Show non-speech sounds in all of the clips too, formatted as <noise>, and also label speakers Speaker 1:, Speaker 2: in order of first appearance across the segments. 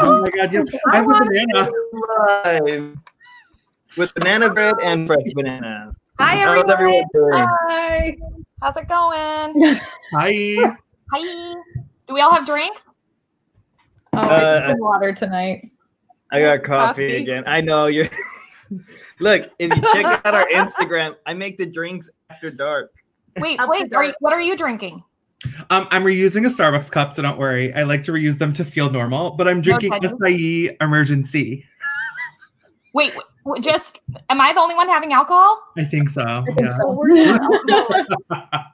Speaker 1: Oh my god, you I have a banana.
Speaker 2: Live with banana bread and fresh banana.
Speaker 3: Hi,
Speaker 2: How's everyone
Speaker 3: everyone.
Speaker 2: doing?
Speaker 3: Hi. How's it
Speaker 4: <laughs>
Speaker 3: going?
Speaker 1: Hi.
Speaker 3: Hi. Do we all have drinks?
Speaker 5: Oh,
Speaker 2: Uh,
Speaker 5: I need water tonight.
Speaker 2: I got coffee,
Speaker 4: Coffee.
Speaker 2: again. I know you're. <laughs> Look, if you check out our Instagram, I make the drinks after dark.
Speaker 3: Wait,
Speaker 4: Up
Speaker 3: wait.
Speaker 4: to
Speaker 3: Are you,
Speaker 4: dark.
Speaker 3: what are you drinking?
Speaker 1: Um, I'm reusing a Starbucks cup, so don't worry. I like to reuse them to feel normal, but I'm drinking
Speaker 3: Okay.
Speaker 1: acai emergency.
Speaker 3: Wait, w- w- just am I the only one having
Speaker 4: <laughs>
Speaker 3: alcohol? Oh,
Speaker 1: I think so.
Speaker 5: I think
Speaker 1: yeah.
Speaker 5: so.
Speaker 2: I-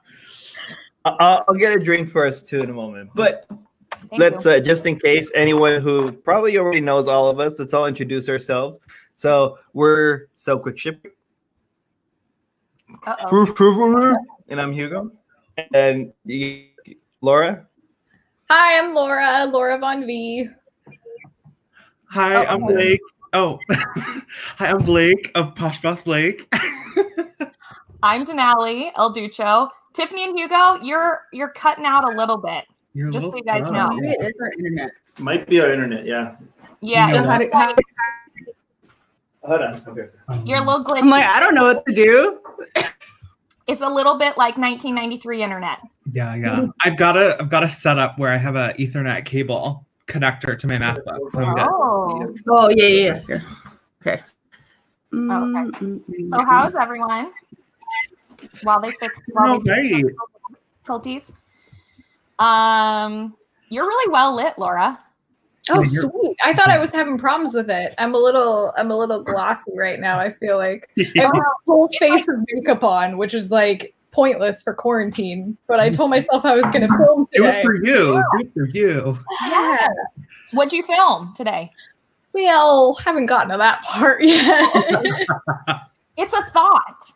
Speaker 2: I'll, I'll get a drink for us too in a moment. But
Speaker 3: Thank
Speaker 2: let's,
Speaker 3: you.
Speaker 2: uh, just in case anyone who probably already knows all of us, let's all introduce ourselves. So we're So Quick Ship,
Speaker 3: Uh-oh.
Speaker 2: and I'm Hugo, and you, Laura.
Speaker 5: Hi, I'm Laura, Laura Von V.
Speaker 1: Hi, I'm
Speaker 2: Oh.
Speaker 1: Blake. Oh, <laughs> hi, I'm Blake of Posh Boss Blake.
Speaker 3: I'm Denali El Ducho. Tiffany and Hugo, you're you're cutting out a little bit.
Speaker 1: You're a
Speaker 3: Just
Speaker 1: little
Speaker 3: so you guys
Speaker 1: slow.
Speaker 3: know.
Speaker 4: Maybe it is Oh, our internet.
Speaker 2: Might be our internet, yeah.
Speaker 3: Yeah,
Speaker 1: You know
Speaker 3: it's
Speaker 1: what?
Speaker 3: just like-
Speaker 2: Hold on. Okay.
Speaker 1: Um,
Speaker 3: you're a little glitchy.
Speaker 4: I'm like, I don't know what to do.
Speaker 3: It's a little bit like 1993 internet.
Speaker 1: Yeah, yeah. I've got a I've got a setup where I have a Ethernet cable connector to my MacBook. So I'm good.
Speaker 3: Oh.
Speaker 4: Oh yeah, yeah, yeah. Mm, Okay.
Speaker 3: Oh, Okay. So how's everyone? While they fix while
Speaker 1: No,
Speaker 3: they fix
Speaker 1: great.
Speaker 3: difficulties. Um, you're really well lit, Laura.
Speaker 5: Oh,
Speaker 1: Yeah, you're-
Speaker 5: sweet. I thought I was having problems with it. I'm a little I'm a little glossy right now. I
Speaker 1: <laughs>
Speaker 5: feel like I have a whole face of makeup on, which is like pointless for quarantine. But I told myself I was gonna film
Speaker 1: Do it
Speaker 5: today.
Speaker 1: for you. Do it for you.
Speaker 5: Yeah.
Speaker 3: What'd you film today?
Speaker 5: Well, haven't gotten to that part <laughs> yet.
Speaker 3: It's a thought.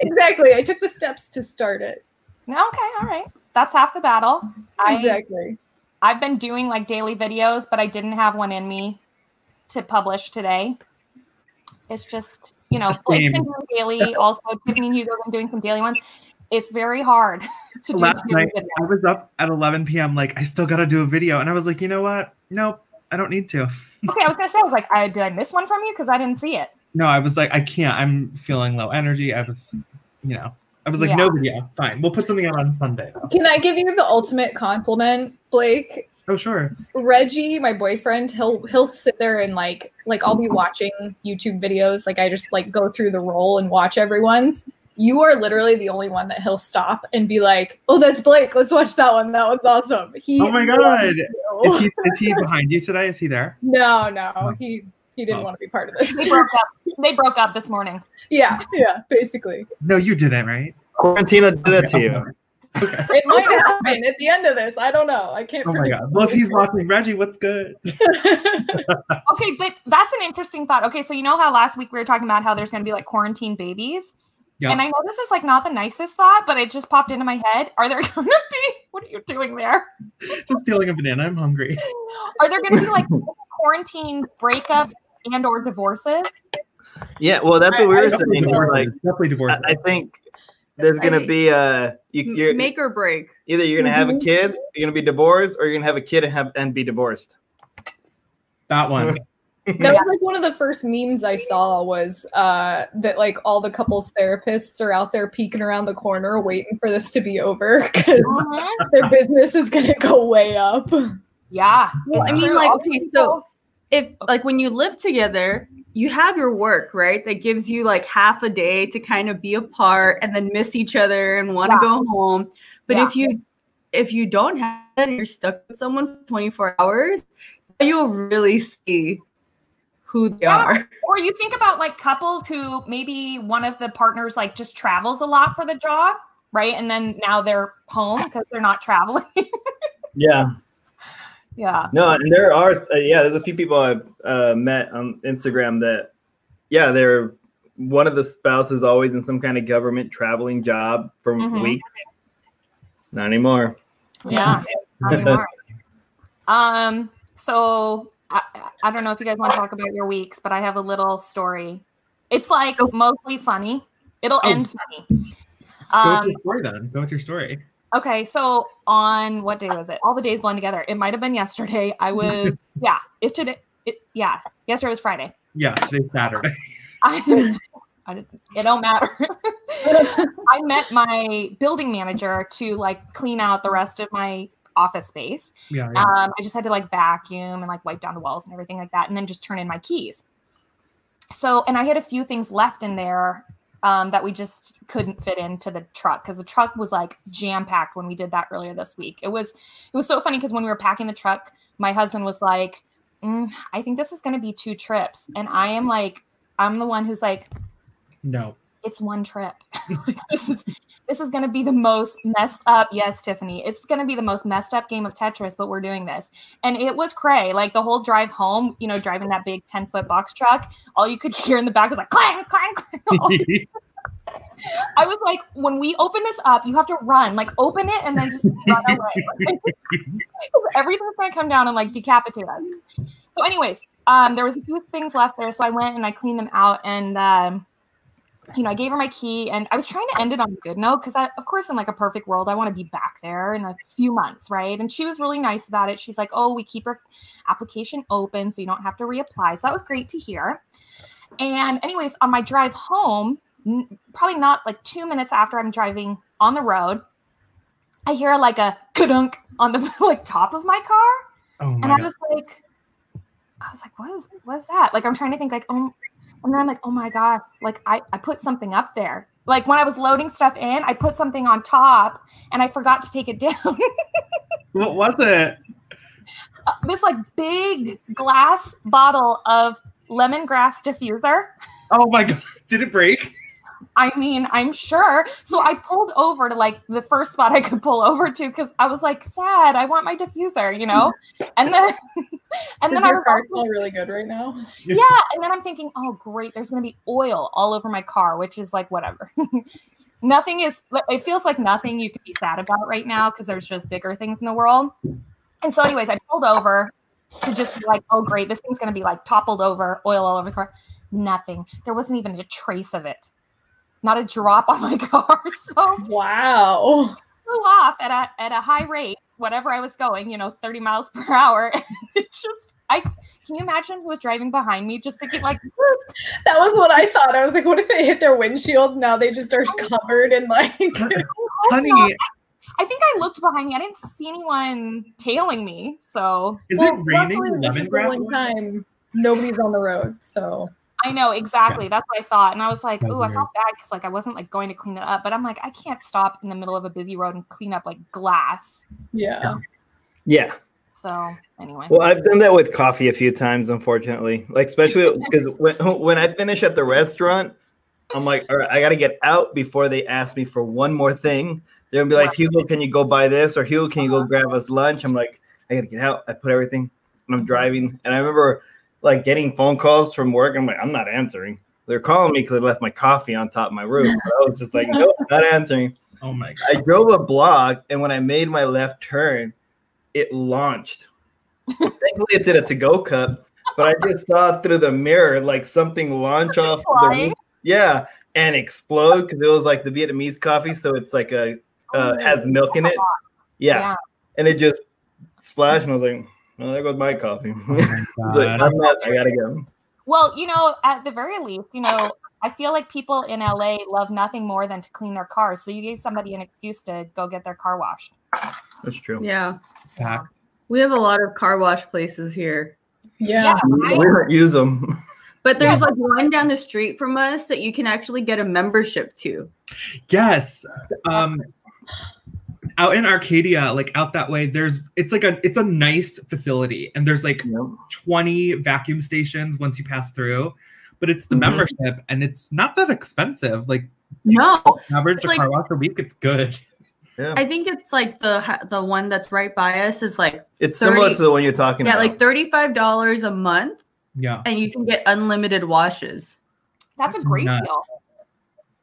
Speaker 5: exactly. I took the steps to start it.
Speaker 3: No, okay, all right. That's half the battle. I
Speaker 5: Exactly.
Speaker 3: I've been doing like daily videos, but I didn't have one in me to publish today. It's just, you know, Blake's been
Speaker 1: Same.
Speaker 3: doing daily. Also, Tiffany and Hugo have been doing some daily ones. It's very hard <laughs> to do
Speaker 1: Last
Speaker 3: daily
Speaker 1: night,
Speaker 3: videos.
Speaker 1: I was up at 11 p.m. Like, I still got to do a video. And I was like, you know what? Nope, I don't need to.
Speaker 3: Okay, I was gonna say, I was like, I, did I miss one from you? Because I didn't see it.
Speaker 1: No, I was like, I can't. I'm feeling low energy. I was, you know, I was like,
Speaker 3: Yeah.
Speaker 1: no video. Fine. We'll put something out on Sunday, though.
Speaker 5: Can I give you the ultimate compliment, Blake?
Speaker 1: Oh, sure.
Speaker 5: Reggie, my boyfriend, he'll he'll sit there and like like I'll be watching YouTube videos. Like I just like go through the roll and watch everyone's. You are literally the only one that he'll stop and be like, "Oh, that's Blake. Let's watch that one. That one's awesome." He
Speaker 1: Oh my
Speaker 5: loves
Speaker 1: God.
Speaker 5: you.
Speaker 1: Is he, is he behind you today? Is he there?
Speaker 5: No, no, he he didn't
Speaker 1: Oh.
Speaker 5: want to be part of this.
Speaker 3: They broke up. They broke up this morning.
Speaker 5: <laughs> yeah, yeah, basically.
Speaker 1: No, you didn't, right?
Speaker 2: Quarantina did it to you.
Speaker 5: It might happen at the end of this. I don't know. I can't.
Speaker 1: Oh, my God. Well, if he's watching, Reggie, what's good?
Speaker 5: God.
Speaker 3: Okay, but that's an interesting thought. Okay, so you know how last week we were talking about how there's gonna be like quarantine babies?
Speaker 1: Yeah.
Speaker 3: And I know this is like not the nicest thought, but it just popped into my head. Are there <laughs> gonna be what are you doing there?
Speaker 1: Just feeling a banana. I'm hungry.
Speaker 3: Are there gonna be like <laughs> quarantine breakups and or divorces?
Speaker 2: Yeah, well, that's what we
Speaker 4: I- I
Speaker 2: were
Speaker 1: Definitely
Speaker 2: saying.
Speaker 1: divorces.
Speaker 2: Like,
Speaker 1: Definitely
Speaker 2: I,
Speaker 1: divorces.
Speaker 2: I think there's
Speaker 4: I
Speaker 2: gonna
Speaker 4: think-
Speaker 2: be uh you, you're
Speaker 4: Make or break.
Speaker 2: either you're gonna have a kid, you're gonna be divorced, or you're gonna have a kid and have and be divorced.
Speaker 1: that one.
Speaker 5: That was like one of the first memes I saw was uh, that like all the couples therapists are out there peeking around the corner waiting for this to be over
Speaker 3: <laughs>
Speaker 5: <laughs> because
Speaker 4: Uh-huh.
Speaker 3: Mhm.
Speaker 5: their business is gonna go way up.
Speaker 3: Yeah.
Speaker 4: Well,
Speaker 3: it's
Speaker 4: I mean,
Speaker 3: true.
Speaker 4: like,
Speaker 3: All
Speaker 4: okay,
Speaker 3: these
Speaker 4: so-
Speaker 3: people-
Speaker 4: if like when you live together you have your work right that gives you like half a day to kind of be apart and then miss each other and want to
Speaker 3: Yeah.
Speaker 4: go home but
Speaker 3: Yeah.
Speaker 4: if you if you don't have that and you're stuck with someone for 24 hours you'll really see who they
Speaker 3: Yeah.
Speaker 4: are
Speaker 3: or you think about like couples who maybe one of the partners like just travels a lot for the job, right? And then now they're home because they're not traveling. <laughs>
Speaker 2: Yeah,
Speaker 3: yeah.
Speaker 2: no, and there are uh, yeah, there's a few people I've uh, met on Instagram that yeah, they're one of the spouses always in some kind of government traveling job for
Speaker 4: Mm-hmm.
Speaker 3: Mhm.
Speaker 2: weeks. Not anymore.
Speaker 3: Yeah. not anymore. um. So I, I- I don't know if you guys want to talk about your weeks, but I have a little story. It's like mostly funny. It'll
Speaker 1: Oh.
Speaker 3: end funny.
Speaker 1: Go with
Speaker 3: Um.
Speaker 1: your story then. Go with your story.
Speaker 3: Okay, so on what day was it? All the days blend together. It might have been yesterday. I was yeah. It should it yeah. Yesterday was Friday.
Speaker 1: Yeah, today's Saturday. <laughs>
Speaker 3: I, I didn't- it don't matter. <laughs> I met my building manager to like clean out the rest of my office space.
Speaker 1: Yeah, yeah.
Speaker 3: Um, I just had to like vacuum and like wipe down the walls and everything like that, and then just turn in my keys. So, and I had a few things left in there um, that we just couldn't fit into the truck because the truck was like jam packed when we did that earlier this week. It was it was so funny because when we were packing the truck, my husband was like, "Mm, "I think this is going to be two trips," and I am like, I'm the one who's like,
Speaker 1: no.
Speaker 3: it's one trip. <laughs> Like, this is this is going to be the most messed up. Yes, Tiffany, it's going to be the most messed up game of Tetris, but we're doing this. And it was cray. Like the whole drive home, you know, driving that big ten foot box truck, all you could <laughs> hear in the back was like clang, clang,
Speaker 5: Oh.
Speaker 3: clang. <laughs> I was like, when we open this up, you have to run. Like open it and then just run away. <laughs> Everything's going to come down and like decapitate us. So, anyways, um, there was a few things left there, so I went and I cleaned them out and. Um, you know, I gave her my key and I was trying to end it on a good note because I, of course, in like a perfect world, I want to be back there in a few months, right? And she was really nice about it. She's like, oh, we keep her application open so you don't have to reapply. So that was great to hear. And, anyways, on my drive home, n- probably not like two minutes after I'm driving on the road, I hear like a kadunk on the <laughs> like top of my car
Speaker 1: <laughs> Oh my
Speaker 3: and I
Speaker 1: god.
Speaker 3: was like, I was like, what is what is that? Like I'm trying to think like, oh, and then I'm like, oh my god, like I I put something up there. Like when I was loading stuff in, I put something on top and I forgot to take it <laughs> down.
Speaker 1: What was it?
Speaker 3: Uh, this like big glass bottle of lemongrass diffuser.
Speaker 1: Oh my <laughs> god. Did it break?
Speaker 3: I mean, I'm sure. So I pulled over to like the first spot I could pull over to because I was like, sad, I want my diffuser, you
Speaker 5: <laughs>
Speaker 3: know? And then <laughs> and
Speaker 5: Does
Speaker 3: then I
Speaker 5: your
Speaker 3: was
Speaker 5: car smell really good right now?
Speaker 3: yeah and then i'm thinking oh great there's going to be oil all over my car which is like whatever <laughs> nothing is it feels like nothing you could be sad about right now because there's just bigger things in the world and so anyways i pulled over to just be like oh great this thing's going to be like toppled over oil all over the car nothing there wasn't even a trace of it not a drop on my <laughs> car so
Speaker 5: Wow.
Speaker 3: flew off at a at a high rate, whatever I was going, you know, 30 miles per hour. <laughs> it's just I can you imagine who was driving behind me just thinking like
Speaker 5: That was what I thought. I was like, what if it hit their windshield? Now they just are covered in like
Speaker 3: "Oh,
Speaker 1: Honey,
Speaker 3: no." I think I looked behind me. I didn't see anyone tailing me. So
Speaker 1: is
Speaker 5: Well,
Speaker 1: it raining
Speaker 5: luckily, this is the
Speaker 1: lemongrass?
Speaker 5: one time nobody's on the road, so
Speaker 3: I know exactly. That's what I thought. And I was like,
Speaker 1: That's
Speaker 3: oh, I
Speaker 1: weird.
Speaker 3: felt bad because like I wasn't like going to clean it up. But I'm like, I can't stop in the middle of a busy road and clean up like glass.
Speaker 5: yeah.
Speaker 2: Yeah.
Speaker 3: So anyway.
Speaker 2: Well, I've done that with coffee a few times, unfortunately. Like especially because when when I finish at the restaurant, I'm like, all right, I gotta get out before they ask me for one more thing. They're gonna be like, Hugo, can you go buy this? Or Hugo, can you go grab us lunch? I'm like, I gotta get out. I put everything, and I'm driving. And I remember like getting phone calls from work. I'm like, I'm not answering. They're calling me because I left my coffee on top of my roof. I was just like, nope, not answering.
Speaker 1: Oh my god.
Speaker 2: I drove a block, and when I made my left turn, it launched. Thankfully, it did a to-go cup, but I just saw through the mirror like something launch off the
Speaker 3: Flying?
Speaker 2: roof. Yeah, and explode because it was like the Vietnamese coffee, so it's like a uh, has milk in
Speaker 3: Oh, That's
Speaker 2: it.
Speaker 3: a lot.
Speaker 2: Yeah.
Speaker 3: Yeah.
Speaker 2: and it just splashed, and I was like, "Well, there goes my coffee." <laughs> It's
Speaker 1: Oh
Speaker 2: like,
Speaker 1: my god.
Speaker 2: I'm not, I gotta go.
Speaker 3: Well, you know, at the very least, you know, I feel like people in LA love nothing more than to clean their cars. So you gave somebody an excuse to go get their car washed.
Speaker 2: That's true.
Speaker 4: Yeah.
Speaker 1: Back.
Speaker 4: We have a lot of car wash places here.
Speaker 5: Yeah.
Speaker 2: We we don't use them.
Speaker 4: But there's like one down the street from us that you can actually get a membership to.
Speaker 1: Yes. Um out in Arcadia, like out that way, there's it's like a it's a nice facility and there's like
Speaker 2: you know?
Speaker 1: 20 vacuum stations once you pass through, but it's the
Speaker 4: Mhm.
Speaker 1: membership and it's not that expensive. Like
Speaker 4: No,
Speaker 1: average
Speaker 4: Oh, It's
Speaker 1: a
Speaker 4: like-
Speaker 1: car wash a week, it's good.
Speaker 2: Yeah,
Speaker 4: I think it's like the ha- the one that's right by us is like
Speaker 2: it's similar
Speaker 4: 30
Speaker 2: to the one you're talking
Speaker 4: yeah,
Speaker 2: about.
Speaker 4: like thirty five dollars a month,
Speaker 1: Yeah.
Speaker 4: and you can get unlimited washes.
Speaker 3: That's a
Speaker 1: That's
Speaker 3: great
Speaker 1: nuts.
Speaker 3: deal.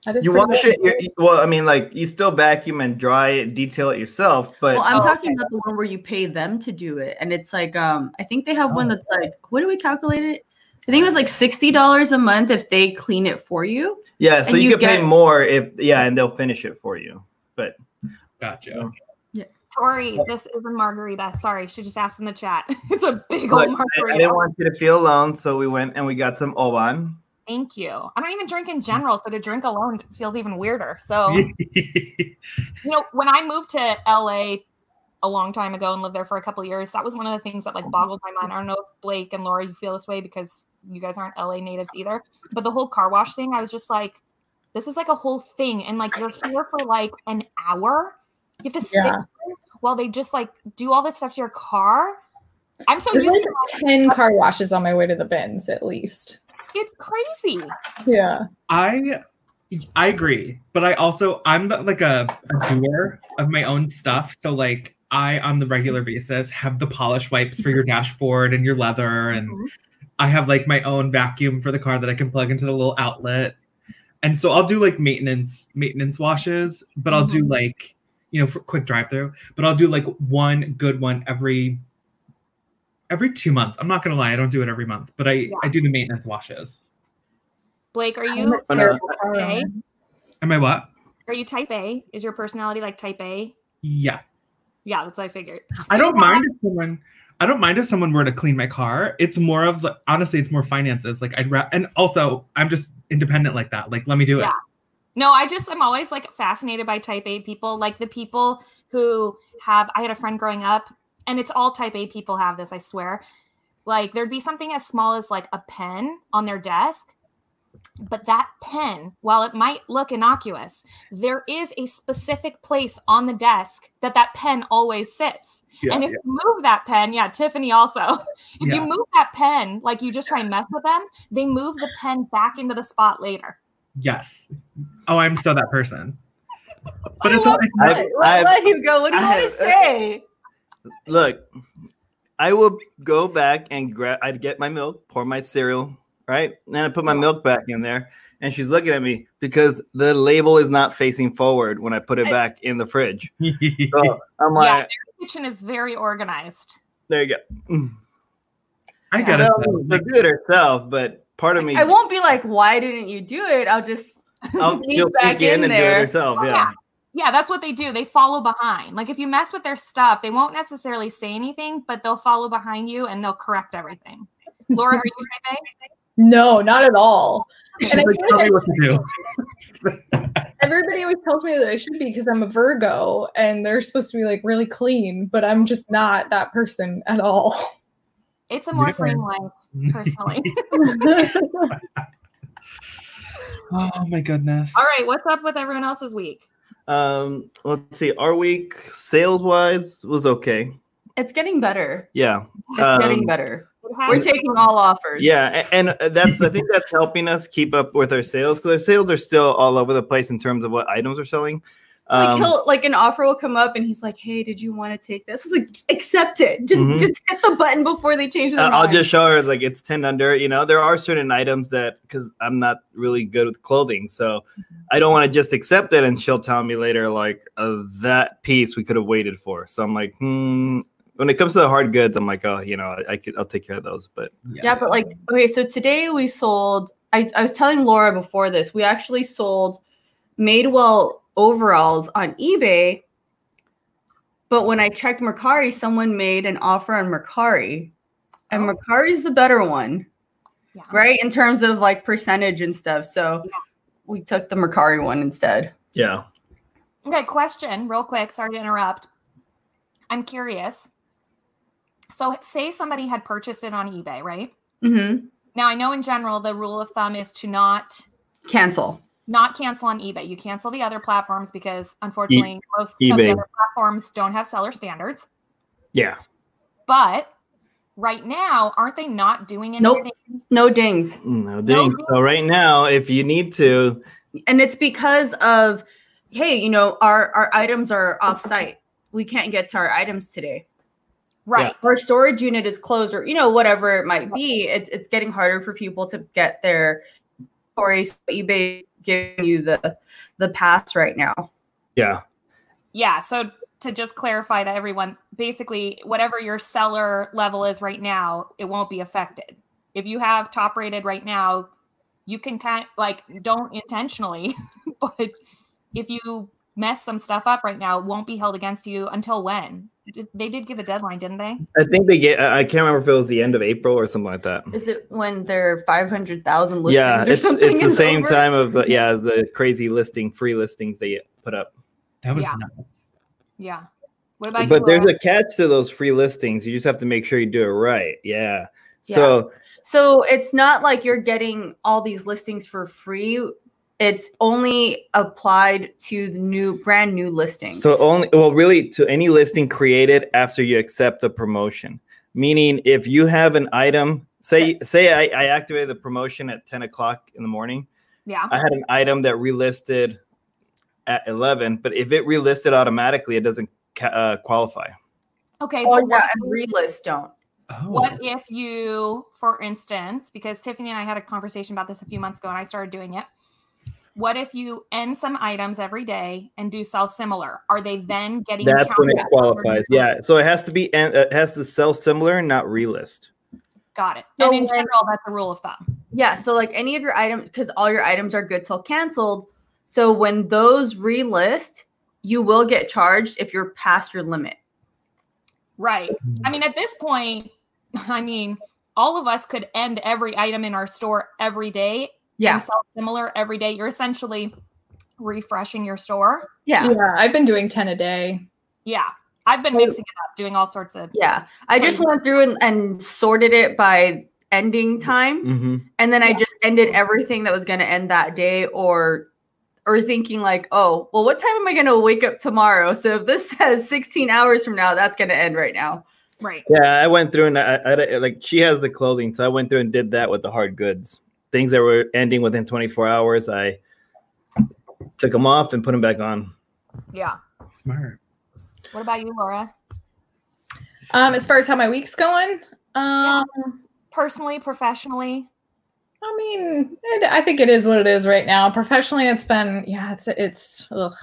Speaker 5: I just
Speaker 2: you
Speaker 5: forgot.
Speaker 2: wash it. You, you- well, I mean, like you still vacuum and dry it, detail it yourself, but
Speaker 4: Well, I'm
Speaker 3: Oh,
Speaker 4: talking about the one where you pay them to do it, and it's like um, I think they have one
Speaker 1: Oh.
Speaker 4: that's like what do we calculate it? I think it was like sixty dollars a month if they clean it for you.
Speaker 2: yeah, so
Speaker 4: and
Speaker 2: you,
Speaker 4: you
Speaker 2: could pay
Speaker 4: get-
Speaker 2: more if yeah, and they'll finish it for you. But
Speaker 1: Gotcha.
Speaker 3: Tori, this is a margarita. Sorry, she just asked in the chat. <laughs> It's a big
Speaker 2: Look,
Speaker 3: old
Speaker 2: I, I
Speaker 3: margarita.
Speaker 2: didn't want you to feel alone, so we went and we got some Oban.
Speaker 3: Thank you. I don't even drink in general, so to drink alone feels even weirder. So
Speaker 4: Oh.
Speaker 1: <laughs>
Speaker 3: you know, when I moved to LA a long time ago and lived there for a couple of years, that was one of the things that like boggled my mind. I don't know if Blake and Laura, you feel this way because you guys aren't LA natives either. But the whole car wash thing, I was just like, this is like a whole thing. And like you're here for like an hour. You have to sit
Speaker 5: Yeah.
Speaker 3: while they just like do all this stuff to your car. I'm so
Speaker 5: There's
Speaker 3: used
Speaker 5: like
Speaker 3: to
Speaker 5: ten car washes on my way to the bins, at least.
Speaker 3: it's crazy.
Speaker 5: Yeah.
Speaker 1: I I agree, but I also I'm the, like a, a doer of my own stuff. So like I on the regular basis have the polish wipes for your dashboard and your leather, and
Speaker 4: Mhm.
Speaker 1: I have like my own vacuum for the car that I can plug into the little outlet. And so I'll do like maintenance maintenance washes, but I'll do like you know for quick drive through, but I'll do like one good one every every two months. I'm not gonna lie, I don't do it every month, but I I do the maintenance washes.
Speaker 3: Blake, are
Speaker 5: I'm
Speaker 3: you
Speaker 5: a terrible car
Speaker 3: okay?
Speaker 5: owner.
Speaker 1: Am I what?
Speaker 3: Are you type A? Is your personality like type A?
Speaker 1: Yeah.
Speaker 3: Yeah, that's what I figured.
Speaker 1: I don't
Speaker 3: Yeah.
Speaker 1: mind if someone. I don't mind if someone were to clean my car. It's more of like, honestly, it's more finances. Like I'd ra- and also I'm just independent like that. Like let me do it.
Speaker 3: Yeah. No, I just I'm always like fascinated by type A people, like the people who have I had a friend growing up and it's all type A people have this, I swear. Like there'd be something as small as like a pen on their desk, but that pen, while it might look innocuous, there is a specific place on the desk that that pen always sits.
Speaker 1: Yeah,
Speaker 3: and if you move that pen, yeah, Tiffany also. <laughs> If
Speaker 1: Yeah.
Speaker 3: you move that pen, like you just try and mess with them, they move the pen back into the spot later.
Speaker 1: Yes. Oh, I'm so that person. But it's
Speaker 4: love
Speaker 1: like,
Speaker 2: I've-
Speaker 4: Let- let,
Speaker 2: I've-
Speaker 4: let him go. What do you
Speaker 2: I
Speaker 4: want to
Speaker 2: have- uh,
Speaker 4: say?
Speaker 2: Look, I will go back and grab. I'd get my milk, pour my cereal, right? And then I put my milk back in there. And she's looking at me because the label is not facing forward when I put it back in the fridge. So Oh,
Speaker 3: Yeah.
Speaker 2: I'm like,
Speaker 3: kitchen is very organized.
Speaker 2: there you go.
Speaker 1: I
Speaker 2: I
Speaker 1: get it. though.
Speaker 2: don't
Speaker 1: Like,
Speaker 2: do it herself, but part of me,
Speaker 4: I won't be like, why didn't you do it? I'll just <laughs>
Speaker 2: I'll,
Speaker 4: sneak
Speaker 2: she'll
Speaker 4: back
Speaker 2: sneak in,
Speaker 4: in
Speaker 2: and do
Speaker 4: there.
Speaker 2: it herself. Yeah.
Speaker 3: Yeah, that's what they do. They follow behind. Like if you mess with their stuff, they won't necessarily say anything, but they'll follow behind you and they'll correct everything. Laura, are you type
Speaker 5: No, not at all.
Speaker 1: she's
Speaker 5: And I
Speaker 1: like,
Speaker 5: feel
Speaker 1: tell
Speaker 5: like
Speaker 1: me what to do.
Speaker 5: Everybody always tells me that I should be because I'm a Virgo and they're supposed to be like really clean, but I'm just not that person at all.
Speaker 3: A? It's a more
Speaker 1: Yeah.
Speaker 3: frame life, <laughs> personally.
Speaker 1: <laughs> oh my goodness.
Speaker 3: All right, what's up with everyone else's week?
Speaker 2: Um, let's see. Our week sales wise was okay.
Speaker 4: it's getting better.
Speaker 2: Yeah.
Speaker 4: It's getting
Speaker 2: Um,
Speaker 4: better.
Speaker 3: It
Speaker 4: We're
Speaker 3: has-
Speaker 4: taking all offers.
Speaker 2: Yeah, a- and uh, that's I think that's helping us keep up with our sales because our sales are still all over the place in terms of what items are selling.
Speaker 4: Like
Speaker 2: Um,
Speaker 4: he'll like an offer will come up and he's like, "Hey, did you want to take this?" It's like, "Accept it. Just
Speaker 2: Mhm.
Speaker 4: just hit the button before they change
Speaker 2: uh,
Speaker 4: their
Speaker 2: I'll
Speaker 4: mind."
Speaker 2: just show her like it's ten under. You know, there are certain items that because I'm not really good with clothing, so
Speaker 4: Mm-hmm.
Speaker 2: I don't want to just accept it. And she'll tell me later like uh, that piece we could have waited for. So I'm like, hmm. When it comes to the hard goods, I'm like, oh, you know, I, I could, I'll take care of those. But
Speaker 4: yeah, but like, okay, so today we sold. I I was telling Laura before this, we actually sold Madewell overalls on eBay. But when I checked Mercari, someone made an offer on Mercari, and
Speaker 3: Oh.
Speaker 4: Mercari's the better one.
Speaker 3: Yeah.
Speaker 2: Oh.
Speaker 4: right? In terms of like percentage and stuff. So we took the Mercari one instead.
Speaker 2: yeah,
Speaker 3: Okay, question real quick. Sorry to interrupt. I'm curious. So, say somebody had purchased it on eBay, right?
Speaker 4: hmm
Speaker 3: Now, I know in general the rule of thumb is to not
Speaker 4: Cancel.
Speaker 3: not cancel on eBay. You cancel the other platforms because unfortunately most of the
Speaker 2: eBay.
Speaker 3: other platforms don't have seller standards.
Speaker 2: yeah.
Speaker 3: But right now, aren't they not doing
Speaker 4: Nope.
Speaker 3: anything?
Speaker 4: No dings.
Speaker 2: Mm, No, dang. So right now, if you need to,
Speaker 4: And it's because of, hey, you know, our, our items are off site. We can't get to our items today.
Speaker 3: Right.
Speaker 4: Our storage unit is closed or, you know, whatever it might be. It's, it's getting harder for people to get their stories. eBay is giving you the the pass right now.
Speaker 2: yeah.
Speaker 3: Yeah. So to just clarify to everyone, basically whatever your seller level is right now, it won't be affected. If you have top rated right <laughs> now, you can kind like don't intentionally, but if you mess some stuff up right now, it won't be held against you until when? Did- They did give a deadline, didn't they?
Speaker 2: I think they get. I I can't remember if it was the end of April or something like that.
Speaker 4: Is it when they're 500,000 listings?
Speaker 2: Yeah,
Speaker 4: or
Speaker 2: it's
Speaker 4: something
Speaker 2: it's the
Speaker 4: is
Speaker 2: same
Speaker 4: over?
Speaker 2: time of the- yeah as the crazy listing free listings they put up.
Speaker 1: That was
Speaker 3: Yeah.
Speaker 1: nuts.
Speaker 3: Yeah. What about
Speaker 2: but
Speaker 3: you?
Speaker 2: there's
Speaker 3: Laura?
Speaker 2: a catch to those free listings. You just have to make sure you do it right. Yeah. So
Speaker 4: So it's not like you're getting all these listings for free. It's only applied to the new brand new listings.
Speaker 2: so only well really to any listing created after you accept the promotion. Meaning if you have an item, say say I, I activated the promotion at 10 o'clock in the morning.
Speaker 3: yeah.
Speaker 2: I had an item that relisted at 11, but if it relisted automatically, it doesn't ca- uh, qualify.
Speaker 3: Okay.
Speaker 4: oh,
Speaker 3: but
Speaker 4: yeah,
Speaker 3: what-
Speaker 4: and relists don't.
Speaker 1: Oh,
Speaker 3: What if you, for instance, because Tiffany and I had a conversation about this a few months ago and I started doing it. What if you end some items every day and do sell similar? Are they then getting
Speaker 2: That's when it
Speaker 3: counted?
Speaker 2: qualifies. Yeah. So it has to be, and it has to sell similar, not relist.
Speaker 3: Got it.
Speaker 4: So
Speaker 3: and in
Speaker 4: when-
Speaker 3: general, that's a rule of thumb.
Speaker 4: Yeah, so like any of your items, because all your items are good till canceled. So when those relist, you will get charged if you're past your limit.
Speaker 3: Right.
Speaker 1: Oh,
Speaker 3: I mean, at this point, <laughs> I mean, all of us could end every item in our store every day
Speaker 4: Yeah.
Speaker 3: and sell similar every day. You're essentially refreshing your store.
Speaker 4: Yeah.
Speaker 5: Yeah, I've been doing 10 a day.
Speaker 3: Yeah. I've been mixing it up, doing all sorts of
Speaker 4: Yeah. I just went through and, and sorted it by ending time.
Speaker 2: Mm-hmm.
Speaker 4: And then I just ended everything that was going to end that day or or thinking like, oh, well, what time am I going to wake up tomorrow? So if this <laughs> says 16 hours from now, that's going to end right now.
Speaker 3: right.
Speaker 2: Yeah, I went through and I, I- I- like she has the clothing, so I went through and did that with the hard goods. Things that were ending within 24 hours, I took them off and put them back on.
Speaker 3: Yeah.
Speaker 1: smart.
Speaker 3: What about you, Laura?
Speaker 5: Um, as far as how my week's going, um,
Speaker 3: Personally, professionally,
Speaker 5: I mean, it, I think it is what it is right now. Professionally, it's been yeah, it's it's ugh.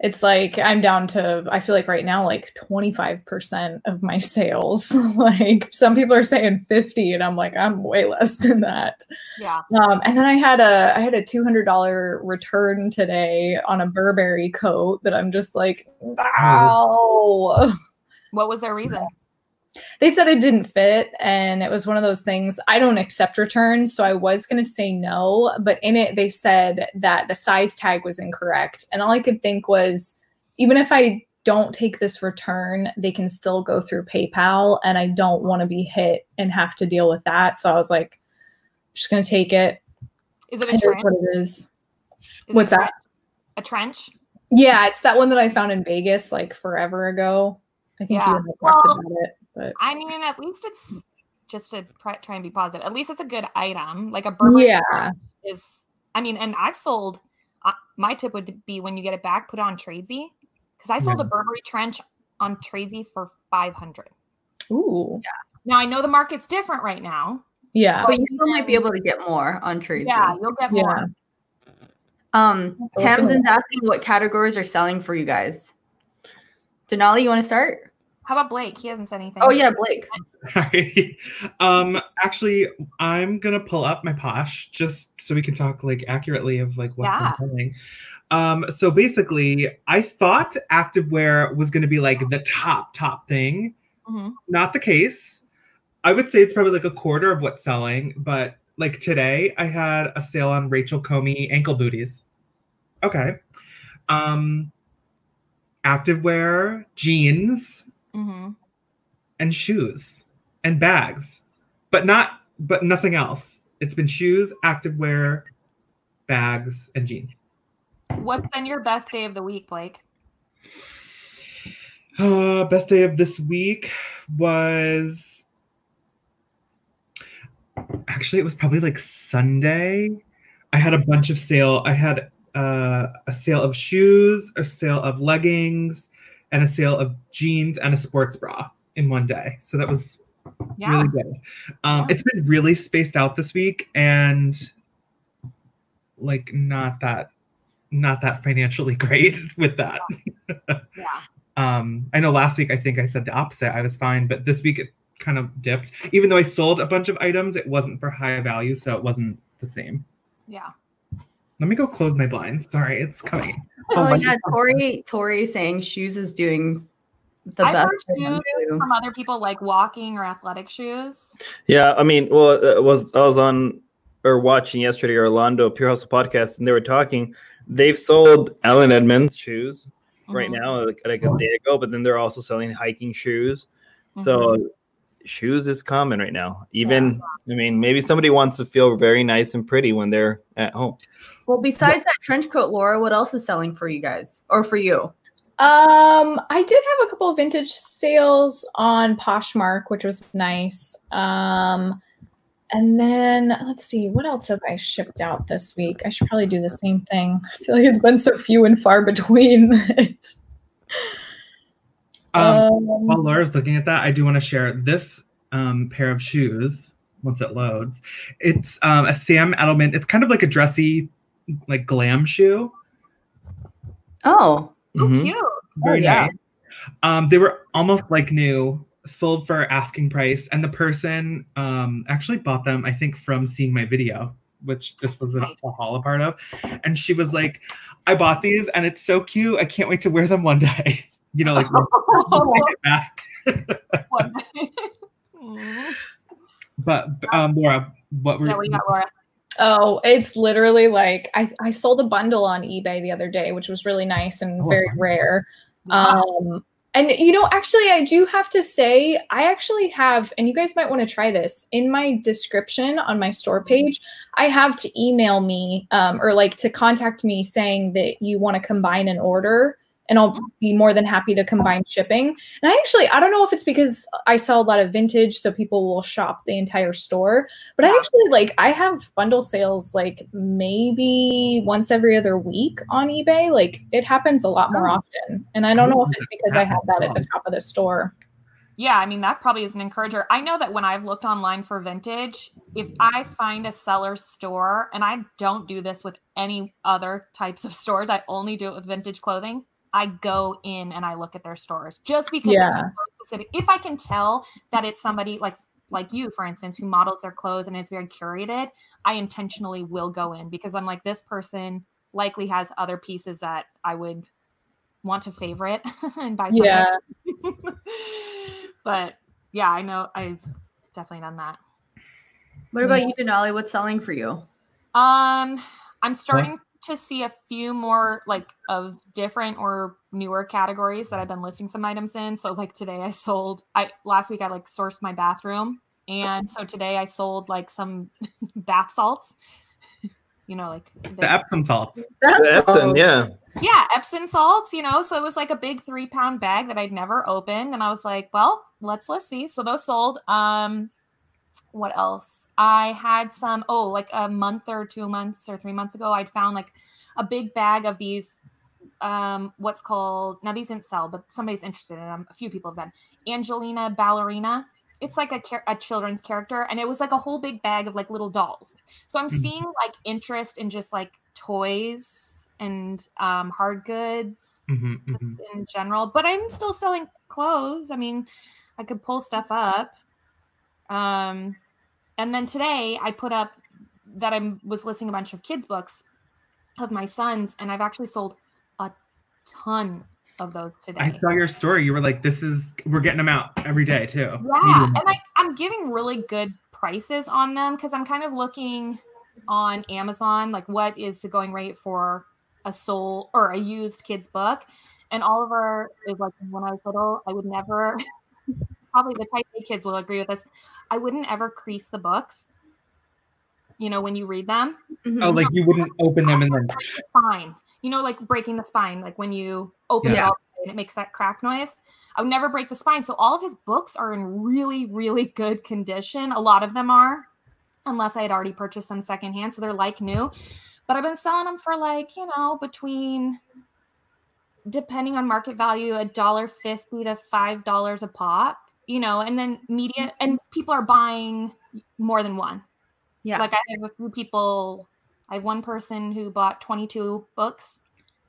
Speaker 5: It's like I'm down to I feel like right now like 25% of my <laughs> sales. like some people are saying 50 and I'm like I'm way less <laughs> than that.
Speaker 3: yeah.
Speaker 5: Um, and then I had a I had a two hundred dollar return today on a Burberry coat that I'm just like, wow.
Speaker 3: What was their reason?
Speaker 5: They said it didn't fit, and it was one of those things. I don't accept returns, so I was gonna say no, but in it they said that the size tag was incorrect, and all I could think was, even if I don't take this return, they can still go through PayPal, and I don't want to be hit and have to deal with that. So I was like, just gonna take it.
Speaker 3: Is it
Speaker 5: It
Speaker 3: a
Speaker 5: is
Speaker 3: trench?
Speaker 5: what it is.
Speaker 3: Is it
Speaker 5: what's
Speaker 3: a
Speaker 5: that?
Speaker 3: trench? A trench?
Speaker 5: Yeah, it's that one that I found in Vegas like forever ago. I think
Speaker 3: Yeah.
Speaker 5: you and I talked
Speaker 3: Well-
Speaker 5: about it, but
Speaker 3: I mean, at least it's just to pr- try and be positive. At least it's a good item, like a Burberry.
Speaker 5: yeah,
Speaker 3: Is I mean, and I've sold. Uh, my tip would be when you get it back, put it on Tradesy, because I sold a Burberry trench on Tradesy for five hundred.
Speaker 5: ooh,
Speaker 3: Now I know the market's different right now.
Speaker 5: yeah,
Speaker 4: But you still might be able to get more on trades.
Speaker 3: Yeah, you'll get
Speaker 5: yeah.
Speaker 3: more.
Speaker 4: Um,
Speaker 5: Okay.
Speaker 4: Tamsin's asking what categories are selling for you guys. Denali, you want to start?
Speaker 3: How about Blake? He hasn't said anything.
Speaker 4: Oh yeah, Blake.
Speaker 1: <laughs> Sorry. Um, actually, I'm gonna pull up my posh just so we can talk like accurately of like what's
Speaker 3: Yeah.
Speaker 1: been happening. Um, so basically, I thought activewear was gonna be like the top top thing.
Speaker 3: Mhm.
Speaker 1: Not the case. I would say it's probably like a quarter of what's selling, but like today, I had a sale on Rachel Comey ankle booties. Okay. Um, activewear, jeans
Speaker 3: Mhm.
Speaker 1: and shoes and bags, but not but nothing else. It's been shoes, activewear, bags, and jeans.
Speaker 3: What's been your best day of the week, Blake?
Speaker 1: Uh, best day of this week was actually it was probably like Sunday. I had a bunch of sale. I had uh, a sale of shoes, a sale of leggings, and a sale of jeans and a sports bra in one day. So that was
Speaker 3: Yeah.
Speaker 1: really good. Um,
Speaker 3: Yeah.
Speaker 1: It's been really spaced out this week and like not that not that financially <laughs> great with that.
Speaker 3: yeah.
Speaker 1: Um, I know last week I think I said the opposite. I was fine, but this week it kind of dipped. Even though I sold a bunch of items, it wasn't for high value, so it wasn't the same.
Speaker 3: Yeah.
Speaker 1: Let me go close my blinds. Sorry, it's coming.
Speaker 4: Oh,
Speaker 1: my
Speaker 4: yeah,
Speaker 1: God.
Speaker 4: Tori Tori is saying shoes is doing the
Speaker 3: I've
Speaker 4: best.
Speaker 3: heard
Speaker 4: for them,
Speaker 3: shoes
Speaker 4: too.
Speaker 3: from other people like walking or athletic shoes.
Speaker 2: Yeah, I mean, well, uh, was I was on or watching yesterday Orlando Pure Hustle podcast, and they were talking. They've sold Allen Edmonds shoes right
Speaker 3: Mhm.
Speaker 2: now, like, like a day ago, but then they're also selling hiking shoes. So shoes is common right now. Even I mean, maybe somebody wants to feel very nice and pretty when they're at home.
Speaker 4: Well, besides that trench coat, Laura, what else is selling for you guys or for you?
Speaker 5: Um, I did have a couple of vintage sales on Poshmark, which was nice. Um, and then let's see, what else have I shipped out this week? I should probably do the same thing. <laughs> I feel like it's been so few and far between. <laughs> that-
Speaker 1: Um,
Speaker 5: Um,
Speaker 1: While Laura's looking at that, I do want to share this um, pair of shoes once it loads. It's um, a Sam Edelman. It's kind of like a dressy, like glam shoe.
Speaker 4: Oh,
Speaker 3: Oh,
Speaker 2: Mhm.
Speaker 3: cute. <laughs>
Speaker 1: Very
Speaker 4: yeah.
Speaker 1: nice. Um, they were almost like new, sold for asking price, and the person um, actually bought them. I think from seeing my video, which this was a,
Speaker 3: Nice.
Speaker 1: a haul a part of, and she was like, "I bought these, and it's so cute. I can't wait to wear them one day." <laughs> You
Speaker 3: <laughs>
Speaker 1: know, like when- when I get back.
Speaker 3: Mm.
Speaker 1: But um, Laura, what were
Speaker 3: yeah, what do you got, Laura?
Speaker 5: Oh, it's literally like I, I sold a bundle on eBay the other day, which was really nice and
Speaker 1: Oh,
Speaker 5: very
Speaker 1: wow.
Speaker 5: rare. Um, and you know, actually, I do have to say, I actually have, and you guys might want to try this in my description on my store
Speaker 1: Mm-hmm.
Speaker 5: page. I have to email me um, or like to contact me saying that you want to combine an order, and I'll be more than happy to combine shipping. And I actually, I don't know if it's because I sell a lot of vintage, so people will shop the entire store, but I actually like, I have bundle sales like maybe once every other week on eBay. Like it happens a lot more often. And I don't know if it's because I have that at the top of the store.
Speaker 3: Yeah, I mean, that probably is an encourager. I know that when I've looked online for vintage, if I find a seller store, and I don't do this with any other types of stores, I only do it with vintage clothing. I go in and I look at their stores just because it's
Speaker 5: Yeah.
Speaker 3: so specific. If I can tell that it's somebody like like you, for instance, who models their clothes and is very curated, I intentionally will go in because I'm like, this person likely has other pieces that I would want to favorite <laughs> and buy something
Speaker 5: Yeah.
Speaker 3: <laughs> but yeah, I know I've definitely done that.
Speaker 4: What about you, Denali? What's selling for you?
Speaker 3: Um, I'm starting to see a few more like of different or newer categories that I've been listing some items in. So like today I sold I last week I like sourced my bathroom and so today I sold like some <laughs> bath salts. You know, like
Speaker 1: the Epsom salts?
Speaker 2: That's an- yeah.
Speaker 3: yeah, Epsom salts, you know. So it was like a big three pound bag that I'd never opened. And I was like, well, let's let's see. So those sold. Um what else? I had some, oh, like a month or two months or three months ago, I'd found like a big bag of these um what's called now these didn't sell, but somebody's interested in them. A few people have been. Angelina Ballerina. It's like a, char- a children's character, and it was like a whole big bag of like little dolls. So I'm
Speaker 1: Mhm.
Speaker 3: seeing like interest in just like toys and um, hard goods
Speaker 1: Mhm,
Speaker 3: Mm-hmm,
Speaker 1: mhm.
Speaker 3: in general, but I'm still selling clothes. I mean, I could pull stuff up. Um, and then today I put up that I was listing a bunch of kids' books of my sons, and I've actually sold a ton of those today.
Speaker 1: I saw your story. You were like, "This is we're getting them out every day too."
Speaker 3: Yeah, and I, I'm giving really good prices on them because I'm kind of looking on Amazon, like what is the going rate for a soul or a used kid's book. And Oliver is like, when I was little, I would never, <laughs> probably the type A kids will agree with this, I wouldn't ever crease the books, you know, when you read them
Speaker 4: Mm-hmm.
Speaker 1: Oh, like you
Speaker 3: <laughs>
Speaker 1: wouldn't open them and then
Speaker 3: like the spine. You know, like breaking the spine, like when you open it
Speaker 4: Yeah.
Speaker 3: up and it makes that crack noise. I would never break the spine. So all of his books are in really, really good condition. A lot of them are, unless I had already purchased them secondhand. So they're like new. But I've been selling them for like, you know, between depending on market value, a dollar fifty to five dollars a pop, you know, and then media and people are buying more than one.
Speaker 4: Yeah.
Speaker 3: Like I have a few people, I have one person who bought 22 books,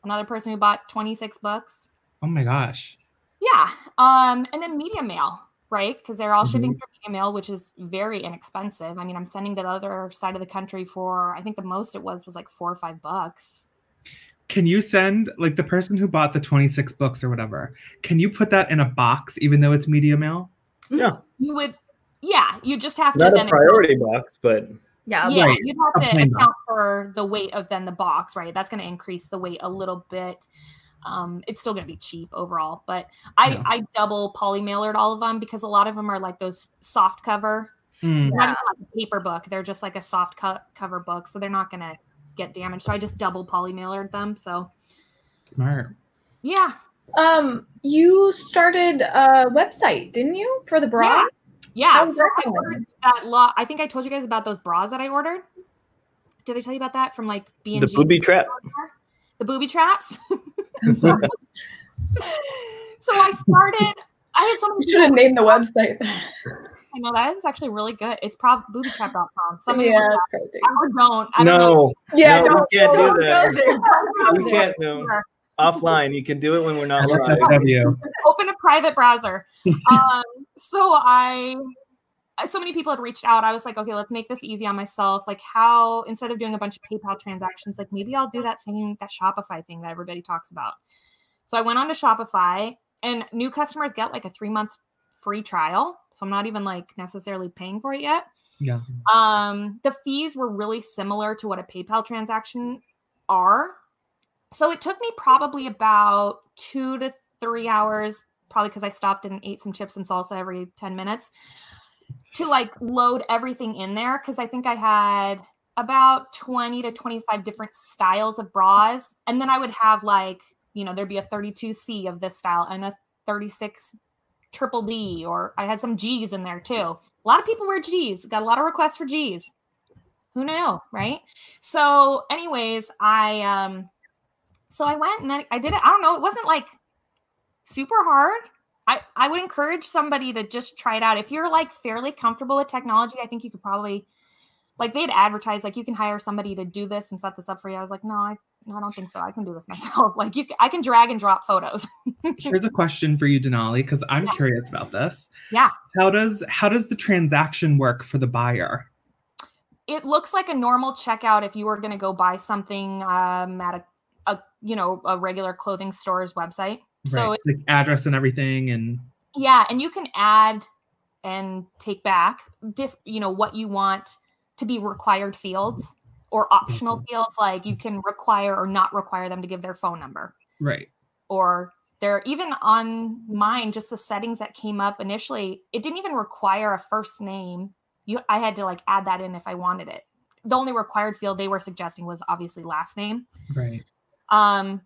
Speaker 3: another person who bought 26 books.
Speaker 1: oh my gosh.
Speaker 3: Yeah. Um, and then media mail. right? Because they're all shipping through media mail, which is very inexpensive. I mean, I'm sending to the other side of the country for I think the most it was was like four or five bucks.
Speaker 1: Can you send like the person who bought the 26 books or whatever? Can you put that in a box even though it's media mail?
Speaker 3: You would, yeah, you just have to
Speaker 2: Not
Speaker 3: then
Speaker 2: a priority box, but
Speaker 4: Yeah,
Speaker 3: yeah,
Speaker 1: right.
Speaker 3: you'd
Speaker 1: A
Speaker 3: have to
Speaker 1: plain
Speaker 3: account
Speaker 1: box.
Speaker 3: for the weight of then the box, right? That's going to increase the weight a little bit. Um, it's still going to be cheap overall, but I
Speaker 1: Yeah.
Speaker 3: I double poly mailered all of them because a lot of them are like those soft cover,
Speaker 1: Mm.
Speaker 3: not even like a paper book. They're just like a soft co- cover book, so they're not going to get damaged. So I just double poly mailered them. So
Speaker 1: Smart.
Speaker 3: yeah,
Speaker 5: Um, you started a website, didn't you, for the bra?
Speaker 3: Yeah. yeah.
Speaker 5: How's
Speaker 3: So
Speaker 5: that
Speaker 3: I
Speaker 5: going?
Speaker 3: ordered that lot. I think I told you guys about those bras that I ordered. Did I tell you about that from like B and
Speaker 2: the
Speaker 3: <laughs>
Speaker 2: booby trap.
Speaker 3: the booby traps. <laughs> so,
Speaker 1: <laughs>
Speaker 3: so I started. I had so
Speaker 5: You
Speaker 3: many.
Speaker 5: should have named the website.
Speaker 3: I know that is actually really good. It's prob boobytrap.com. Somebody
Speaker 5: <laughs> yeah,
Speaker 3: yeah.
Speaker 5: that's crazy.
Speaker 3: or don't. I don't know.
Speaker 2: No,
Speaker 5: yeah,
Speaker 2: No, we
Speaker 5: don't,
Speaker 2: can't do
Speaker 5: don't
Speaker 2: that.
Speaker 5: go there.
Speaker 2: we can't. No. Offline, you can do it when we're
Speaker 1: I
Speaker 2: <laughs> not
Speaker 1: love
Speaker 2: live.
Speaker 1: that
Speaker 3: <laughs>
Speaker 1: W.
Speaker 3: Open a private browser. Um, so I. So many people had reached out. I was like, okay, let's make this easy on myself. Like, how instead of doing a bunch of PayPal transactions, like maybe I'll do that thing, that Shopify thing that everybody talks about. So I went on to Shopify, and new customers get like a three month free trial. So I'm not even like necessarily paying for it yet.
Speaker 1: Yeah.
Speaker 3: um the fees were really similar to what a paypal transaction are so it took me probably about two to three hours probably because i stopped and ate some chips and salsa every 10 minutes to like load everything in there because i think i had about 20 to 25 different styles of bras and then i would have like you know there'd be a 32c of this style and a 36 triple d or i had some g's in there too a lot of people wear G's. Got a lot of requests for G's. Who knew, right? So, anyways, I um, so I went and I, I did it. I don't know. It wasn't like super hard. I I would encourage somebody to just try it out. If you're like fairly comfortable with technology, I think you could probably like they'd advertise like you can hire somebody to do this and set this up for you. I was like, no, I no, I don't think so. I can do this <laughs> myself. Like you, c- I can drag and drop photos.
Speaker 1: Here's a question for you, Denali, because I'm
Speaker 3: Yeah.
Speaker 1: curious about this.
Speaker 3: Yeah.
Speaker 1: How does how does the transaction work for the buyer?
Speaker 3: it looks like a normal checkout if you were going to go buy something um, at a, a you know a regular clothing store's website so
Speaker 1: right. like address and everything and
Speaker 3: yeah and you can add and take back diff, you know what you want to be required fields or optional fields like you can require or not require them to give their phone number
Speaker 1: right.
Speaker 3: or there even on mine just the settings that came up initially it didn't even require a first name you i had to like add that in if i wanted it the only required field they were suggesting was obviously last name
Speaker 1: Right.
Speaker 3: um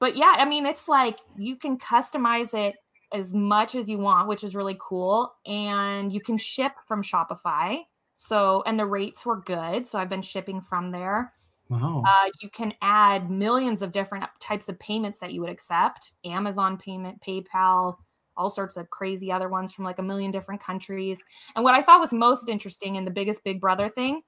Speaker 3: but yeah i mean it's like you can customize it as much as you want which is really cool and you can ship from shopify so and the rates were good so i've been shipping from there
Speaker 1: Wow.
Speaker 3: uh, you can add millions of different types of payments that you would accept Amazon payment, PayPal, all sorts of crazy other ones from like a million different countries. And what I thought was most interesting and the biggest Big Brother thing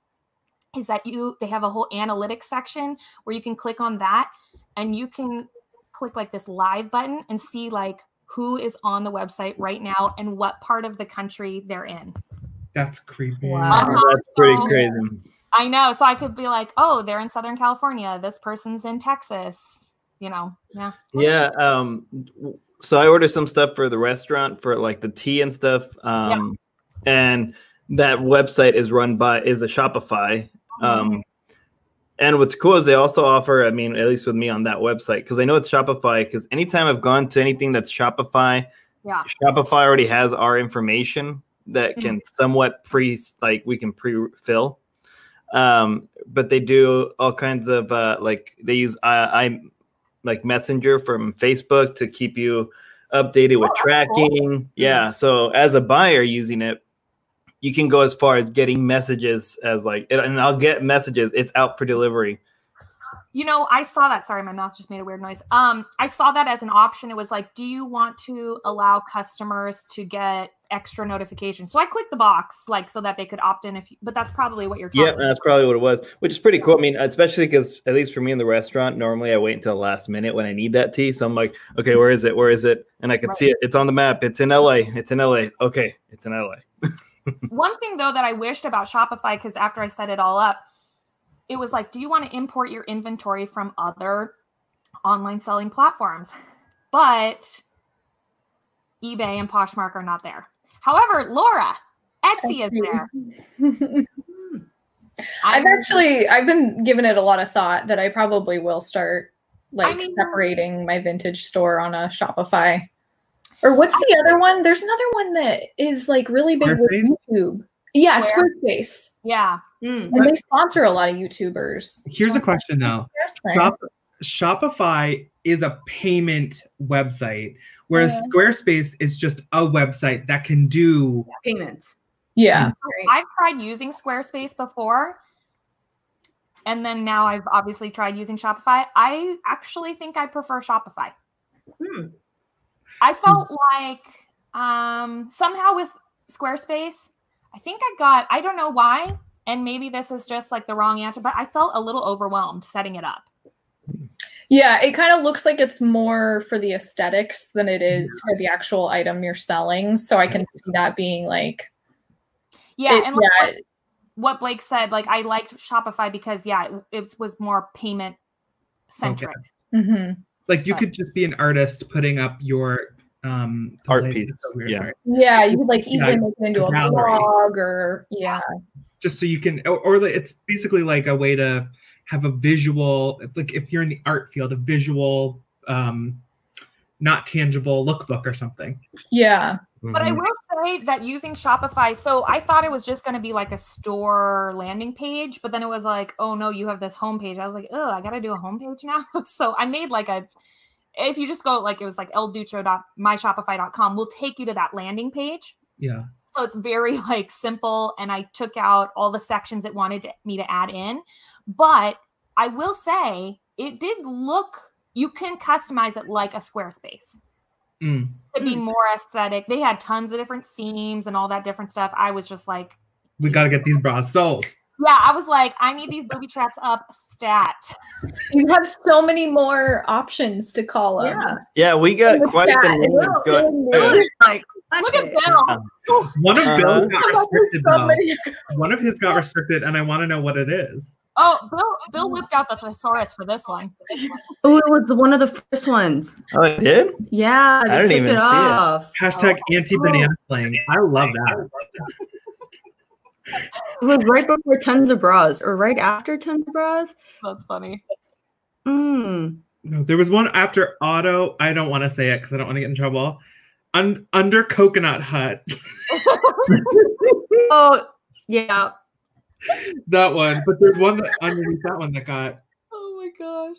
Speaker 3: is that you they have a whole analytics section where you can click on that and you can click like this live button and see like who is on the website right now and what part of the country they're in.
Speaker 1: That's creepy.
Speaker 4: Wow.
Speaker 2: That's pretty
Speaker 3: So-
Speaker 2: crazy.
Speaker 3: I know. So I could be like, oh, they're in Southern California. This person's in Texas. You know, yeah.
Speaker 2: Yeah. Um. w- So I ordered some stuff for the restaurant for like the tea and stuff. Um, and that website is run by is a Shopify. Um, and what's cool is they also offer. I mean, at least with me on that website, because I know it's Shopify. Because anytime I've gone to anything that's Shopify,
Speaker 3: Yeah.
Speaker 2: Shopify already has our information that can somewhat pre like we can pre fill. Um, but they do all kinds of uh, like they use I, I like Messenger from Facebook to keep you updated
Speaker 3: Oh,
Speaker 2: with tracking. Yeah, so as a buyer using it, you can go as far as getting messages as like, and I'll get messages. It's out for delivery.
Speaker 3: You know, I saw that. Sorry, my mouth just made a weird noise. Um, I saw that as an option. It was like, do you want to allow customers to get extra notifications? So I clicked the box, like, so that they could opt in. If, you, but that's probably what you're talking.
Speaker 2: Yeah, that's probably what it was, which is pretty cool. I mean, especially because at least for me in the restaurant, normally I wait until the last minute when I need that tea. So I'm like, okay, where is it? Where is it? And I can
Speaker 3: Right.
Speaker 2: see it. It's on the map. It's in LA. It's in LA. Okay, it's in LA.
Speaker 3: One thing though that I wished about Shopify because after I set it all up, it was like, do you want to import your inventory from other online selling platforms? But eBay and Poshmark are not there. However, Laura, Etsy is there.
Speaker 5: <laughs> I've
Speaker 3: I'm-
Speaker 5: actually I've been giving it a lot of thought that I probably will start like
Speaker 3: mean-
Speaker 5: separating my vintage store on a Shopify. Or what's the other one? There's another one that is like really big with
Speaker 1: Squarespace?
Speaker 5: YouTube. Yeah,
Speaker 3: Where?
Speaker 5: Squarespace.
Speaker 3: yeah.
Speaker 4: Mm.
Speaker 5: And they sponsor a lot of YouTubers.
Speaker 1: Here's a question though.
Speaker 5: Interesting.
Speaker 1: Shop- Shopify is a payment website, whereas Squarespace is just a website that can do.
Speaker 4: Payments.
Speaker 5: Yeah.
Speaker 4: Right.
Speaker 3: I've tried using Squarespace before. And then now I've obviously tried using Shopify. I actually think I prefer Shopify.
Speaker 4: Hmm.
Speaker 5: Hmm.
Speaker 3: I felt like um, somehow with Squarespace, I think I got, I don't know why, and maybe this is just like the wrong answer, but I felt a little overwhelmed setting it up.
Speaker 5: Yeah, it kind of looks like it's more for the aesthetics than it is for the actual item you're selling. So I can see that being like
Speaker 3: Yeah.
Speaker 5: it-
Speaker 3: and like
Speaker 5: yeah,
Speaker 3: what- what Blake said, like I liked Shopify because, yeah, it, it was more payment centric.
Speaker 5: mhm.
Speaker 1: Like you
Speaker 3: Right.
Speaker 1: could just be an artist putting up your um the
Speaker 2: Art
Speaker 1: light is
Speaker 2: piece,
Speaker 1: so weird,
Speaker 2: yeah.
Speaker 1: sorry.
Speaker 5: Yeah, you could like easily
Speaker 1: Yeah,
Speaker 5: make it into a
Speaker 1: gallery.
Speaker 5: blog or yeah.
Speaker 1: Just so you can, or, or like, it's basically like a way to have a visual. It's like if you're in the art field, a visual, um, not tangible lookbook or something.
Speaker 5: Yeah.
Speaker 3: But
Speaker 2: Mm-hmm.
Speaker 3: I will say that using Shopify, so I thought it was just going to be like a store landing page, but then it was like, oh no, you have this homepage. I was like, oh, I got to do a homepage now. <laughs> so I made like a, if you just go like, it was like elducho.myshopify.com, will take you to that landing page.
Speaker 1: Yeah.
Speaker 3: So it's very <laughs> like simple. And I took out all the sections it wanted to, me to add in. But I will say it did look, you can customize it like a Squarespace
Speaker 1: Mm.
Speaker 3: to be more aesthetic. They had tons of different themes and all that different stuff. I was just like,
Speaker 1: We got to get these bras sold.
Speaker 3: yeah, I was like, I need these booby traps up stat.
Speaker 5: You have so many more options to call them.
Speaker 4: Yeah.
Speaker 2: Yeah, we got quite the name going.
Speaker 4: Bill is like,
Speaker 3: Look
Speaker 4: it.
Speaker 3: at Bill.
Speaker 1: One of
Speaker 2: Uh-huh.
Speaker 1: Bill got restricted
Speaker 5: So
Speaker 1: though.
Speaker 5: many-
Speaker 1: One of his got restricted, and I want to know what it is.
Speaker 3: Oh, Bill,
Speaker 1: Hmm.
Speaker 3: Bill whipped out the thesaurus for this one.
Speaker 4: Oh, it was one of the first ones.
Speaker 2: Oh, I <laughs> did?
Speaker 4: Yeah, they
Speaker 2: I didn't
Speaker 4: took
Speaker 2: even
Speaker 4: it
Speaker 2: see it.
Speaker 4: off.
Speaker 1: Hashtag
Speaker 3: Oh,
Speaker 1: anti banana slang. I love that.
Speaker 4: It. was right before Tons of Bras, or right after Tons of Bras.
Speaker 3: That's funny.
Speaker 4: Mm.
Speaker 1: No, there was one after auto. I don't want to say it because I don't want to get in trouble. Un- under coconut hut, <laughs>
Speaker 4: Oh, yeah.
Speaker 1: that one. But there's one that underneath that one that got.
Speaker 3: Oh my gosh.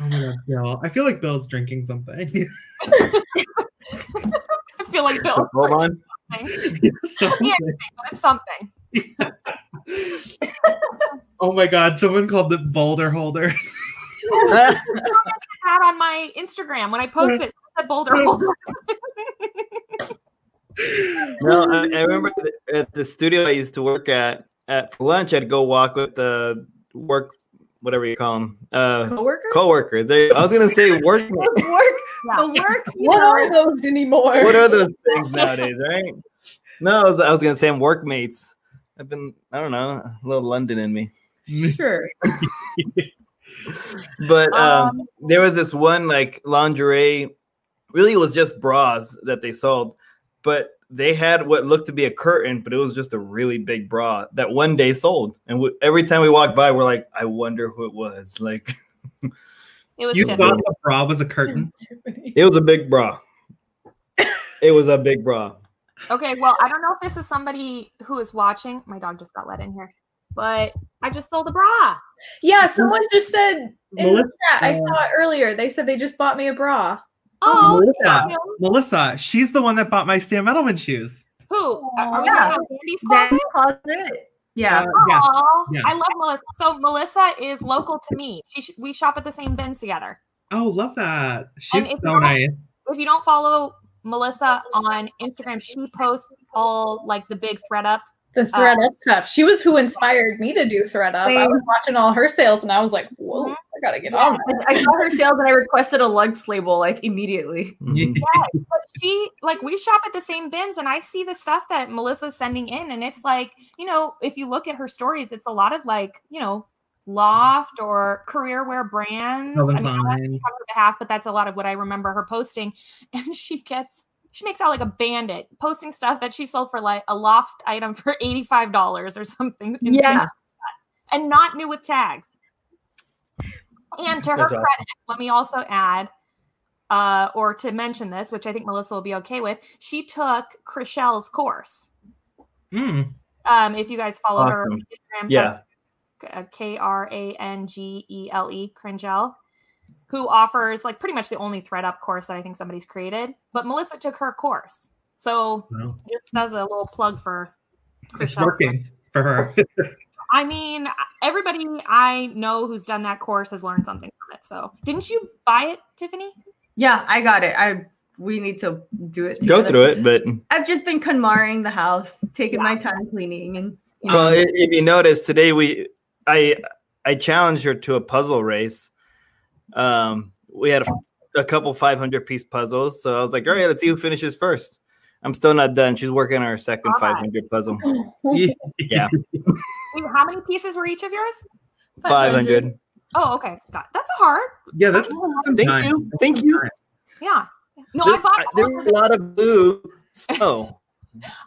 Speaker 1: Oh my god, Bill! I feel like Bill's drinking something. <laughs>
Speaker 3: <laughs> I feel like Bill
Speaker 2: Hold on.
Speaker 1: Something.
Speaker 3: wanted something.
Speaker 1: Oh my god! Someone called it boulder holder.
Speaker 3: I had on my Instagram when I posted it, it said Boulder. Boulder.
Speaker 2: <laughs> no, I, I remember th- at the studio I used to work at, at for lunch, I'd go walk with the work, whatever you call them, uh,
Speaker 4: Coworkers?
Speaker 2: coworkers. They, I was going to say workmates.
Speaker 4: <laughs>
Speaker 1: <laughs>
Speaker 4: The
Speaker 1: Um,
Speaker 4: work. you
Speaker 5: What
Speaker 4: know,
Speaker 5: are those anymore?
Speaker 2: what are
Speaker 5: <laughs>
Speaker 2: those things nowadays, right? No, I was, I was gonna say I'm workmates. I've been, I don't know, a little London in me.
Speaker 4: Sure.
Speaker 2: But um,
Speaker 3: Um,
Speaker 2: there was this one like lingerie, really it was just bras that they sold, but they had what looked to be a curtain, but it was just a really big bra that one day sold. And w- every time we walked by, we're like, I wonder who it was. Like <laughs>
Speaker 3: it was
Speaker 1: you
Speaker 3: Tiffany.
Speaker 1: thought the bra was a
Speaker 3: <laughs>
Speaker 1: curtain.
Speaker 2: it was a big bra. it was a big bra.
Speaker 3: Okay, well, I don't know if this is somebody who is watching. My dog just got let in here, but I just sold a bra.
Speaker 5: Yeah, someone just said in the
Speaker 1: Melissa,
Speaker 5: chat, I saw it earlier. They said they just bought me a bra.
Speaker 3: Oh,
Speaker 1: look at that.
Speaker 3: thank you.
Speaker 1: Melissa, she's the one that bought my Sam Edelman shoes.
Speaker 3: Who? Are, are we
Speaker 4: Yeah.
Speaker 3: talking about Andy's closet?
Speaker 4: That closet. Yeah.
Speaker 1: yeah.
Speaker 3: Aw,
Speaker 1: yeah.
Speaker 3: I love Melissa. So Melissa is local to me. She sh- we shop at the same bins together.
Speaker 1: Oh, love that. She's
Speaker 3: if
Speaker 1: so
Speaker 3: not-
Speaker 1: nice.
Speaker 3: <laughs> if you don't follow Melissa on Instagram, she posts all like the big thread up.
Speaker 5: The thread up stuff. She was who inspired me to do thread up. I
Speaker 4: Same.
Speaker 5: was watching all her sales and I was like, whoa,
Speaker 3: Mhm.
Speaker 5: I gotta get
Speaker 4: I,
Speaker 5: on that.
Speaker 4: I saw her sales and I requested a Lux label like immediately.
Speaker 2: Mhm.
Speaker 3: But she like we shop at the same bins and I see the stuff that Melissa's sending in and it's like, you know, if you look at her stories, it's a lot of like, you know, loft or career wear brands. I
Speaker 1: Calvin
Speaker 3: mean, I'll have to
Speaker 1: Klein.
Speaker 3: speak on her behalf, but that's a lot of what I remember her posting. <laughs> And she gets she makes out like a bandit posting stuff that she sold for like a loft item for <laughs> $85 or something.
Speaker 4: Yeah.
Speaker 3: and not new with tags. And to her
Speaker 2: That's
Speaker 3: credit, let me also add, uh, or to mention this, which I think Melissa will be okay with, she took Chriselle's course.
Speaker 1: Mm.
Speaker 3: Um, if you guys follow her on
Speaker 2: Awesome.
Speaker 3: Instagram,
Speaker 2: Yeah.
Speaker 3: that's uh, K R A N G E L E, Cringel, who offers like pretty much the only thread up course that I think somebody's created. But Melissa took her course. So
Speaker 1: Well,
Speaker 3: just as a little plug for
Speaker 1: it's
Speaker 3: Chriselle.
Speaker 1: working for her.
Speaker 3: I mean, everybody I know who's done that course has learned something from it. So, didn't you buy it, Tiffany?
Speaker 4: Yeah, I got it. I we need to do it.
Speaker 2: Go
Speaker 4: together.
Speaker 2: through it, but
Speaker 4: I've just been KonMaring the house, taking my time cleaning and you know,
Speaker 2: well, i- if you notice today, we I I challenged her to a puzzle race. Um, we had a, a couple 500 piece puzzles, so I was like, all right, let's see who finishes first. I'm still not done. She's working on her second
Speaker 3: All right. <laughs>
Speaker 2: 500 puzzle.
Speaker 1: yeah.
Speaker 3: I mean, How many pieces were each of yours?
Speaker 2: 500.
Speaker 3: Oh, okay. Got that's a hard.
Speaker 1: Yeah, that's
Speaker 3: Oh,
Speaker 1: some
Speaker 2: Thank
Speaker 1: time.
Speaker 2: you. Thank you.
Speaker 3: Yeah. No, I
Speaker 2: There,
Speaker 3: bought
Speaker 2: there
Speaker 3: all
Speaker 2: were
Speaker 3: of
Speaker 2: a
Speaker 3: it.
Speaker 2: lot of blue
Speaker 3: <laughs>
Speaker 2: snow.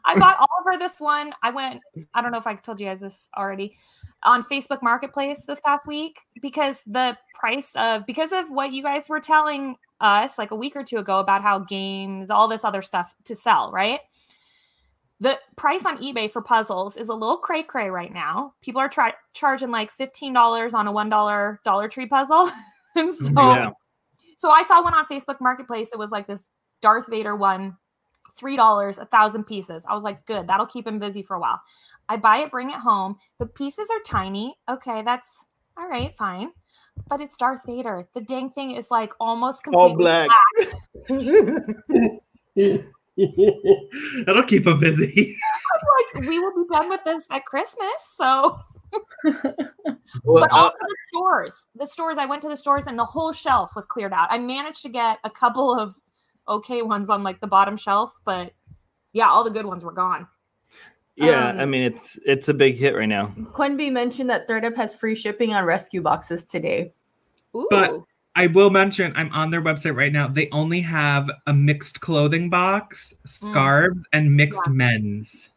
Speaker 3: I bought Oliver this one. I went, I don't know if I told you guys this already, on Facebook Marketplace this past week because the price of, because of what you guys were telling us like a week or two ago about how games, all this other stuff to sell, right? The price on eBay for puzzles is a little cray cray right now. People are try- charging like $15 on a $1 Dollar Tree puzzle. <laughs> and so,
Speaker 2: Yeah.
Speaker 3: so I saw one on Facebook Marketplace. It was like this Darth Vader one, three dollars, a thousand pieces. I was like, good, that'll keep him busy for a while. I buy it, bring it home. The pieces are tiny. Okay, that's all right, fine. But it's Darth Vader. The dang thing is like almost completely
Speaker 2: All black. <laughs>
Speaker 1: That'll keep him busy.
Speaker 3: <laughs>
Speaker 1: <laughs>
Speaker 3: Like we will be done with this at Christmas. So,
Speaker 2: Well,
Speaker 3: <laughs> but
Speaker 2: I'll-
Speaker 3: also the stores, the stores. I went to the stores and the whole shelf was cleared out. I managed to get a couple of okay ones on like the bottom shelf, but yeah, all the good ones were gone.
Speaker 2: yeah,
Speaker 4: um,
Speaker 2: I mean it's it's a big hit right now.
Speaker 4: Quenby mentioned that Third Up has free shipping on rescue boxes today.
Speaker 3: Ooh.
Speaker 1: But- I will mention I'm on their website right now. They only have a mixed clothing box,
Speaker 3: Hmm.
Speaker 1: scarves, and mixed men's.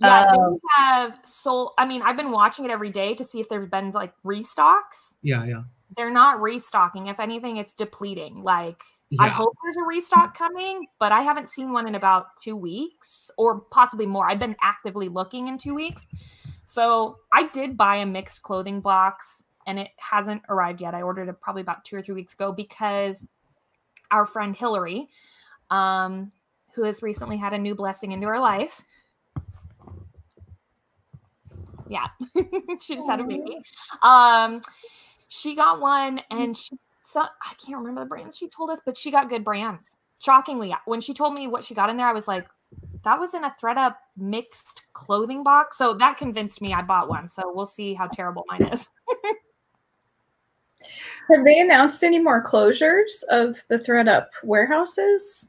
Speaker 3: Yeah,
Speaker 4: Um,
Speaker 3: they have sold. I mean, I've been watching it every day to see if there's been like restocks.
Speaker 1: Yeah, yeah.
Speaker 3: They're not restocking. If anything, it's depleting. Like, I
Speaker 1: Yeah.
Speaker 3: hope there's a restock coming, but I haven't seen one in about two weeks or possibly more. I've been actively looking in two weeks. So I did buy a mixed clothing box and it hasn't arrived yet. I ordered it probably about two or three weeks ago because our friend Hillary, um, who has recently had a new blessing into her life. Yeah, <laughs> she just had a baby. Um, she got one and she so I can't remember the brands she told us, but she got good brands. Shockingly, when she told me what she got in there, I was like, that was in a thread up mixed clothing box. So that convinced me I bought one. So we'll see how terrible mine is.
Speaker 5: Have they announced any more closures of the thread up warehouses?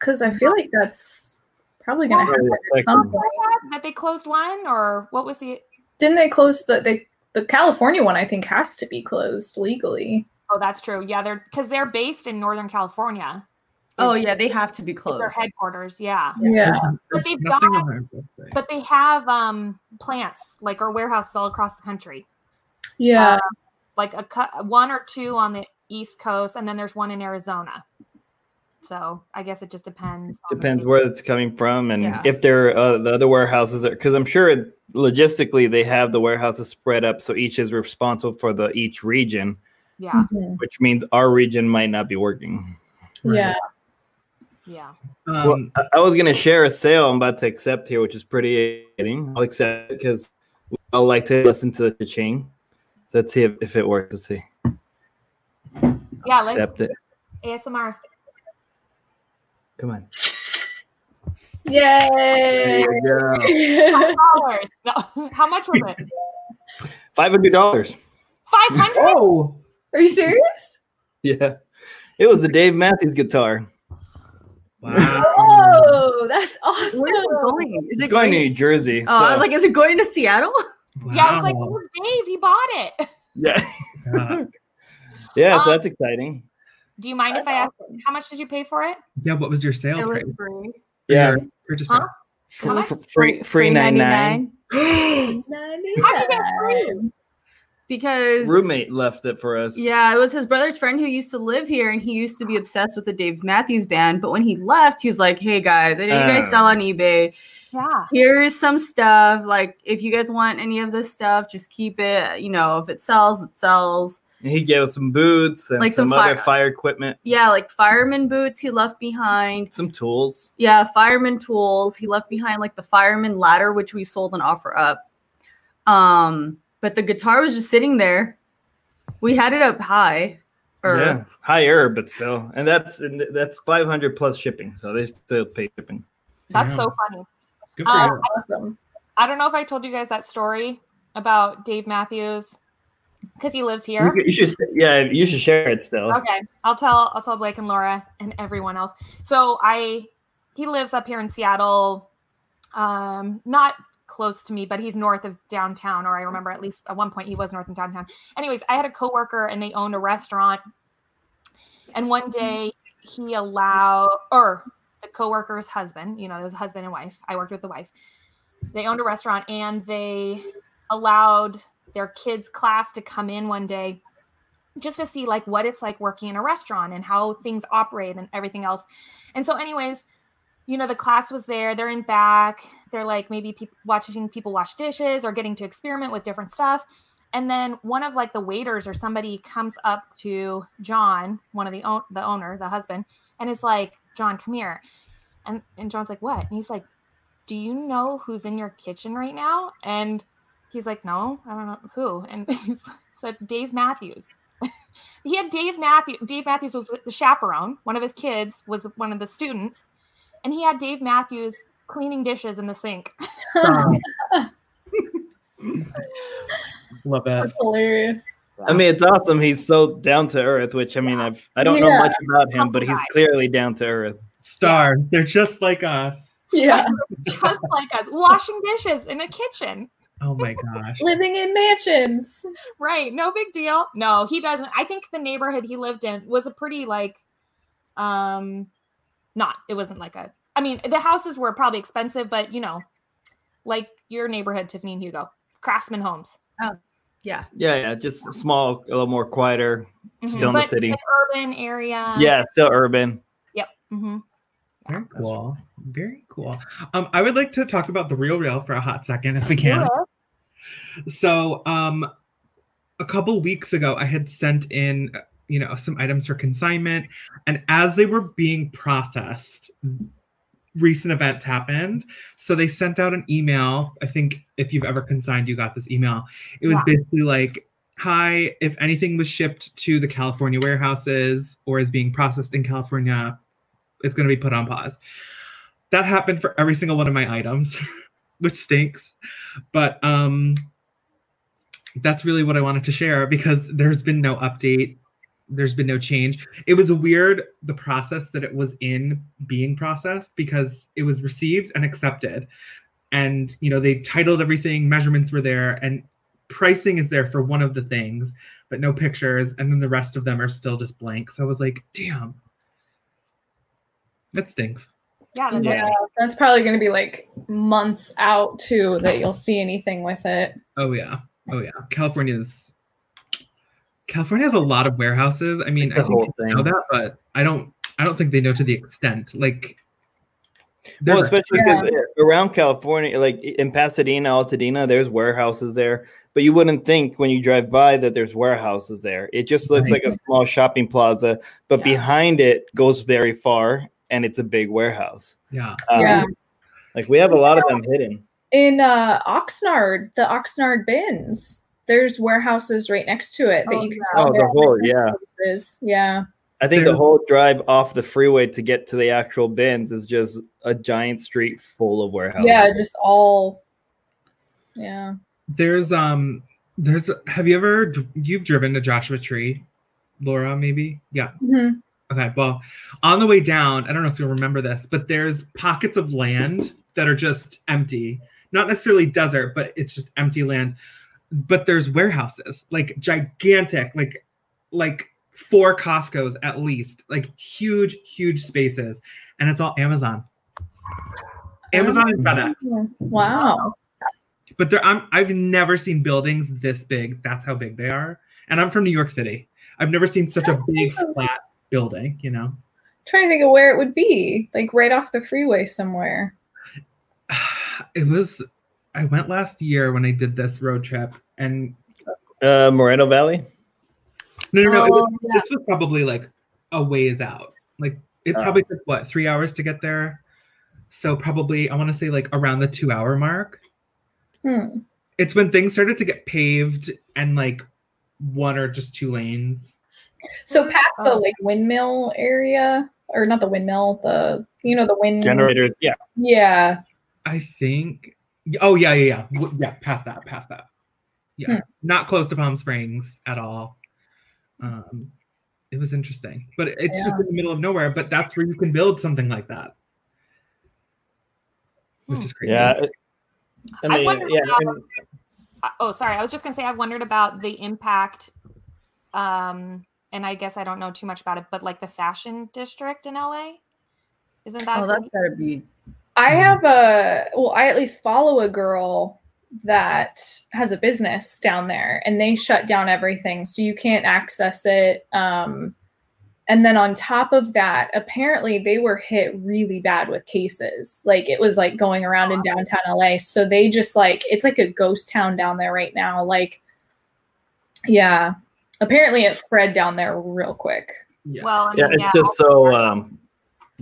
Speaker 5: Because I feel like that's probably gonna
Speaker 2: Probably
Speaker 5: happen at some
Speaker 2: affected.
Speaker 5: point.
Speaker 3: That they closed one or what was the
Speaker 5: Didn't they close the they the California one I think has to be closed legally.
Speaker 3: oh that's true. Yeah, they're because they're based in Northern California.
Speaker 4: Oh
Speaker 3: It's-
Speaker 4: yeah, they have to be
Speaker 3: it's
Speaker 4: closed.
Speaker 3: their headquarters, yeah.
Speaker 5: Yeah.
Speaker 3: But they've
Speaker 1: Nothing
Speaker 3: got-
Speaker 1: on our website.
Speaker 3: But they have um plants like or warehouses all across the country.
Speaker 5: Yeah.
Speaker 3: like a cu- one or two on the east coast and then there's one in arizona so i guess it just depends on the
Speaker 2: Depends
Speaker 3: state.
Speaker 2: where it's coming from and
Speaker 4: Yeah.
Speaker 2: if there are uh, the other warehouses are because I'm sure logistically they have the warehouses spread up so each is responsible for the each region,
Speaker 3: yeah
Speaker 5: Mhm.
Speaker 2: which means our region might not be working.
Speaker 1: Right.
Speaker 5: Yeah.
Speaker 3: yeah
Speaker 2: Well,
Speaker 1: Um,
Speaker 2: I, I was gonna share a sale I'm about to accept here, which is pretty exciting. I'll accept because We all like to listen to the ching. So let's see if, if it works. Let's see.
Speaker 3: Yeah, like
Speaker 2: Accept it.
Speaker 3: ASMR.
Speaker 2: Come on.
Speaker 5: Yay! <laughs>
Speaker 2: There you go.
Speaker 3: Five dollars. <laughs> No, how much was it?
Speaker 2: Five hundred dollars.
Speaker 3: Five hundred.
Speaker 1: Oh,
Speaker 5: Are you serious?
Speaker 2: Yeah. It was the Dave Matthews guitar.
Speaker 1: wow.
Speaker 5: Oh, that's awesome.
Speaker 4: Where is it going? Is
Speaker 2: It's
Speaker 4: it
Speaker 2: going to New Jersey.
Speaker 4: Oh, I
Speaker 2: so-
Speaker 4: was like, is it going to Seattle?
Speaker 3: Yeah, I was like, it
Speaker 1: Wow.
Speaker 3: was Dave. He bought it.
Speaker 2: <laughs> yeah,
Speaker 1: yeah.
Speaker 2: yeah.
Speaker 3: Um,
Speaker 2: so that's exciting.
Speaker 3: Do you mind if I ask how much did you pay for it?
Speaker 1: Yeah, what was your sale
Speaker 4: It was
Speaker 1: price?
Speaker 4: free.
Speaker 2: Yeah,
Speaker 1: Your purchase
Speaker 3: Huh?
Speaker 1: price.
Speaker 3: How
Speaker 2: F-
Speaker 3: much?
Speaker 2: f- free free ninety nine.
Speaker 3: How'd you get free?
Speaker 4: because
Speaker 2: Roommate left it for us.
Speaker 4: yeah, it was his brother's friend who used to live here, and he used to be obsessed with the Dave Matthews Band. But when he left, he was like, "Hey guys, I know you guys
Speaker 2: Oh.
Speaker 4: sell on eBay.
Speaker 3: Yeah.
Speaker 4: Here's some stuff. Like, if you guys want any of this stuff, just keep it. You know, if it sells, it sells."
Speaker 2: And he gave us some boots and
Speaker 4: Like
Speaker 2: some,
Speaker 4: some
Speaker 2: other
Speaker 4: fire-
Speaker 2: fire equipment,
Speaker 4: Yeah, like fireman boots he left behind.
Speaker 2: some tools.
Speaker 4: Yeah, fireman tools he left behind, like the fireman ladder, which we sold on offer up. Um, but the guitar was just sitting there. We had it up high. Or
Speaker 2: Yeah, higher, but still. And that's and that's five hundred plus shipping. So they still pay shipping.
Speaker 3: That's
Speaker 1: Yeah.
Speaker 3: so funny.
Speaker 1: Good for
Speaker 3: Uh,
Speaker 1: you.
Speaker 5: Awesome.
Speaker 3: I don't know if I told you guys that story about Dave Matthews because he lives
Speaker 2: You
Speaker 3: here.
Speaker 2: could- You should, yeah, you should share it still.
Speaker 3: Okay, I'll tell I'll tell Blake and Laura and everyone else. So I he lives up here in Seattle, um, not close to me, but he's north of downtown, or I remember at least at one point he was north of downtown. Anyways, I had a coworker and they owned a restaurant, and one day he allowed or the coworker's husband, you know, there's a husband and wife. I worked with the wife. They owned a restaurant and they allowed their kids' class to come in one day just to see like what it's like working in a restaurant and how things operate and everything else. And so, anyways, you know, the class was there. They're in back. They're like maybe peop watching people wash dishes or getting to experiment with different stuff. And then one of like the waiters or somebody comes up to John, one of the own the owner, the husband, and is like, "John, come here." And and John's like, "What?" And he's like, "Do you know who's in your kitchen right now?" And he's like, "No, I don't know who." And <laughs> he said, "Dave Matthews." he had Dave Matthews. Dave Matthews was the chaperone. One of his kids was one of the students, and he had Dave Matthews cleaning dishes in the sink. <laughs>
Speaker 1: Love that.
Speaker 5: That's hilarious.
Speaker 2: I mean, it's awesome. He's so down to earth, which I mean, I've I don't know
Speaker 5: Yeah.
Speaker 2: much about him,
Speaker 3: Humble
Speaker 2: but he's
Speaker 3: guy.
Speaker 2: clearly down to earth.
Speaker 1: Star. They're just like us.
Speaker 5: Yeah.
Speaker 3: Just like us, washing dishes in a kitchen.
Speaker 1: Oh my gosh.
Speaker 5: Living in mansions.
Speaker 3: Right? No big deal. No, he doesn't. I think the neighborhood he lived in was a pretty like, um, not. It wasn't like a. I mean, the houses were probably expensive, but you know, like your neighborhood, Tiffany and Hugo, craftsman homes.
Speaker 4: yeah.
Speaker 2: Yeah, yeah, just small, a little more quieter. Still in the
Speaker 3: But
Speaker 2: city.
Speaker 3: an urban area.
Speaker 2: yeah, still urban.
Speaker 3: hmm
Speaker 1: Very cool. Very cool. Um, I would like to talk about the real real for a hot second if we can. So, um, a couple weeks ago, I had sent in, uh, you know, some items for consignment, and as they were being processed, recent events happened. So they sent out an email. I think if you've ever consigned, you got this email. It was
Speaker 3: Yeah.
Speaker 1: basically like, "Hi, if anything was shipped to the California warehouses or is being processed in California, it's going to be put on pause." That happened for every single one of my items, <laughs> which stinks. But um that's really what I wanted to share because there's been no update. There's been no change. It was weird the process that it was in being processed because it was received and accepted. And you know, they titled everything, measurements were there, and pricing is there for one of the things, but no pictures, and then the rest of them are still just blank. So I was like, damn. That stinks.
Speaker 3: Yeah. that's
Speaker 2: Yeah.
Speaker 3: it.
Speaker 5: That's probably going to be like months out too that you'll see anything with it.
Speaker 1: Oh yeah. Oh yeah. California's California has a lot of warehouses. I mean,
Speaker 2: The
Speaker 1: I think
Speaker 2: whole
Speaker 1: know
Speaker 2: thing.
Speaker 1: that, but I don't. I don't think they know to the extent. Like, they're-
Speaker 2: Well, especially because around California, like in Pasadena, Altadena, there's warehouses there. But you wouldn't think when you drive by that there's warehouses there. It just looks
Speaker 1: Right.
Speaker 2: like a small shopping plaza, but
Speaker 5: Yeah.
Speaker 2: behind it goes very far, and it's a big warehouse.
Speaker 1: yeah,
Speaker 2: Um,
Speaker 5: Yeah.
Speaker 2: Like we have a lot of them hidden.
Speaker 5: in uh, Oxnard, the Oxnard bins. There's warehouses right next to it that
Speaker 4: Oh,
Speaker 5: you can.
Speaker 4: yeah.
Speaker 5: tell
Speaker 2: Oh, the
Speaker 5: they're all
Speaker 2: whole-
Speaker 5: different places. Yeah.
Speaker 2: I think
Speaker 1: There's-
Speaker 2: the whole drive off the freeway to get to the actual bins is just a giant street full of warehouses.
Speaker 5: Yeah. Just all. Yeah.
Speaker 1: There's um there's have you ever dr- you've driven to Joshua Tree, Laura? Maybe yeah.
Speaker 5: Mhm.
Speaker 1: Okay, well, on the way down, I don't know if you'll remember this, but there's pockets of land that are just empty. Not necessarily desert, but it's just empty land. But there's warehouses, like gigantic, like like four Costco's at least, like huge, huge spaces, and it's all Amazon. Amazon and FedEx.
Speaker 5: Wow.
Speaker 1: But there, I'm, I've never seen buildings this big. That's how big they are. And I'm from New York City. I've never seen such a big flat building. You know.
Speaker 5: trying to think of where it would be, like right off the freeway somewhere.
Speaker 1: <sighs> it was i went last year when i did this road trip and
Speaker 2: Uh, Moreno Valley.
Speaker 1: no no no it was-
Speaker 4: Oh, yeah.
Speaker 1: this was probably like a ways out like it
Speaker 2: Oh.
Speaker 1: probably took what three hours to get there so probably i want to say like around the two hour mark
Speaker 5: Hmm.
Speaker 1: it's when things started to get paved and like one or just two lanes
Speaker 5: So past the
Speaker 4: Oh.
Speaker 5: like windmill area, or not the windmill, the you know the wind
Speaker 2: Generators. Yeah.
Speaker 5: Yeah.
Speaker 1: i think oh yeah yeah yeah W- yeah past that past that yeah not close to palm springs at all um it was interesting but it's just in the middle of nowhere but that's where you can build something like that which
Speaker 4: Hmm.
Speaker 1: is crazy
Speaker 2: Yeah. it- And
Speaker 3: I
Speaker 2: they-
Speaker 3: wonder
Speaker 2: yeah.
Speaker 3: how-
Speaker 2: and-
Speaker 3: Uh, oh sorry i was just going to say i've wondered about the impact um and i guess i don't know too much about it but like the fashion district in la isn't that
Speaker 4: Oh, that's gotta be.
Speaker 5: I
Speaker 1: Mhm.
Speaker 5: have a well, I at least follow a girl that has a business down there and they shut down everything so you can't access it. Um and then on top of that, apparently they were hit really bad with cases. Like it was like going around in downtown LA. So they just like it's like a ghost town down there right now. Like yeah. Apparently it spread down there real quick.
Speaker 1: yeah.
Speaker 3: well I
Speaker 2: yeah.
Speaker 3: mean, yeah,
Speaker 2: It's just so um,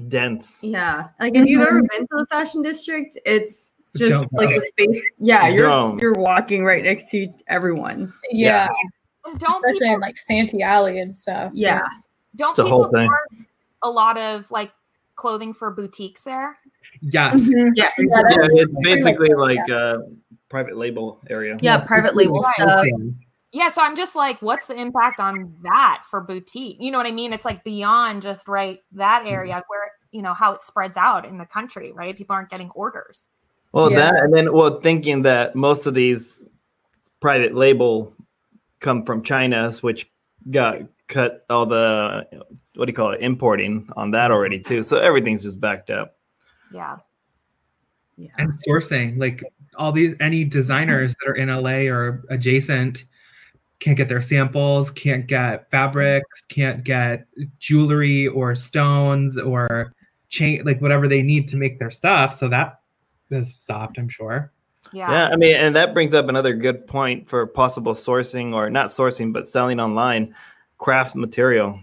Speaker 2: dense.
Speaker 4: Yeah. Like if you've ever been to the fashion district, it's just
Speaker 1: Don't
Speaker 4: like
Speaker 1: go.
Speaker 4: the space. Yeah, you're
Speaker 2: Don't.
Speaker 4: you're walking right next to everyone.
Speaker 5: Yeah.
Speaker 2: Yeah.
Speaker 3: And don't
Speaker 5: Especially
Speaker 3: people,
Speaker 5: in like Santee Alley and stuff.
Speaker 4: Yeah.
Speaker 3: don't
Speaker 2: It's a
Speaker 3: people
Speaker 2: whole thing.
Speaker 3: order a lot of like clothing for boutiques there
Speaker 1: yes
Speaker 5: Mhm.
Speaker 4: Yes.
Speaker 5: <laughs> Yeah,
Speaker 2: Yeah,
Speaker 5: that's-
Speaker 2: it's basically like uh, private label area.
Speaker 4: Yeah. Private label
Speaker 3: Right.
Speaker 4: stuff.
Speaker 3: yeah so i'm just like what's the impact on that for boutique you know what i mean it's like beyond just right that
Speaker 2: Mm-hmm.
Speaker 3: area where you know how it spreads out in the country right people aren't getting orders
Speaker 2: Well,
Speaker 5: Yeah.
Speaker 2: that and then well, thinking that most of these private label come from China's, which got cut all the what do you call it importing on that already too. So everything's just backed up.
Speaker 3: yeah
Speaker 1: and sourcing like all these any designers that are in la or adjacent can't get their samples can't get fabrics can't get jewelry or stones or chain like whatever they need to make their stuff so that has stopped i'm sure
Speaker 3: yeah,
Speaker 2: Yeah, I mean, and that brings up another good point for possible sourcing or not sourcing, but selling online craft material.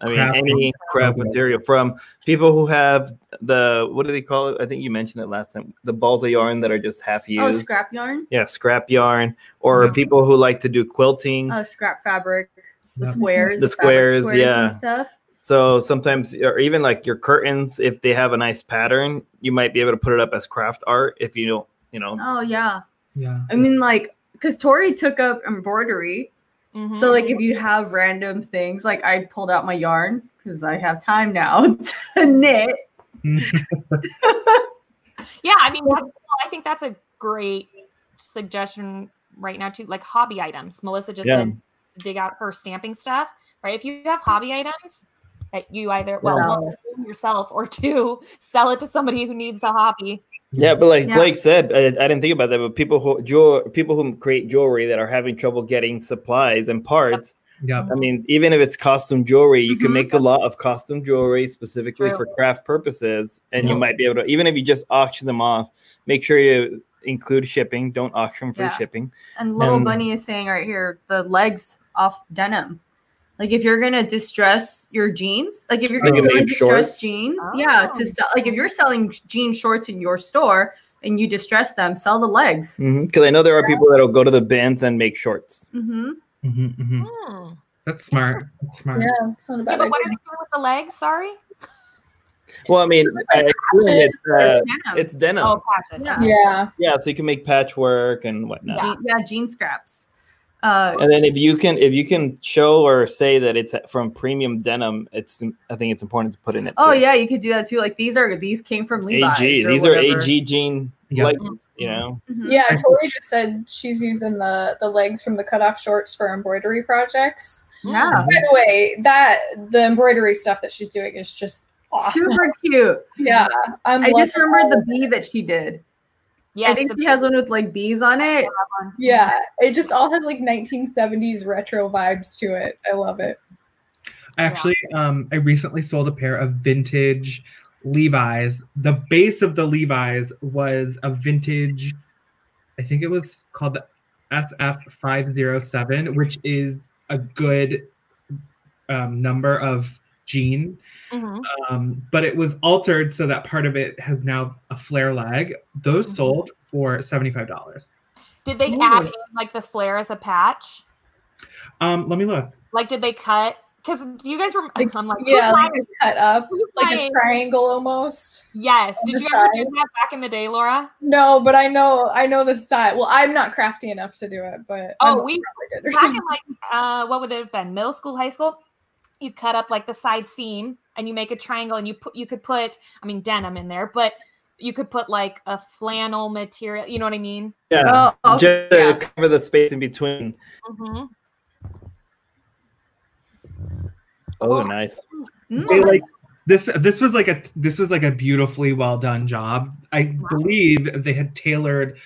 Speaker 2: I mean,
Speaker 1: Craft
Speaker 2: any craft
Speaker 1: Okay.
Speaker 2: material from people who have the what do they call it? I think you mentioned it last time. The balls of yarn that are just half used.
Speaker 4: Oh, scrap yarn.
Speaker 2: yeah, scrap yarn, or
Speaker 1: Yeah.
Speaker 2: people who like to do quilting.
Speaker 4: Oh, scrap fabric. The
Speaker 1: Yeah.
Speaker 4: squares.
Speaker 2: The
Speaker 4: fabric
Speaker 2: squares, yeah.
Speaker 4: And stuff.
Speaker 2: so sometimes, or even like your curtains, if they have a nice pattern, you might be able to put it up as craft art if you don't, you know.
Speaker 4: Oh yeah.
Speaker 1: yeah
Speaker 4: I mean, like, cause Tori took up embroidery.
Speaker 2: Mm-hmm.
Speaker 3: Mhm.
Speaker 4: So like, if you have random things, like I pulled out my yarn because I have time now <laughs> to knit.
Speaker 3: yeah i mean that's, well, i think that's a great suggestion right now too like hobby items melissa just
Speaker 2: Yeah.
Speaker 3: said to dig out her stamping stuff right if you have hobby items that you either well
Speaker 4: Yeah.
Speaker 3: one, yourself or two sell it to somebody who needs a hobby
Speaker 2: Yeah, but like
Speaker 4: Yeah.
Speaker 2: Blake said, I, I didn't think about that. But people who jewel, people who create jewelry that are having trouble getting supplies and parts.
Speaker 1: yeah
Speaker 2: I mean, even if it's costume jewelry, you
Speaker 4: Mm-hmm.
Speaker 2: can
Speaker 3: Mhm.
Speaker 2: make a lot of costume jewelry specifically
Speaker 3: True.
Speaker 2: for craft purposes, and you
Speaker 3: Yeah.
Speaker 2: might be able to. Even if you just auction them off, make sure you include shipping. Don't auction for
Speaker 4: Yeah.
Speaker 2: shipping.
Speaker 4: And little
Speaker 2: And-
Speaker 4: bunny is saying right here, the legs off denim. Like if you're gonna distress your jeans, like if you're
Speaker 2: Like you
Speaker 4: gonna really
Speaker 2: made
Speaker 4: distress
Speaker 2: shorts?
Speaker 4: jeans, yeah,
Speaker 3: Oh.
Speaker 4: to sell. Like if you're selling jean shorts in your store, and you distress them, sell the legs.
Speaker 2: Because Mm-hmm. I know there are people that'll go to the bins and make shorts.
Speaker 4: Mm-hmm.
Speaker 1: Mhm, mhm.
Speaker 6: Hmm.
Speaker 1: That's smart. That's smart.
Speaker 5: Yeah, it's not a
Speaker 3: Yeah,
Speaker 5: bad
Speaker 3: but what are they
Speaker 5: idea.
Speaker 3: doing with the legs? Sorry.
Speaker 2: Well, I mean, I assume it's, uh,
Speaker 4: Denim.
Speaker 2: it's denim.
Speaker 3: Oh, patches.
Speaker 4: Yeah.
Speaker 3: okay.
Speaker 5: Yeah,
Speaker 2: Yeah, so you can make patchwork and whatnot.
Speaker 4: Jean- yeah, jean scraps. Uh,
Speaker 2: And then if you can if you can show or say that it's from premium denim, it's I think it's important to put in it.
Speaker 4: oh
Speaker 2: too.
Speaker 4: yeah, you could do that too. Like these are these came from Levi's.
Speaker 2: AG.
Speaker 4: or
Speaker 2: These are
Speaker 4: whatever.
Speaker 2: AG jean
Speaker 1: Yeah.
Speaker 2: like you know.
Speaker 3: Hmm.
Speaker 4: Mhm.
Speaker 5: yeah. Tori just said she's using the the legs from the cutoff shorts for embroidery projects.
Speaker 2: Mm,
Speaker 4: Yeah.
Speaker 5: By the way, that the embroidery stuff that she's doing is just awesome.
Speaker 4: Super cute.
Speaker 5: Yeah, I'm
Speaker 4: I just
Speaker 5: loving
Speaker 4: remembered
Speaker 5: all
Speaker 4: the
Speaker 5: of
Speaker 4: bee that she did.
Speaker 3: Yes,
Speaker 4: I think
Speaker 3: the-
Speaker 4: she has one with like bees on it.
Speaker 5: it. Yeah, it just all has like 1970s retro vibes to it. I love it.
Speaker 1: I actually um I recently sold a pair of vintage Levi's. The base of the Levi's was a vintage, I think it was called the SF507, which is a good um, number of jean.
Speaker 3: Mm-hmm.
Speaker 6: Mhm.
Speaker 1: Um, but it was altered so that part of it has now a flare leg. Those
Speaker 6: Mhm.
Speaker 1: sold for $75.
Speaker 3: Did they
Speaker 4: Ooh.
Speaker 3: add in like the flare as a patch?
Speaker 1: Um, let me look.
Speaker 3: Like, did they cut? Because do you guys remember?
Speaker 5: Like,
Speaker 3: I'm like,
Speaker 5: yeah,
Speaker 3: who's
Speaker 5: like
Speaker 3: lying?
Speaker 5: a cut up,
Speaker 3: Who's
Speaker 5: like a
Speaker 3: lying?
Speaker 5: triangle almost.
Speaker 3: Yes.
Speaker 5: on
Speaker 3: Did
Speaker 5: the
Speaker 3: you ever do
Speaker 5: side.
Speaker 3: that back in the day, Laura?
Speaker 5: No, but I know I know the style. Well, I'm not crafty enough to do it, but
Speaker 3: Oh,
Speaker 5: my mom
Speaker 3: we-
Speaker 5: probably did or
Speaker 3: Back
Speaker 5: something.
Speaker 3: in like, uh, what would it have been? Middle school, high school? You cut up like the side seam and you make a triangle and you put, you could put, I mean, denim in there, but you could put like a flannel material. You know what I mean?
Speaker 2: Yeah.
Speaker 4: Oh, okay,
Speaker 2: Just to
Speaker 4: yeah.
Speaker 2: cover the space in between.
Speaker 3: Mm-hmm.
Speaker 2: Oh, nice.
Speaker 1: they
Speaker 4: Mm.
Speaker 1: like this this was like a this was like a beautifully well done job i believe they had tailored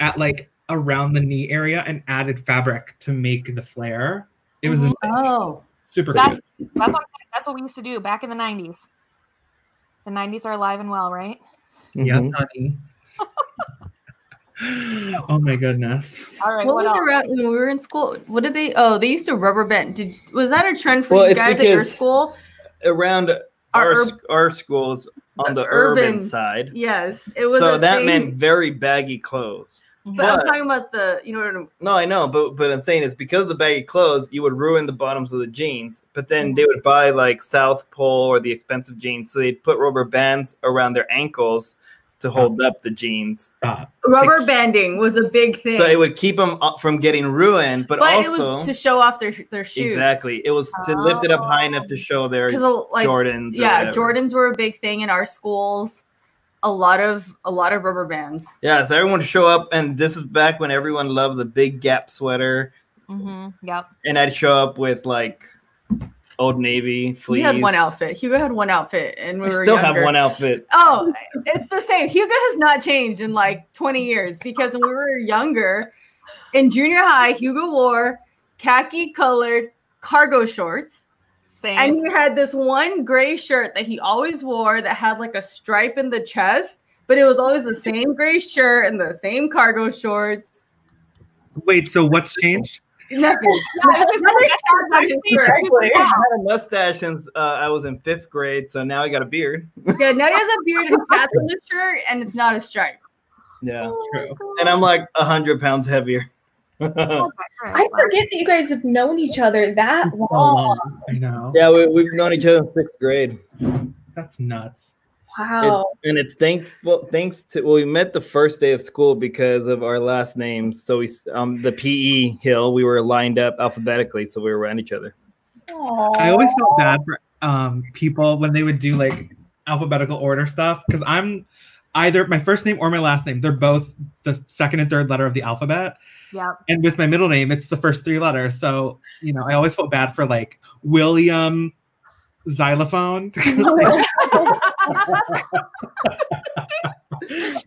Speaker 1: at like around the knee area and added fabric to make the flare it was
Speaker 3: Mhm.
Speaker 1: insane.
Speaker 4: Oh.
Speaker 1: super
Speaker 3: That-
Speaker 1: cool
Speaker 3: That's what, I'm saying. That's what we used to do back in the 90s. The 90s are alive and well, right?
Speaker 1: yeah
Speaker 2: Mhm.
Speaker 1: honey oh my goodness
Speaker 3: All right.
Speaker 4: What
Speaker 3: what
Speaker 4: was
Speaker 3: else?
Speaker 4: around when we were in school? What did they? Oh, they used to rubber band. Did was that a trend for
Speaker 2: Well,
Speaker 4: you
Speaker 2: it's
Speaker 4: guys at your
Speaker 2: because-
Speaker 4: school?
Speaker 2: Around
Speaker 4: Our
Speaker 2: our
Speaker 4: urb-
Speaker 2: sc- our schools on
Speaker 4: the
Speaker 2: the, urban,
Speaker 4: urban-
Speaker 2: side.
Speaker 4: Yes, it was.
Speaker 2: so
Speaker 4: a
Speaker 2: that
Speaker 4: thing,
Speaker 2: meant very baggy clothes.
Speaker 4: But I'm
Speaker 2: but-
Speaker 4: talking about the. You know what I'm-
Speaker 2: No, I know, but but I'm saying is because of the baggy clothes, you would ruin the bottoms of the jeans. But then they would buy like South Pole or the expensive jeans, so they'd put rubber bands around their ankles to hold
Speaker 4: Uh-huh.
Speaker 2: up the jeans,
Speaker 1: Stop.
Speaker 4: rubber banding was a big thing.
Speaker 2: so it would keep them from getting ruined. But,
Speaker 4: but it
Speaker 2: also,
Speaker 4: was to show off their sh- their shoes.
Speaker 2: exactly, it was to lift it up high enough to show their
Speaker 4: Because Oh. like
Speaker 2: Jordans. or
Speaker 4: yeah,
Speaker 2: whatever.
Speaker 4: Jordans were a big thing in our schools. A lot of a lot of rubber bands.
Speaker 2: Yeah, so everyone would show up, and this is back when everyone loved the big Gap sweater,
Speaker 3: Mm-hmm. Yep.
Speaker 2: and I'd show up with like Old Navy fleece.
Speaker 4: He had one outfit. Hugo had one outfit, and we
Speaker 2: I
Speaker 4: were
Speaker 2: still
Speaker 4: younger.
Speaker 2: have one outfit.
Speaker 4: Oh, it's the same. Hugo has not changed in like 20 years because when we were younger in junior high, Hugo wore khaki colored cargo shorts.
Speaker 3: Same. <laughs>
Speaker 4: And he had this one gray shirt that he always wore that had like a stripe in the chest, but it was always the same gray shirt and the same cargo <laughs> shorts.
Speaker 1: wait so what's changed
Speaker 4: <laughs> Nothing.
Speaker 3: Yeah, this is-
Speaker 4: Another tab on his shirt.
Speaker 2: I had a mustache since uh, I was in fifth grade, so now I got a beard.
Speaker 4: Yeah, now he has a beard <laughs> and cats on the shirt, and it's not a stripe.
Speaker 2: Yeah,
Speaker 1: true
Speaker 2: and I'm like a hundred pounds heavier. <laughs> yeah,
Speaker 3: All
Speaker 5: I
Speaker 3: right, well,
Speaker 5: forget that you guys have known each other that
Speaker 1: So
Speaker 5: long.
Speaker 1: long. i know
Speaker 2: we, we've known each other in sixth grade,
Speaker 1: that's nuts
Speaker 5: Wow.
Speaker 2: It's- and it's thankful thanks to well, we met the first day of school because of our last names. So we s- um the PE hill we were lined up alphabetically, so we were around each other.
Speaker 1: I always
Speaker 5: Oh.
Speaker 1: felt bad for um people when they would do like alphabetical order stuff because I'm either my first name or my last name. They're both the second and third letter of the alphabet.
Speaker 3: Yep.
Speaker 1: And with my middle name, it's the first three letters. So, you know, I always felt bad for like William Xylophone. <laughs>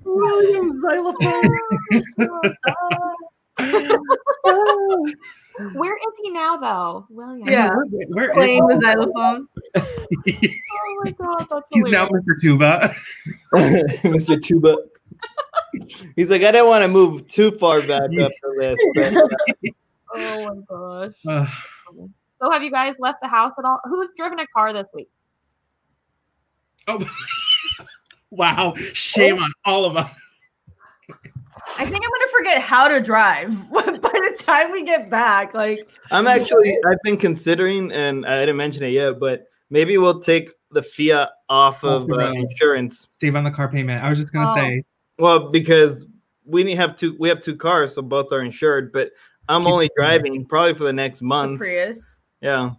Speaker 2: William <laughs> Xylophone.
Speaker 3: Where is he now, though, William?
Speaker 4: Yeah.
Speaker 1: Where is
Speaker 4: Playing the xylophone.
Speaker 1: he?
Speaker 3: Oh my god, that's
Speaker 1: He's now
Speaker 3: hilarious.
Speaker 1: Mr. Tuba. <laughs>
Speaker 2: Mr. Tuba. He's like, I don't want to move too far back up the list. But
Speaker 3: oh my gosh.
Speaker 1: Ugh.
Speaker 3: So, have you guys left the house at all? Who's driven a car this week?
Speaker 1: oh. wow. Shame on all of us.
Speaker 4: I think I'm gonna forget how to drive <laughs> by the time we get back. Like,
Speaker 2: I'm actually I've been considering, and I didn't mention it yet, but maybe we'll take the fiat
Speaker 1: Off
Speaker 2: off of
Speaker 1: the
Speaker 2: uh,
Speaker 1: road.
Speaker 2: insurance.
Speaker 1: Save on the car payment. I was just gonna
Speaker 4: Oh.
Speaker 1: say
Speaker 2: Well, because we need have two we have two cars, so both are insured. But I'm
Speaker 1: Keep
Speaker 2: only
Speaker 1: it covered.
Speaker 2: driving probably for the next
Speaker 4: the
Speaker 2: month.
Speaker 4: Prius.
Speaker 2: Yeah.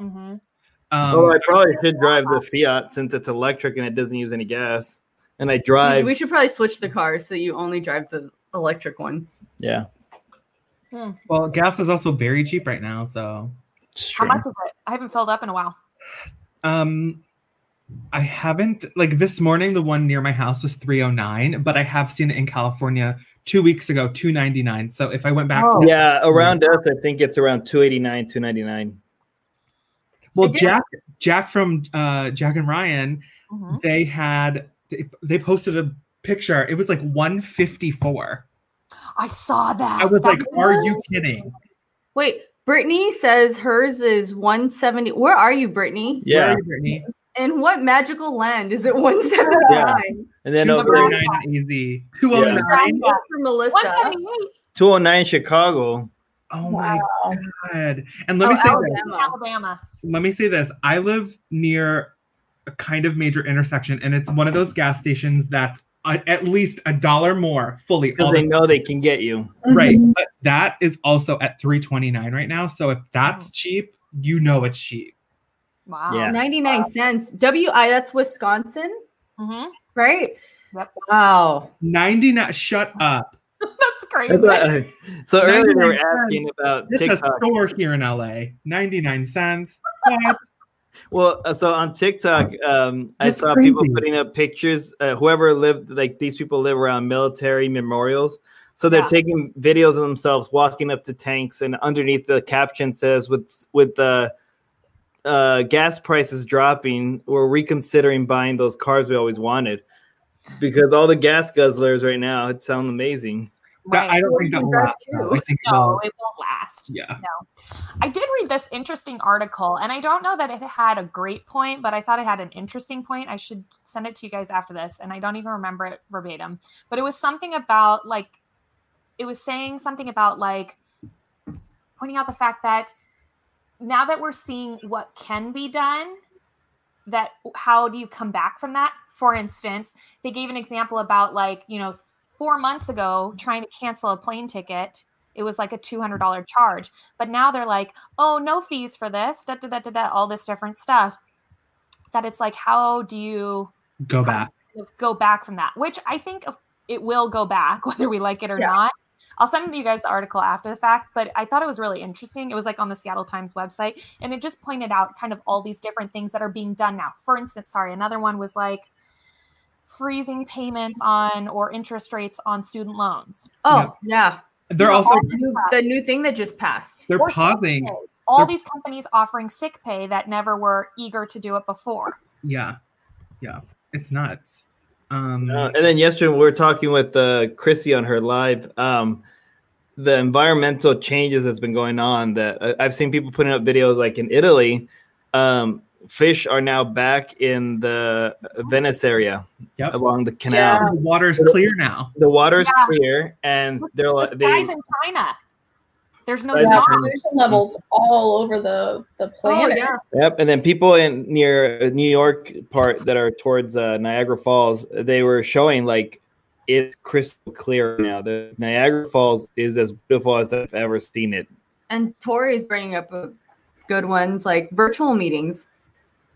Speaker 4: Mm-hmm.
Speaker 1: um
Speaker 2: Oh, I probably should drive the Fiat since it's electric and it doesn't use any gas. And I drive.
Speaker 4: We should probably switch the cars so you only drive the electric one.
Speaker 2: Yeah.
Speaker 1: well gas is also very cheap right now, so
Speaker 6: It's
Speaker 3: How
Speaker 6: true.
Speaker 3: much is it? I haven't filled up in a while.
Speaker 1: um I haven't like this morning the one near my house was 309, but I have seen it in California two weeks ago, 299. So if I went back to
Speaker 2: Yeah. Around us, I think it's around 289, 299.
Speaker 1: well
Speaker 4: I did-
Speaker 1: Jack Jack from uh Jack and Ryan,
Speaker 3: Mhm.
Speaker 1: they had they, they posted a picture. It was like 154.
Speaker 3: I saw that.
Speaker 1: I was
Speaker 3: That
Speaker 1: like, are you kidding?
Speaker 4: Wait, Brittany says hers is 170. Where are you,
Speaker 1: Where
Speaker 4: Brittany?
Speaker 2: Yeah.
Speaker 1: are you, Brittany?
Speaker 4: In what magical land is it 179?
Speaker 2: And then over
Speaker 3: Remember-
Speaker 1: 209 easy. 209.
Speaker 4: Nine eight for Melissa.
Speaker 3: 178
Speaker 2: 209 Chicago.
Speaker 1: Oh my
Speaker 5: Wow.
Speaker 1: god. And let me
Speaker 4: Oh,
Speaker 1: say this.
Speaker 4: Alabama.
Speaker 3: Alabama.
Speaker 1: Let me say this. I live near a kind of major intersection, and it's one of those gas stations that's a, at least a dollar more fully all
Speaker 2: Because
Speaker 1: the
Speaker 2: they know they can get you.
Speaker 5: Mm-hmm.
Speaker 1: right. But that is also at 329 right now. So if that's cheap, you know it's cheap.
Speaker 3: Wow.
Speaker 2: Yeah.
Speaker 4: 99 cents. WI, that's Wisconsin,
Speaker 3: Mhm.
Speaker 4: right?
Speaker 3: Yep.
Speaker 4: Wow.
Speaker 1: 99 shut up.
Speaker 3: <laughs> That's crazy.
Speaker 2: That's what I- so earlier they
Speaker 1: 99
Speaker 2: were
Speaker 1: cents.
Speaker 2: asking about
Speaker 1: This is a
Speaker 2: TikTok.
Speaker 1: store here in LA. 99 cents. What?
Speaker 2: Well, uh, so on TikTok, um, I
Speaker 1: That's
Speaker 2: saw people
Speaker 1: crazy.
Speaker 2: putting up pictures. Uh, whoever lived, like these people live around military memorials. So they're
Speaker 3: Yeah.
Speaker 2: taking videos of themselves walking up to tanks, and underneath the caption says, "With with the uh, gas prices dropping, we're reconsidering buying those cars we always wanted." Because all the gas guzzlers right now, it sounds amazing.
Speaker 1: That- I
Speaker 3: Right.
Speaker 1: don't think that will last. though. I think
Speaker 3: No,
Speaker 1: no.
Speaker 3: it won't last.
Speaker 1: Yeah.
Speaker 3: I did read this interesting article, and I don't know that it had a great point, but I thought it had an interesting point. I should send it to you guys after this, and I don't even remember it verbatim. But it was something about like, it was saying something about like pointing out the fact that now that we're seeing what can be done, that how do you come back from that? For instance, they gave an example about like, you know, four months ago trying to cancel a plane ticket. It was like a $200 charge. But now they're like, oh, no fees for this, da da da da da, all this different stuff. That it's like, how do you
Speaker 1: Go back.
Speaker 3: go back from that? Which I think of- it will go back, <laughs> whether we like it or
Speaker 5: Yeah.
Speaker 3: not. I'll send you guys the article after the fact, but I thought it was really interesting. It was like on the Seattle Times website, and it just pointed out kind of all these different things that are being done now. For instance, sorry, another one was like freezing payments on or interest rates on student loans.
Speaker 4: Oh, yeah.
Speaker 1: They're also
Speaker 3: all this stuff.
Speaker 4: The new thing that just passed.
Speaker 1: they're
Speaker 3: or sick
Speaker 1: pausing.
Speaker 3: pay. All
Speaker 1: They're-
Speaker 3: these companies offering sick pay that never were eager to do it before.
Speaker 1: Yeah. Yeah. It's nuts. Um
Speaker 2: Uh, and then yesterday we were talking with uh, Chrissy on her live. Um, the environmental changes that's been going on that I- I've seen people putting up videos like in Italy, um, fish are now back in the Venice area
Speaker 1: Yep.
Speaker 2: along the canal.
Speaker 1: the water's clear now.
Speaker 2: The water's
Speaker 3: Yeah.
Speaker 2: clear, and they're
Speaker 3: The
Speaker 2: like they,
Speaker 3: skies in China. There's no
Speaker 2: Skies in
Speaker 3: snow.
Speaker 5: Yeah, pollution levels all over the the
Speaker 4: Oh,
Speaker 5: planet.
Speaker 4: yeah.
Speaker 2: Yep, and then people in near uh, New York part that are towards uh, Niagara Falls, they were showing like it's crystal clear now. The Niagara Falls is as beautiful as I've ever seen it.
Speaker 4: And Tori's bringing up a good ones like virtual meetings.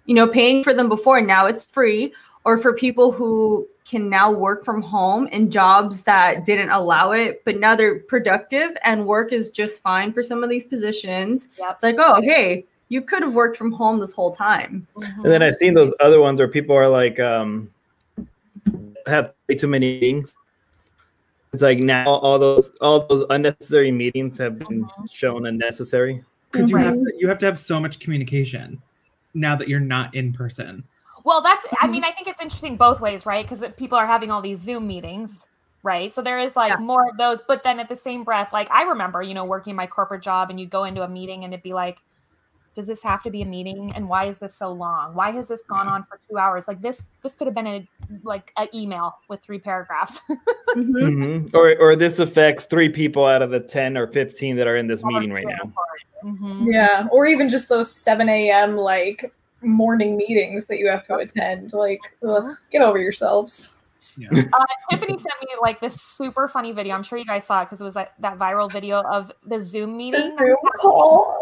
Speaker 4: You know, paying for them before, now it's free, or for people who can now work from home in jobs that didn't allow it, but now they're productive and work is just fine for some of these positions.
Speaker 3: Yep.
Speaker 4: It's like, oh, hey, you could have worked from home this whole time.
Speaker 2: And then I've seen those other ones where people are like, um, have way too many meetings. It's like now all those all those unnecessary meetings have been shown unnecessary.
Speaker 1: Because you
Speaker 3: Right.
Speaker 1: have to, you have to have so much communication now that you're not in person.
Speaker 3: Well, that's, I mean, I think it's interesting both ways, right? Because people are having all these Zoom meetings, right? So there is like
Speaker 4: Yeah.
Speaker 3: more of those. But then at the same breath, like I remember, you know, working my corporate job and you'd go into a meeting and it'd be like, "D- does this have to be a meeting and why is this so long why has this gone on for two hours like this this could have been a like an email with three paragraphs <laughs>
Speaker 4: Mhm.
Speaker 2: Mhm. Or or this affects three people out of the ten or fifteen that are in this meeting right now.
Speaker 3: Mhm.
Speaker 5: Yeah, or even just those 7 a.m. like morning meetings that you have to attend. Like, ugh, get over yourselves.
Speaker 3: Uh, Tiffany sent me like this super funny video. I'm sure you guys saw it because it was like that viral video of the Zoom
Speaker 5: The
Speaker 3: meeting.
Speaker 5: Zoom call.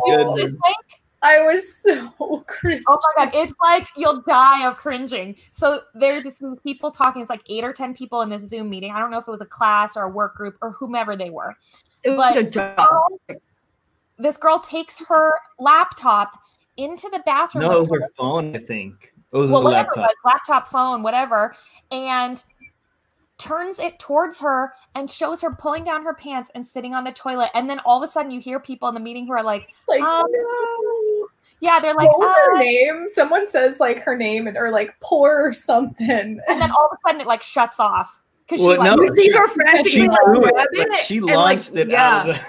Speaker 2: Oh my
Speaker 3: It's- it's like-
Speaker 5: I was so <laughs> cringe.
Speaker 3: oh my god, it's like you'll die of cringing. So there's just these people talking. It's like eight or ten people in this Zoom meeting. I don't know if it was a class or a work group or whomever they were.
Speaker 4: <laughs> It was
Speaker 3: But-
Speaker 4: like a job.
Speaker 3: This girl takes her laptop into the bathroom.
Speaker 2: No, it
Speaker 3: with
Speaker 2: was her phone, I think. It was
Speaker 3: well,
Speaker 2: the
Speaker 3: whatever it
Speaker 2: laptop.
Speaker 3: was, laptop, phone, whatever, and turns it towards her and shows her pulling down her pants and sitting on the toilet. And then all of a sudden, you hear people in the meeting who are like,
Speaker 5: Like,
Speaker 3: Um,
Speaker 5: no.
Speaker 3: "Yeah, they're like,"
Speaker 5: what was her
Speaker 3: "Uh,"
Speaker 5: name? Someone says like her name and or like poor or something. <laughs>
Speaker 3: and then all of a sudden it like shuts off because she
Speaker 2: Well,
Speaker 3: like,
Speaker 2: no,
Speaker 4: You see her
Speaker 2: Oh, She
Speaker 4: frantically <laughs> like,
Speaker 2: threw it.
Speaker 4: grab it.
Speaker 2: Like, she
Speaker 4: and, like,
Speaker 2: launched it out of the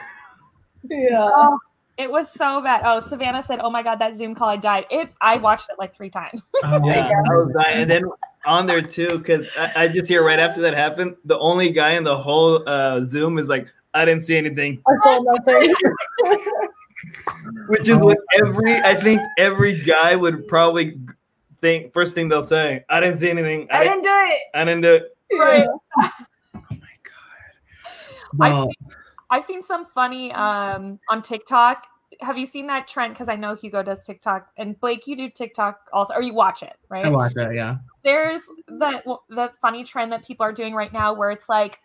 Speaker 5: Yeah.
Speaker 3: it was so bad. Oh, Savannah said, "Oh my god, that Zoom call, I died." It, I watched it like three times.
Speaker 1: Oh,
Speaker 2: <laughs> Yeah,
Speaker 1: yeah.
Speaker 2: I was dying. And then on there too, because I, I just hear right after that happened, the only guy in the whole uh, Zoom is like, I didn't see anything,
Speaker 5: I saw nothing.
Speaker 2: which is what every I think every guy would probably think. First thing they'll say, I didn't see anything. I,
Speaker 4: I
Speaker 2: didn't.
Speaker 4: didn't do it.
Speaker 2: I didn't do it.
Speaker 5: Yeah.
Speaker 1: Oh my god.
Speaker 3: I've
Speaker 1: Well,
Speaker 3: <laughs> I've seen some funny um on TikTok. Have you seen that trend? Because I know Hugo does TikTok, and Blake, you do TikTok also, or you watch it, right?
Speaker 1: I watch that. Yeah.
Speaker 3: there's that the funny trend that people are doing right now where it's like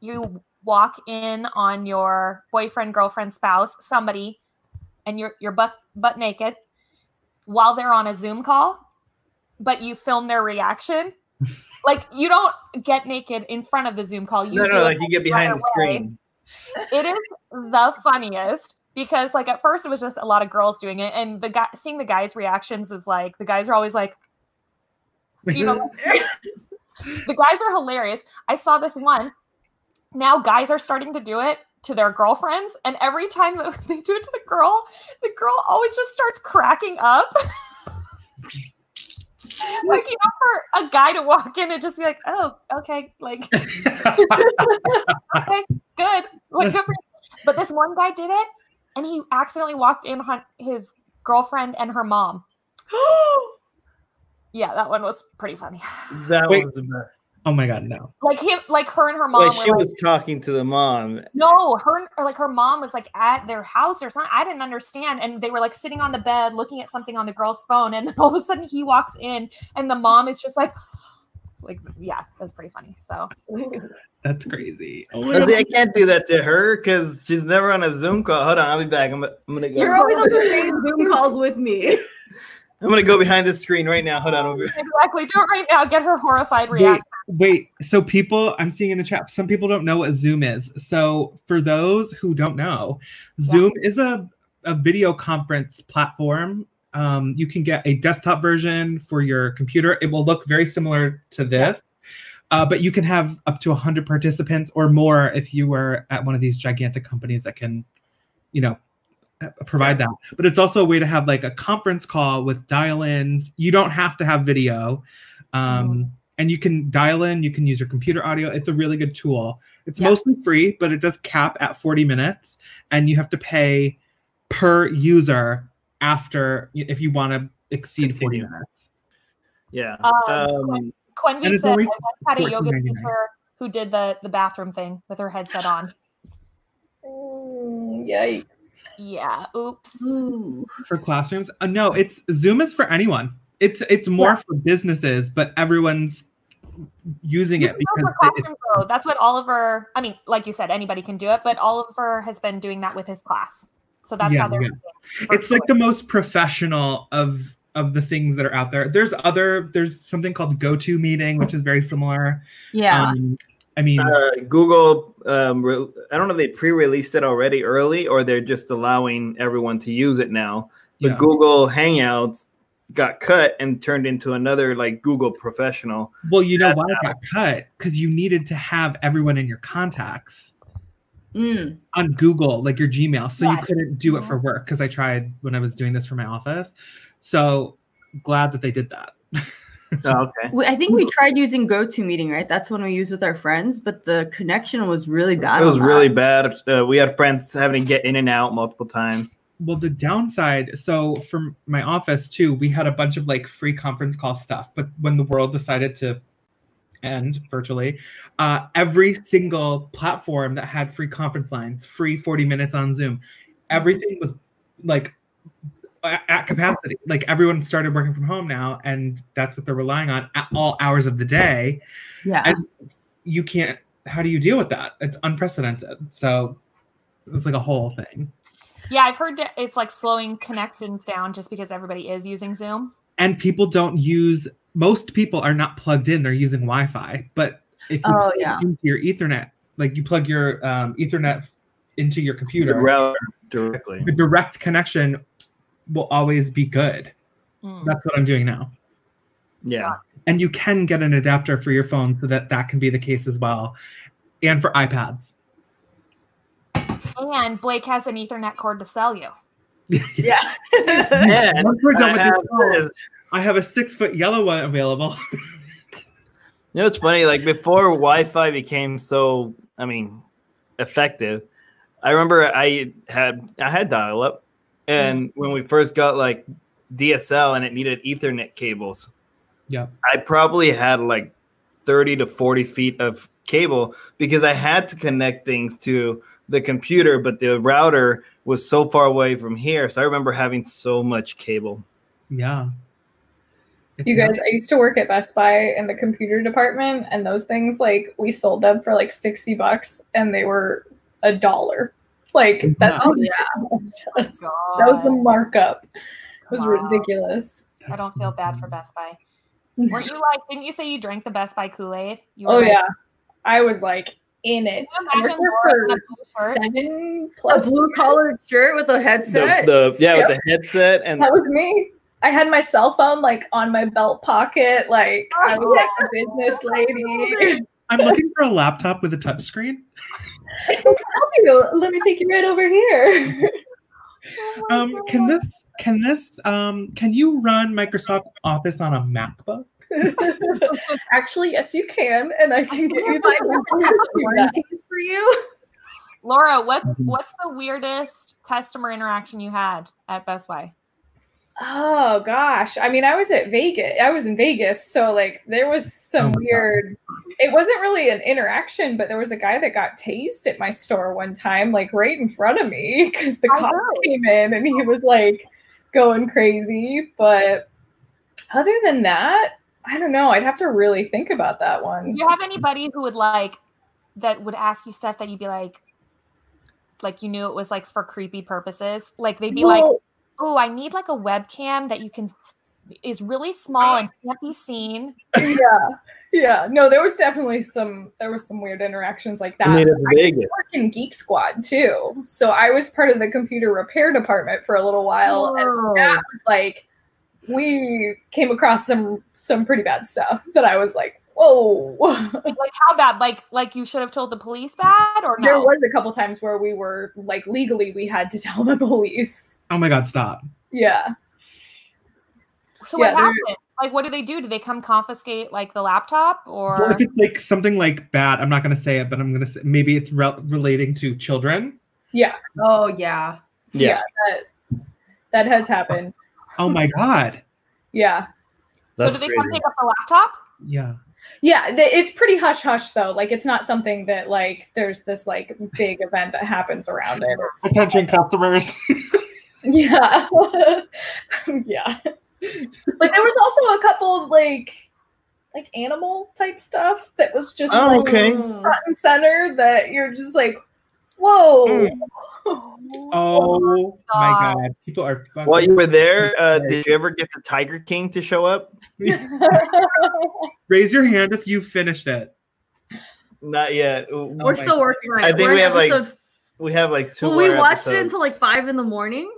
Speaker 3: you walk in on your boyfriend girlfriend spouse somebody and you're you're butt butt naked while they're on a zoom call but you film their
Speaker 2: <laughs>
Speaker 3: reaction like you don't get naked in front of the zoom call you
Speaker 2: no,
Speaker 3: do
Speaker 2: no,
Speaker 3: it
Speaker 2: like you get behind the
Speaker 3: other way.
Speaker 2: screen.
Speaker 3: it is the funniest because like at first it was just a lot of girls doing it and the guy seeing the guys reactions is like the guys are always like you know, like- the guys are hilarious. I saw this one. Now guys are starting to do it to their girlfriends, and every time <laughs> that they do it to the girl, the girl always just starts cracking up. <laughs> like you know, for a guy to walk in and just be like, "Oh, okay, like <laughs> okay, good, like good for you." But this one guy did it, and he accidentally walked in on his girlfriend and her mom. yeah, that one was pretty funny.
Speaker 2: That
Speaker 1: Wait.
Speaker 2: was the best.
Speaker 1: oh my god, no.
Speaker 3: like him like her and her mom
Speaker 2: Yeah,
Speaker 3: were
Speaker 2: she
Speaker 3: like,
Speaker 2: was talking to the mom.
Speaker 3: no her or like her mom was like at their house or something i didn't understand and they were like sitting on the bed looking at something on the girl's phone and then all of a sudden he walks in and the mom is just like like yeah that's pretty funny so
Speaker 1: That's crazy. Oh
Speaker 2: I,
Speaker 1: my
Speaker 2: was like,
Speaker 1: god.
Speaker 2: I can't do that to her because she's never on a Zoom call. Hold on, I'll be back. I'm, I'm gonna go.
Speaker 4: You're always on the same <laughs> Zoom calls with me.
Speaker 2: I'm gonna go behind the screen right now. Hold on. Over.
Speaker 3: exactly do it right now get her horrified
Speaker 1: Wait,
Speaker 3: reaction
Speaker 1: wait. So people, I'm seeing in the chat, some people don't know what Zoom is. So for those who don't know, Zoom is a, a video conference platform. Um, you can get a desktop version for your computer. It will look very similar to this, uh, but you can have up to 100 participants or more if you were at one of these gigantic companies that can, you know, uh, provide that. But it's also a way to have like a conference call with dial-ins. You don't have to have video. Um,
Speaker 3: Mm-hmm.
Speaker 1: and you can dial in you can use your computer audio it's a really good tool it's
Speaker 3: Yeah.
Speaker 1: mostly free but it does cap at 40 minutes and you have to pay per user after if you want to exceed 40
Speaker 2: Continue.
Speaker 1: minutes
Speaker 2: Yeah.
Speaker 3: Um,
Speaker 2: Um,
Speaker 1: And
Speaker 3: quenby
Speaker 1: it's
Speaker 3: said
Speaker 1: only
Speaker 3: i once had a yoga
Speaker 1: $14.99.
Speaker 3: teacher who did the the bathroom thing with her headset on
Speaker 5: Mm, Yikes.
Speaker 3: yeah oops
Speaker 1: for classrooms uh, no it's zoom is for anyone it's it's more for businesses but everyone's using
Speaker 3: You
Speaker 1: it
Speaker 3: can go
Speaker 1: because
Speaker 3: for
Speaker 1: it- it's
Speaker 3: classroom though. that's what Oliver. I mean, like you said, anybody can do it, but Oliver has been doing that with his class, so that's
Speaker 1: Yeah,
Speaker 3: how they're.
Speaker 1: yeah.
Speaker 3: doing it
Speaker 1: it's like the most professional of of the things that are out there there's other there's something called go to meeting which is very similar
Speaker 4: Yeah.
Speaker 1: um, i mean
Speaker 2: uh, Google, um, re- I don't know if they pre-released it already early or they're just allowing everyone to use it now. But
Speaker 1: yeah.
Speaker 2: Google Hangouts got cut and turned into another like Google
Speaker 1: <laughs>
Speaker 2: Professional.
Speaker 1: well you know why it got cut because you needed to have everyone in your contacts
Speaker 4: Mm.
Speaker 1: on Google, like your Gmail. So you
Speaker 3: Yes.
Speaker 1: couldn't do it for work because I tried when I was doing this for my office. So glad that they did that.
Speaker 2: Oh, okay.
Speaker 4: We, I think we tried using GoToMeeting, right? That's when we used with our friends, but the connection was really bad.
Speaker 2: It was
Speaker 4: on that.
Speaker 2: really bad. Uh, we had friends having to get in and out multiple times.
Speaker 1: Well, the downside, so from my office too, we had a bunch of like free conference call stuff. But when the world decided to end virtually, uh, every single platform that had free conference lines, free 40 minutes on Zoom, everything was like a- at capacity. Like everyone started working from home now, and that's what they're relying on at all hours of the day.
Speaker 4: Yeah.
Speaker 1: I- You can't, how do you deal with that? It's unprecedented. So it's like a whole thing.
Speaker 3: Yeah, I've heard that it's like slowing connections down just because everybody is using Zoom.
Speaker 1: and people don't use most people are not plugged in they're using wi-fi but if you
Speaker 4: Oh,
Speaker 1: plug
Speaker 4: yeah.
Speaker 1: into your ethernet like you plug your um, ethernet f- into your
Speaker 2: The
Speaker 1: computer
Speaker 2: router directly.
Speaker 1: the direct connection will always be good
Speaker 3: Mm.
Speaker 1: that's what i'm doing now
Speaker 2: Yeah.
Speaker 1: and you can get an adapter for your phone so that that can be the case as well and for ipads
Speaker 3: And Blake has an Ethernet cord to sell you.
Speaker 4: yeah.
Speaker 2: <laughs> And
Speaker 1: Once we're done
Speaker 2: I
Speaker 1: with this
Speaker 2: have
Speaker 1: call,
Speaker 2: this.
Speaker 1: i have a six foot yellow one available <laughs>
Speaker 2: You know, it's funny. Like before Wi-Fi became so, I mean, effective. I remember I had I had dial-up, and when we first got like DSL and it needed Ethernet cables.
Speaker 1: Yep.
Speaker 2: I probably had like thirty to forty feet of cable because I had to connect things to the computer, but the router was so far away from here. So I remember having so much cable.
Speaker 1: yeah It's
Speaker 5: You
Speaker 1: not-
Speaker 5: guys, I used to work at Best Buy in the computer department, and those things like we sold them for like sixty bucks, and they were a dollar. Like that. <laughs>
Speaker 4: Oh, yeah.
Speaker 5: that was the markup. It was
Speaker 3: Wow.
Speaker 5: ridiculous.
Speaker 3: I don't feel bad for Best Buy. Weren't you like, didn't you say you drank the Best Buy Kool Aid?
Speaker 5: Oh yeah, I was like in it.
Speaker 3: Can you
Speaker 5: I
Speaker 3: imagine
Speaker 5: worked
Speaker 3: Laura
Speaker 5: there
Speaker 3: in
Speaker 5: for
Speaker 3: a blue shirt?
Speaker 5: seven
Speaker 4: A
Speaker 5: plus.
Speaker 4: blue collared shirt with a headset.
Speaker 2: The, the yeah, with the headset and
Speaker 5: <laughs> That was me. I had my cell phone like on my belt pocket. Like I was like a business lady.
Speaker 1: i'm looking for a laptop with a touch screen
Speaker 5: Help you. Let me take you right over here.
Speaker 1: um
Speaker 4: Oh
Speaker 1: can this can this um can you run microsoft office on a macbook
Speaker 5: <laughs> Actually, yes, you can, and I can get you
Speaker 4: Like, we
Speaker 5: <laughs>
Speaker 4: can have some
Speaker 5: that.
Speaker 4: warranties for you.
Speaker 3: Laura, what's
Speaker 5: Mm-hmm.
Speaker 2: Mhm.
Speaker 3: what's the weirdest customer interaction you had at Best Buy?
Speaker 5: Oh gosh. I mean, I was at Vegas. I was in Vegas, so like there was
Speaker 1: Oh my
Speaker 5: some
Speaker 1: God.
Speaker 5: weird it wasn't really an interaction, but there was a guy that got tased at my store one time, like right in front of me, because the
Speaker 3: I
Speaker 5: cops
Speaker 3: know.
Speaker 5: came in and he was like going crazy. But other than that, I don't know. I'd have to really think about that
Speaker 3: Do
Speaker 5: one.
Speaker 3: you have anybody who would like that would ask you stuff that you'd be like, like you knew it was like for creepy purposes? Like they'd be like,
Speaker 5: Well,
Speaker 3: oh, I need like a webcam that you can s- is really small and can't be
Speaker 5: <laughs>
Speaker 3: seen.
Speaker 5: yeah. Yeah. No, there was definitely some there was some weird interactions like that.
Speaker 2: I mean, it's Vegas.
Speaker 5: work in Geek Squad too. So I was part of the computer repair department for a little while. And that was like we came across some some pretty bad stuff that I was like, whoa.
Speaker 3: Like how bad? Like like you should have told the police bad or no?
Speaker 5: There was a couple times where we were like legally we had to <laughs> tell the police.
Speaker 1: oh my god stop
Speaker 5: Yeah.
Speaker 3: so what
Speaker 5: yeah, there-
Speaker 3: happened? Like what do they do? Do they come confiscate like the laptop or?
Speaker 1: well, if it's like something like bad i'm not going to say it but i'm going to say maybe it's rel relating to children
Speaker 4: Oh, yeah.
Speaker 2: Yeah.
Speaker 5: That that has happened.
Speaker 1: oh my god
Speaker 5: Yeah.
Speaker 3: so do they come pick up the laptop?
Speaker 1: yeah
Speaker 5: Yeah, th- it's pretty hush hush though. Like it's not something that like there's this like big event that happens around it. It's-
Speaker 1: attention customers
Speaker 5: <laughs> Yeah. <laughs> yeah. But there was also a couple like like animal type stuff that was just
Speaker 2: Oh,
Speaker 5: like
Speaker 2: okay.
Speaker 4: Mm.
Speaker 5: front and center that you're just like, whoa.
Speaker 2: Hmm.
Speaker 5: <laughs>
Speaker 1: oh my
Speaker 3: God.
Speaker 1: god people are fucking
Speaker 2: While you were there, uh, did you ever get the Tiger King to show up?
Speaker 1: raise your hand if you finished it
Speaker 2: Not yet.
Speaker 4: We're
Speaker 1: my
Speaker 4: still working on it.
Speaker 2: I think
Speaker 4: We're
Speaker 2: we
Speaker 4: in
Speaker 2: have, like,
Speaker 4: episode-
Speaker 2: We have like two.
Speaker 4: well, we
Speaker 2: more
Speaker 4: watched it
Speaker 2: episodes.
Speaker 4: until like five in the morning.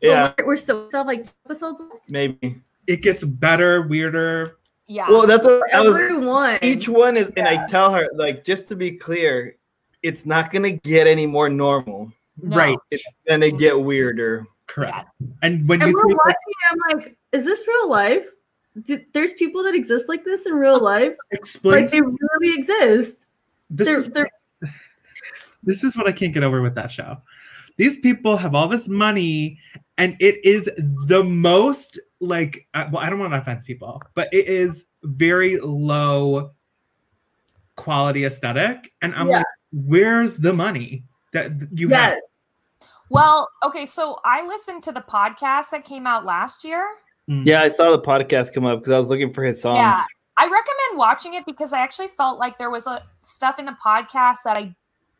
Speaker 4: but
Speaker 2: yeah,
Speaker 4: We're, we're still, we still have like two episodes left.
Speaker 2: maybe.
Speaker 1: it gets better weirder
Speaker 3: Yeah.
Speaker 2: Well, that's what I was.
Speaker 4: Everyone.
Speaker 2: Each one is, and I tell her like just to be clear, it's not gonna get any more normal.
Speaker 3: No.
Speaker 1: Right.
Speaker 2: It's gonna get weirder.
Speaker 1: Correct. And when
Speaker 4: And
Speaker 1: you
Speaker 4: we're
Speaker 1: take
Speaker 4: watching it, I'm like, is this real life? Do, there's people that exist like this in real life? Like
Speaker 1: explains
Speaker 4: they really exist.
Speaker 1: this
Speaker 4: They're,
Speaker 1: is
Speaker 4: they're
Speaker 1: this is what I can't get over with that show. These people have all this money, and it is the most like I- well, I don't want to offend people, but it is very low quality aesthetic, and I'm
Speaker 5: Yeah.
Speaker 1: like, where's the money that th- you have?
Speaker 4: yes.
Speaker 3: Well, okay, so I listened to the podcast that came out last year.
Speaker 1: Mm.
Speaker 2: Yeah, I saw the podcast come up because I was looking for his songs.
Speaker 3: Yeah. I recommend watching it because I actually felt like there was a stuff in the podcast that I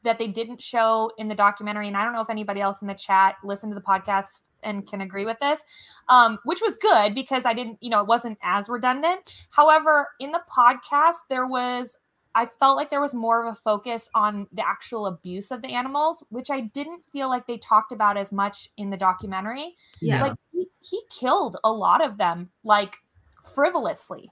Speaker 3: that they didn't show in the documentary, and I don't know if anybody else in the chat listened to the podcast and can agree with this, um, which was good because I didn't, you know, it wasn't as redundant. However, in the podcast, there was I felt like there was more of a focus on the actual abuse of the animals, which I didn't feel like they talked about as much in the documentary.
Speaker 4: Yeah.
Speaker 3: Like he, he killed a lot of them, like frivolously.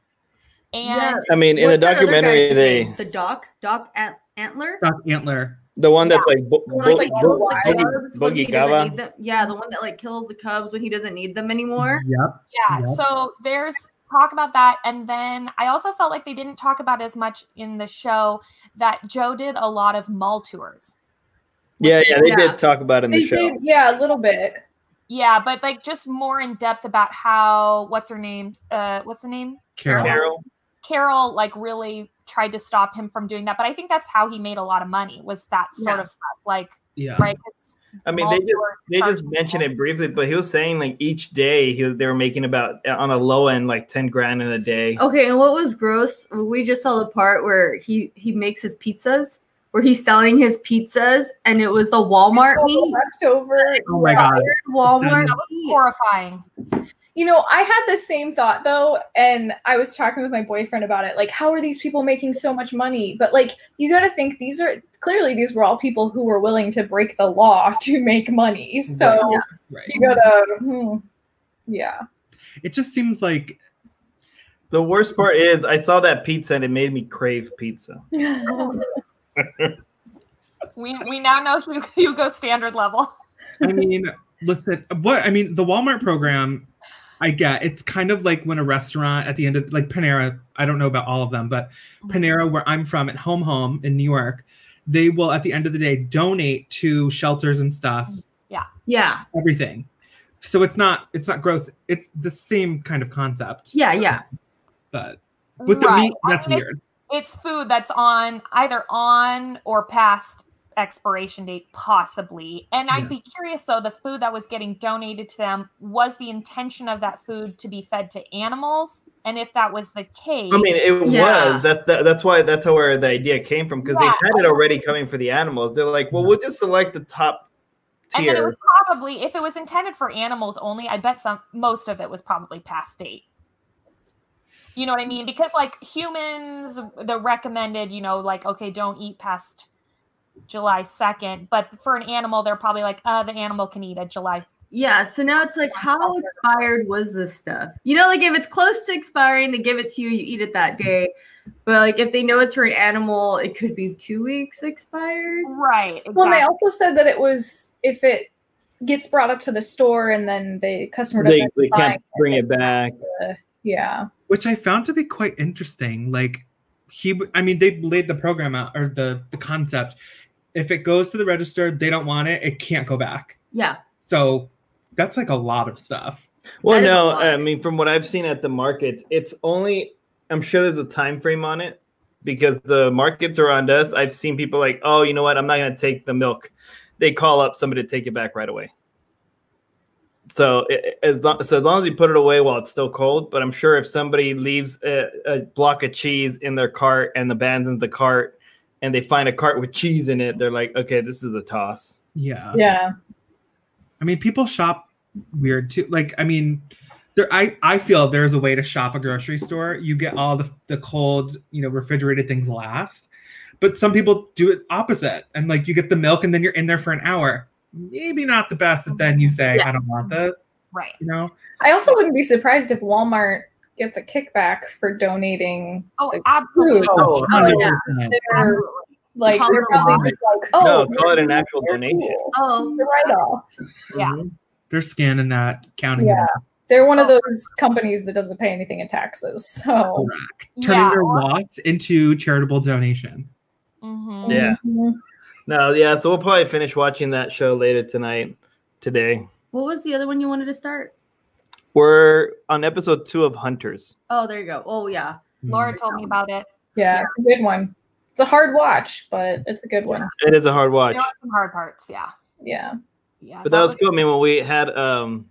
Speaker 3: And
Speaker 4: Yeah.
Speaker 2: I mean, in the
Speaker 4: What's that other
Speaker 2: documentary,
Speaker 4: guy's
Speaker 2: they
Speaker 4: name? the doc Doc Ant- Antler.
Speaker 1: Doc Antler.
Speaker 2: the one that's like, bo-
Speaker 4: The one that,
Speaker 2: Uh, bo-
Speaker 4: like, "Oh,
Speaker 2: bo-
Speaker 4: kills the
Speaker 2: Boogie-
Speaker 4: cubs when
Speaker 2: Boogie
Speaker 4: he doesn't
Speaker 2: Gaba.
Speaker 4: need them. Yeah, the one that like kills the cubs when he doesn't need them anymore.
Speaker 1: Yep.
Speaker 3: Yeah.
Speaker 1: Yep.
Speaker 3: So there's talk about that. And then I also felt like they didn't talk about as much in the show that Joe did a lot of mall tours.
Speaker 2: yeah, yeah, they
Speaker 4: Yeah.
Speaker 2: did talk about it in
Speaker 5: They
Speaker 2: the show.
Speaker 5: did, yeah, a little bit.
Speaker 3: Yeah, but like just more in depth about how what's her name? Uh what's the name?
Speaker 1: Carol.
Speaker 2: Carol,
Speaker 3: Carol like really tried to stop him from doing that. But I think that's how he made a lot of money was that sort
Speaker 4: Yeah.
Speaker 3: of stuff. Like
Speaker 1: Yeah.
Speaker 3: right. 'Cause
Speaker 2: I mean,
Speaker 3: mall
Speaker 2: they just
Speaker 3: tours
Speaker 2: they just
Speaker 3: charge
Speaker 2: mentioned
Speaker 3: people.
Speaker 2: it briefly, but he was saying like each day he was, they were making about on a low end like ten grand in a
Speaker 3: Oh.
Speaker 2: day.
Speaker 4: Okay, and what was gross? We just saw the part where he he makes his pizzas, where he's selling his pizzas, and it was the Walmart
Speaker 5: All
Speaker 4: meat,
Speaker 5: the leftover.
Speaker 1: Oh my god.
Speaker 4: Walmart
Speaker 1: That
Speaker 2: Um,
Speaker 4: meat.
Speaker 3: Horrifying.
Speaker 5: You know, I had the same thought though, and I was talking with my boyfriend about it. Like, how are these people making so much money? But like, you got to think these are clearly these were all people who were willing to break the law <laughs> to make money. So
Speaker 4: Yeah.
Speaker 1: Right.
Speaker 5: you gotta, hmm, yeah.
Speaker 1: It just seems like
Speaker 2: The worst part is I saw that pizza and it made me crave pizza.
Speaker 3: We we now know Hugo, Hugo standard level.
Speaker 1: I mean, listen, what I mean, the Walmart program, I get it's kind of like when a restaurant at the end of like Panera, I don't know about all of them, but
Speaker 3: Mm-hmm.
Speaker 1: Panera, where I'm from at Home Home in New York, they will at the end of the day donate to shelters and stuff,
Speaker 3: Mm-hmm.
Speaker 4: Yeah,
Speaker 1: everything. So it's not it's not gross. It's the same kind of concept.
Speaker 4: yeah, yeah.
Speaker 1: But with the
Speaker 3: Right.
Speaker 1: meat,
Speaker 3: I
Speaker 1: that's
Speaker 3: mean,
Speaker 1: weird.
Speaker 3: it's food that's on either on or past expiration date possibly and i'd
Speaker 1: Yeah.
Speaker 3: be curious though the food that was getting donated to them was the intention of that food to be fed to animals and if that was the case
Speaker 2: I mean, it
Speaker 4: Yeah.
Speaker 2: was that, that that's why that's how where the idea came from because
Speaker 3: Yeah.
Speaker 2: they had it already coming for the animals. They're like, well, we'll just select the top
Speaker 3: and then it was
Speaker 2: tier.
Speaker 3: probably if it was intended for animals only i bet some most of it was probably past date you know what i mean because like humans the recommended you know like okay don't eat past july 2nd but for an animal they're probably like uh the animal can eat at july
Speaker 4: Yeah, so now it's like, how expired was this stuff? You know, like if it's close to expiring, they give it to you, you eat it that day. But like if they know it's for an animal, it could be two weeks expired.
Speaker 3: right
Speaker 5: Well, they also said that it was if it gets brought up to the store and then the customer doesn't,
Speaker 2: They, they
Speaker 5: buy it.
Speaker 2: can't bring it back.
Speaker 5: yeah.
Speaker 1: which I found to be quite interesting. Like he, w- I mean, they laid the program out or the the concept. If it goes to the register, they don't want it. It can't go back.
Speaker 4: Yeah.
Speaker 1: So that's like a lot of stuff.
Speaker 2: Well,
Speaker 4: That is a
Speaker 2: no,
Speaker 4: lot.
Speaker 2: I mean, from what I've seen at the markets, it's only I'm sure there's a time frame on it because the markets around us, I've seen people like, oh, you know what, I'm not gonna take the milk. They call up somebody to take it back right away. So it, as long, so as long as you put it away while it's still cold, but I'm sure if somebody leaves a, a block of cheese in their cart and abandons the cart, and they find a cart with cheese in it, they're like, okay, this is a toss.
Speaker 1: Yeah.
Speaker 2: Uh-huh.
Speaker 5: Yeah.
Speaker 1: I mean, people shop weird too. Like, I mean, there. I I feel there's a way to shop a grocery store. You get all the the cold, you know, refrigerated things last. But some people do it opposite, and like you get the milk, and then you're in there for an hour. Maybe not the best. If then you say,
Speaker 4: Yeah.
Speaker 1: I don't want this.
Speaker 3: right
Speaker 1: You know.
Speaker 5: I also wouldn't be surprised if Walmart gets a kickback for donating
Speaker 3: oh
Speaker 5: the
Speaker 3: absolutely
Speaker 5: food. Um,
Speaker 4: Oh, yeah.
Speaker 5: Their Like,
Speaker 4: Call it
Speaker 5: they're
Speaker 4: a
Speaker 5: probably
Speaker 4: loss?
Speaker 5: just like, oh,
Speaker 2: no, call it an actual donation.
Speaker 4: Oh,
Speaker 5: Right off.
Speaker 3: Yeah.
Speaker 2: Mhm.
Speaker 1: They're scanning that, counting
Speaker 5: Yeah.
Speaker 1: it,
Speaker 5: They're one of those companies that doesn't pay anything in taxes. <laughs> So,
Speaker 1: turning
Speaker 3: yeah.
Speaker 1: their loss into charitable donation.
Speaker 3: Mhm.
Speaker 2: Yeah.
Speaker 5: Mhm.
Speaker 2: No, yeah. So we'll probably finish watching that show later tonight. Today,
Speaker 4: what was the other one you wanted to start?
Speaker 2: we're on episode two of Hunters.
Speaker 4: Oh, there you go. Oh, yeah.
Speaker 1: Hmm.
Speaker 3: Laura told me about it.
Speaker 5: yeah, it's a good one. It's a hard watch, but it's a good one.
Speaker 2: It is a hard watch,
Speaker 3: There are some hard parts. Yeah.
Speaker 5: Yeah.
Speaker 3: Yeah.
Speaker 2: but that was cool. I mean, when we had um,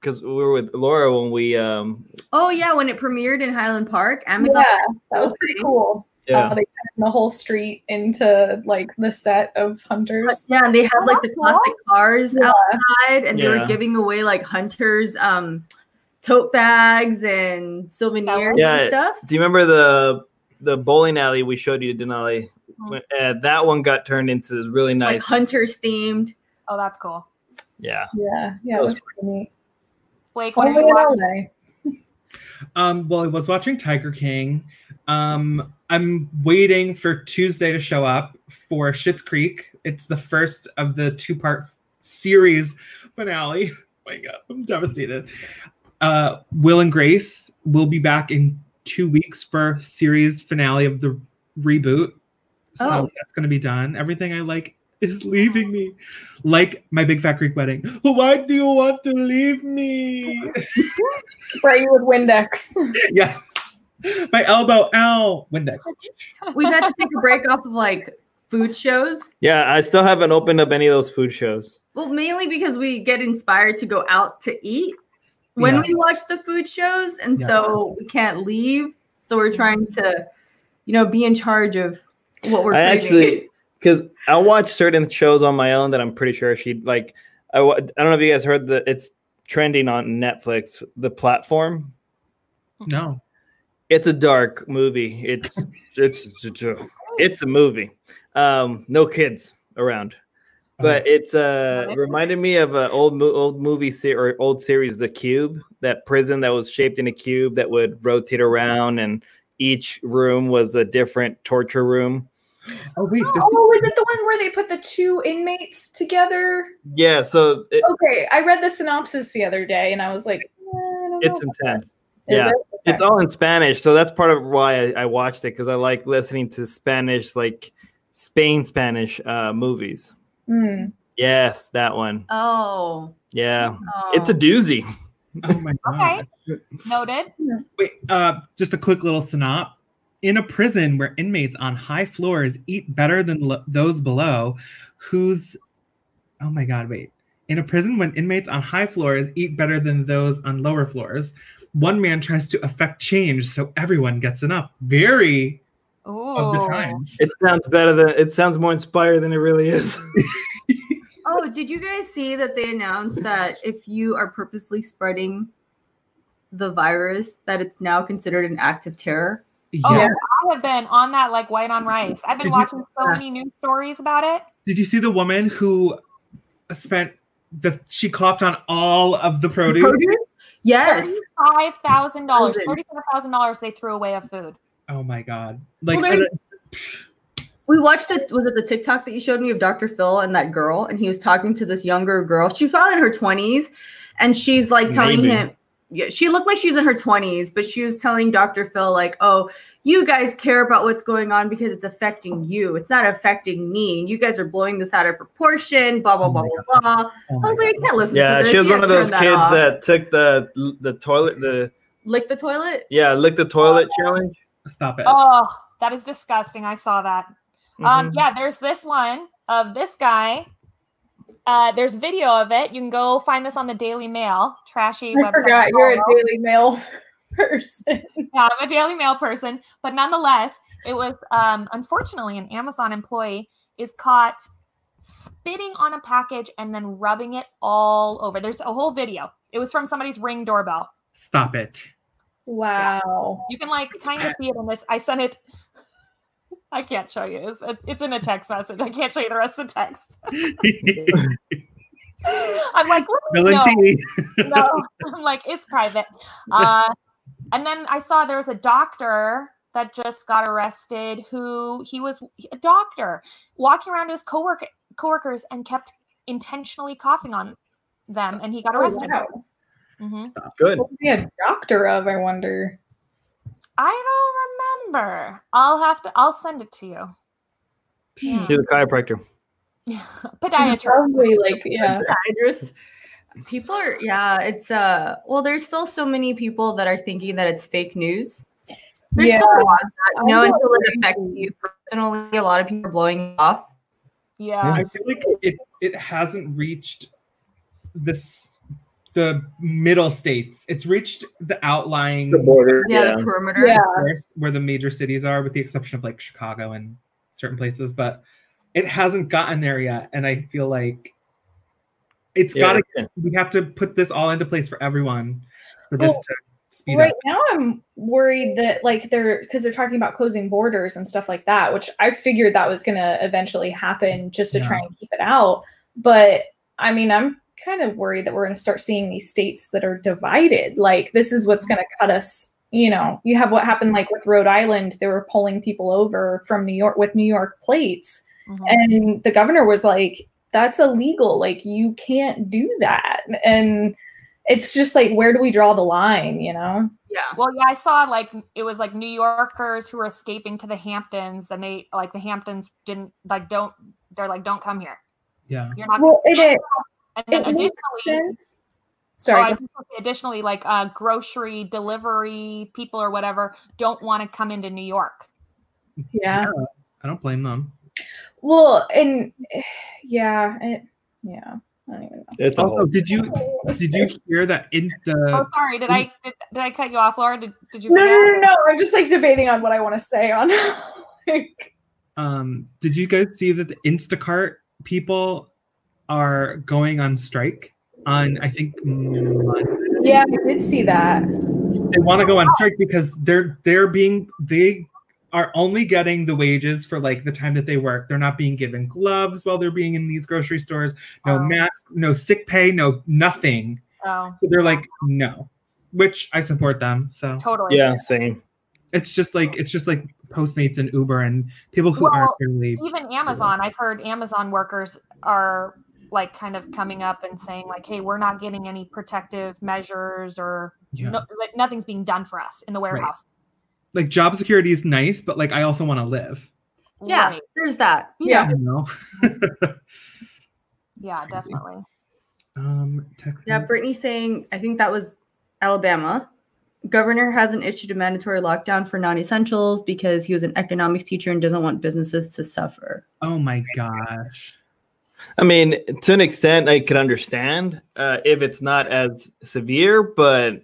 Speaker 2: because we were with Laura when we um,
Speaker 4: Oh, yeah. When it premiered in Highland Park, Amazon.
Speaker 5: Yeah, that was pretty cool.
Speaker 2: yeah,
Speaker 5: Uh, they turned the whole street into like the set of hunters.
Speaker 4: Yeah, and they had like the classic cars
Speaker 5: Yeah.
Speaker 4: outside, and they
Speaker 2: Yeah.
Speaker 4: were giving away like hunters' um, tote bags and souvenirs
Speaker 2: Yeah.
Speaker 4: and stuff.
Speaker 2: Do you remember the the bowling alley we showed you, Denali? When, uh, that one got turned into this really
Speaker 4: Like
Speaker 2: nice
Speaker 4: hunters themed.
Speaker 3: Oh, that's cool.
Speaker 2: Yeah,
Speaker 5: Yeah, yeah,
Speaker 2: That
Speaker 5: it
Speaker 2: was
Speaker 5: was pretty neat.
Speaker 3: Blake,
Speaker 5: What
Speaker 3: what
Speaker 5: are
Speaker 3: are you
Speaker 5: we
Speaker 3: watching?
Speaker 5: watching?
Speaker 1: Um, well, I was watching Tiger King. Um, I'm waiting for Tuesday to show up for Schitt's Creek. It's the first of the two part series finale. <laughs> oh my God, I'm devastated. Uh, Will and Grace will be back in two weeks for series finale of the reboot. So
Speaker 4: Oh.
Speaker 1: that's going to be done. Everything I like is leaving me, like my Big Fat Greek wedding. Why do you want to leave me?
Speaker 5: Spray you with Windex.
Speaker 1: yeah. My elbow, ow, Windex.
Speaker 4: We've had to take a break off of like food shows.
Speaker 2: yeah. I still haven't opened up any of those food shows.
Speaker 4: Well, mainly because we get inspired to go out to eat when
Speaker 1: Yeah.
Speaker 4: we watch the food shows, and
Speaker 1: Yeah.
Speaker 4: so we can't leave. So we're trying to, you know, be in charge of what we're.
Speaker 2: I
Speaker 4: craving.
Speaker 2: actually because I watch certain shows on my own that I'm pretty sure she like. I, wa- I don't know if you guys heard that it's trending on Netflix. The platform.
Speaker 1: No.
Speaker 2: It's a dark movie. It's it's it's a, it's a movie. Um, no kids around.
Speaker 1: Uh-huh.
Speaker 2: but it's uh
Speaker 3: Got it.
Speaker 2: reminded me of an old mo- old movie se- or old series the cube that prison that was shaped in a cube that would rotate around and each room was a different torture room
Speaker 1: oh wait, this
Speaker 5: <gasps> Oh, is it the one where they put the two inmates together?
Speaker 2: yeah so it,
Speaker 5: Okay, I read the synopsis the other day and I was like, eh, I don't
Speaker 2: it's
Speaker 5: know.
Speaker 2: intense
Speaker 5: Is
Speaker 2: yeah
Speaker 5: it?
Speaker 2: it's all in spanish so that's part of why i, I watched it because i like listening to spanish like spain spanish uh movies
Speaker 5: Mm.
Speaker 2: yes that one
Speaker 4: Oh,
Speaker 2: yeah
Speaker 4: oh.
Speaker 2: it's a doozy
Speaker 1: oh my god.
Speaker 3: Okay. Noted.
Speaker 1: Wait, uh, just a quick little synop. In a prison where inmates on high floors eat better than lo- those below, whose oh my god, wait. In a prison when inmates on high floors eat better than those on lower floors, one man tries to affect change so everyone gets enough. Very
Speaker 3: Ooh.
Speaker 1: of the times.
Speaker 2: it sounds better than it sounds more inspired than it really is <laughs>
Speaker 4: Oh, did you guys see that they announced that if you are purposely spreading the virus, that it's now considered an act of terror?
Speaker 3: Oh,
Speaker 1: yeah.
Speaker 3: I have been on that like white on rice. I've
Speaker 1: Did you-
Speaker 3: been watching so many news stories about it.
Speaker 1: Did you see the woman who spent the she coughed on all of the produce?
Speaker 4: Yes.
Speaker 3: Five thousand dollars,
Speaker 4: Frozen.
Speaker 3: thirty-five thousand dollars they threw away of food.
Speaker 1: Oh my god! Like
Speaker 4: Well, there- We watched the was it the TikTok that you showed me of Dr. Phil and that girl, and he was talking to this younger girl. She's probably in her twenties, and she's like telling
Speaker 2: Maybe.
Speaker 4: him. Yeah, she looked like she's in her 20s, but she was telling Dr. Phil, like, oh, you guys care about what's going on because it's affecting you. It's not affecting me. And you guys are blowing this out of proportion, blah, blah,
Speaker 1: Oh my
Speaker 4: blah, blah, blah.
Speaker 1: oh
Speaker 4: I
Speaker 1: my
Speaker 4: was like, I can't listen to
Speaker 2: Yeah,
Speaker 4: this.
Speaker 2: she was
Speaker 4: You
Speaker 2: one of
Speaker 4: gotta turn
Speaker 2: those kids
Speaker 4: off."
Speaker 2: that took the the toilet the
Speaker 4: lick the toilet.
Speaker 2: yeah lick the toilet challenge.
Speaker 1: God. stop it!
Speaker 3: Oh, that is disgusting. I saw that. Um,
Speaker 2: Mhm.
Speaker 3: yeah, there's this one of this guy. Uh, there's video of it. You can go find this on the Daily Mail, trashy
Speaker 5: I
Speaker 3: website.
Speaker 5: forgot you're a
Speaker 3: Follow.
Speaker 5: Daily Mail <laughs> person.
Speaker 3: Yeah, I'm a Daily Mail person, but nonetheless, it was um, unfortunately an Amazon employee is caught spitting on a package and then rubbing it all over. There's a whole video. It was from somebody's ring doorbell.
Speaker 1: Stop it!
Speaker 5: Wow.
Speaker 3: You can like kind of see it in this. I sent it. <laughs> I can't show you. It's, it's in a text message. I can't show you the rest of the text. <laughs> I'm like,
Speaker 1: Bill and
Speaker 3: no.
Speaker 1: T.
Speaker 3: <laughs> no, I'm like, it's private. Uh, and then I saw there was a doctor that just got arrested who he was a doctor walking around his coworker coworkers and kept intentionally coughing on them and he got arrested.
Speaker 5: Oh, wow.
Speaker 3: Mhm.
Speaker 2: Mm-hmm. Good.
Speaker 5: What was he a doctor of? I wonder.
Speaker 3: I don't remember. I'll have to I'll send it to you. <laughs> Yeah.
Speaker 2: She's a chiropractor.
Speaker 3: Podiatrist.
Speaker 5: Probably like yeah.
Speaker 4: I just people are yeah, it's uh well there's still so many people that are thinking that it's fake news. There's
Speaker 5: Yeah.
Speaker 4: still a lot of that, you know,
Speaker 5: I know.
Speaker 4: until it affects you personally. A lot of people are blowing it off.
Speaker 3: Yeah.
Speaker 1: I feel like it it hasn't reached this the middle states. It's reached the outlying
Speaker 2: border.
Speaker 4: Yeah, the perimeter.
Speaker 5: Yeah.
Speaker 1: course, where the major cities are, with the exception of like Chicago and certain places, but it hasn't gotten there yet. And I feel like it's gotta we have to put this all into place for everyone for this
Speaker 5: Well,
Speaker 1: to speed
Speaker 5: right
Speaker 1: up.
Speaker 5: now i'm worried that like they're because they're talking about closing borders and stuff like that which i figured that was going to eventually happen just to try and keep it out but i mean i'm kind of worried that we're going to start seeing these states that are divided like this is what's going to cut us you know you have what happened like with rhode island they were pulling people over from new york with new york plates
Speaker 3: Mhm.
Speaker 5: and the governor was like that's illegal like you can't do that and it's just like where do we draw the line you know
Speaker 4: Yeah.
Speaker 3: Well, yeah, I saw like it was like New Yorkers who were escaping to the Hamptons, and they like the Hamptons didn't like don't they're like don't come here.
Speaker 1: Yeah.
Speaker 3: You're not.
Speaker 5: Well, it, it,
Speaker 3: and then
Speaker 5: it
Speaker 3: additionally,
Speaker 5: makes sense.
Speaker 3: oh, I
Speaker 5: Sorry.
Speaker 3: was just gonna say additionally, like uh, grocery delivery people or whatever don't want to come into New York.
Speaker 5: yeah.
Speaker 1: I don't blame them.
Speaker 5: Well, and <sighs> yeah, it, yeah. I don't even
Speaker 2: It's a
Speaker 1: Also,
Speaker 2: whole.
Speaker 1: did you
Speaker 5: know.
Speaker 1: did you hear that in the
Speaker 2: Uh,
Speaker 3: oh, sorry. Did I did, did I cut you off, Laura? Did, did you?
Speaker 5: No, no,
Speaker 3: forget?
Speaker 5: no, no. I'm just like debating on what I want to say on. <laughs> like,
Speaker 1: um did you guys see that the Instacart people are going on strike on I think Monday?
Speaker 5: yeah, I did see that.
Speaker 1: they want to go on strike because they're they're being they are only getting the wages for like the time that they work. They're not being given gloves while they're being in these grocery stores. No
Speaker 3: Oh.
Speaker 1: masks, no sick pay, no nothing.
Speaker 3: Oh,
Speaker 1: So they're like no, which I support them. So
Speaker 3: totally.
Speaker 2: Yeah, same.
Speaker 1: it's just like it's just like Postmates and Uber and people who
Speaker 3: Well,
Speaker 1: aren't really
Speaker 3: Even Amazon, I've heard Amazon workers are like kind of coming up and saying like, "Hey, we're not getting any protective measures or
Speaker 1: yeah.
Speaker 3: no, like nothing's being done for us in the warehouse.
Speaker 1: like job security is nice, but like I also want to live.
Speaker 4: Yeah.
Speaker 3: Right.
Speaker 4: There's that.
Speaker 5: Yeah.
Speaker 1: You know.
Speaker 3: Yeah, definitely.
Speaker 1: Um, Texas.
Speaker 4: Yeah, Brittany saying, I think that was Alabama. Governor hasn't issued a mandatory lockdown for non essentials because he was an economics teacher and doesn't want businesses to suffer.
Speaker 1: oh my gosh.
Speaker 2: I mean, to an extent, I could understand uh, if it's not as severe, but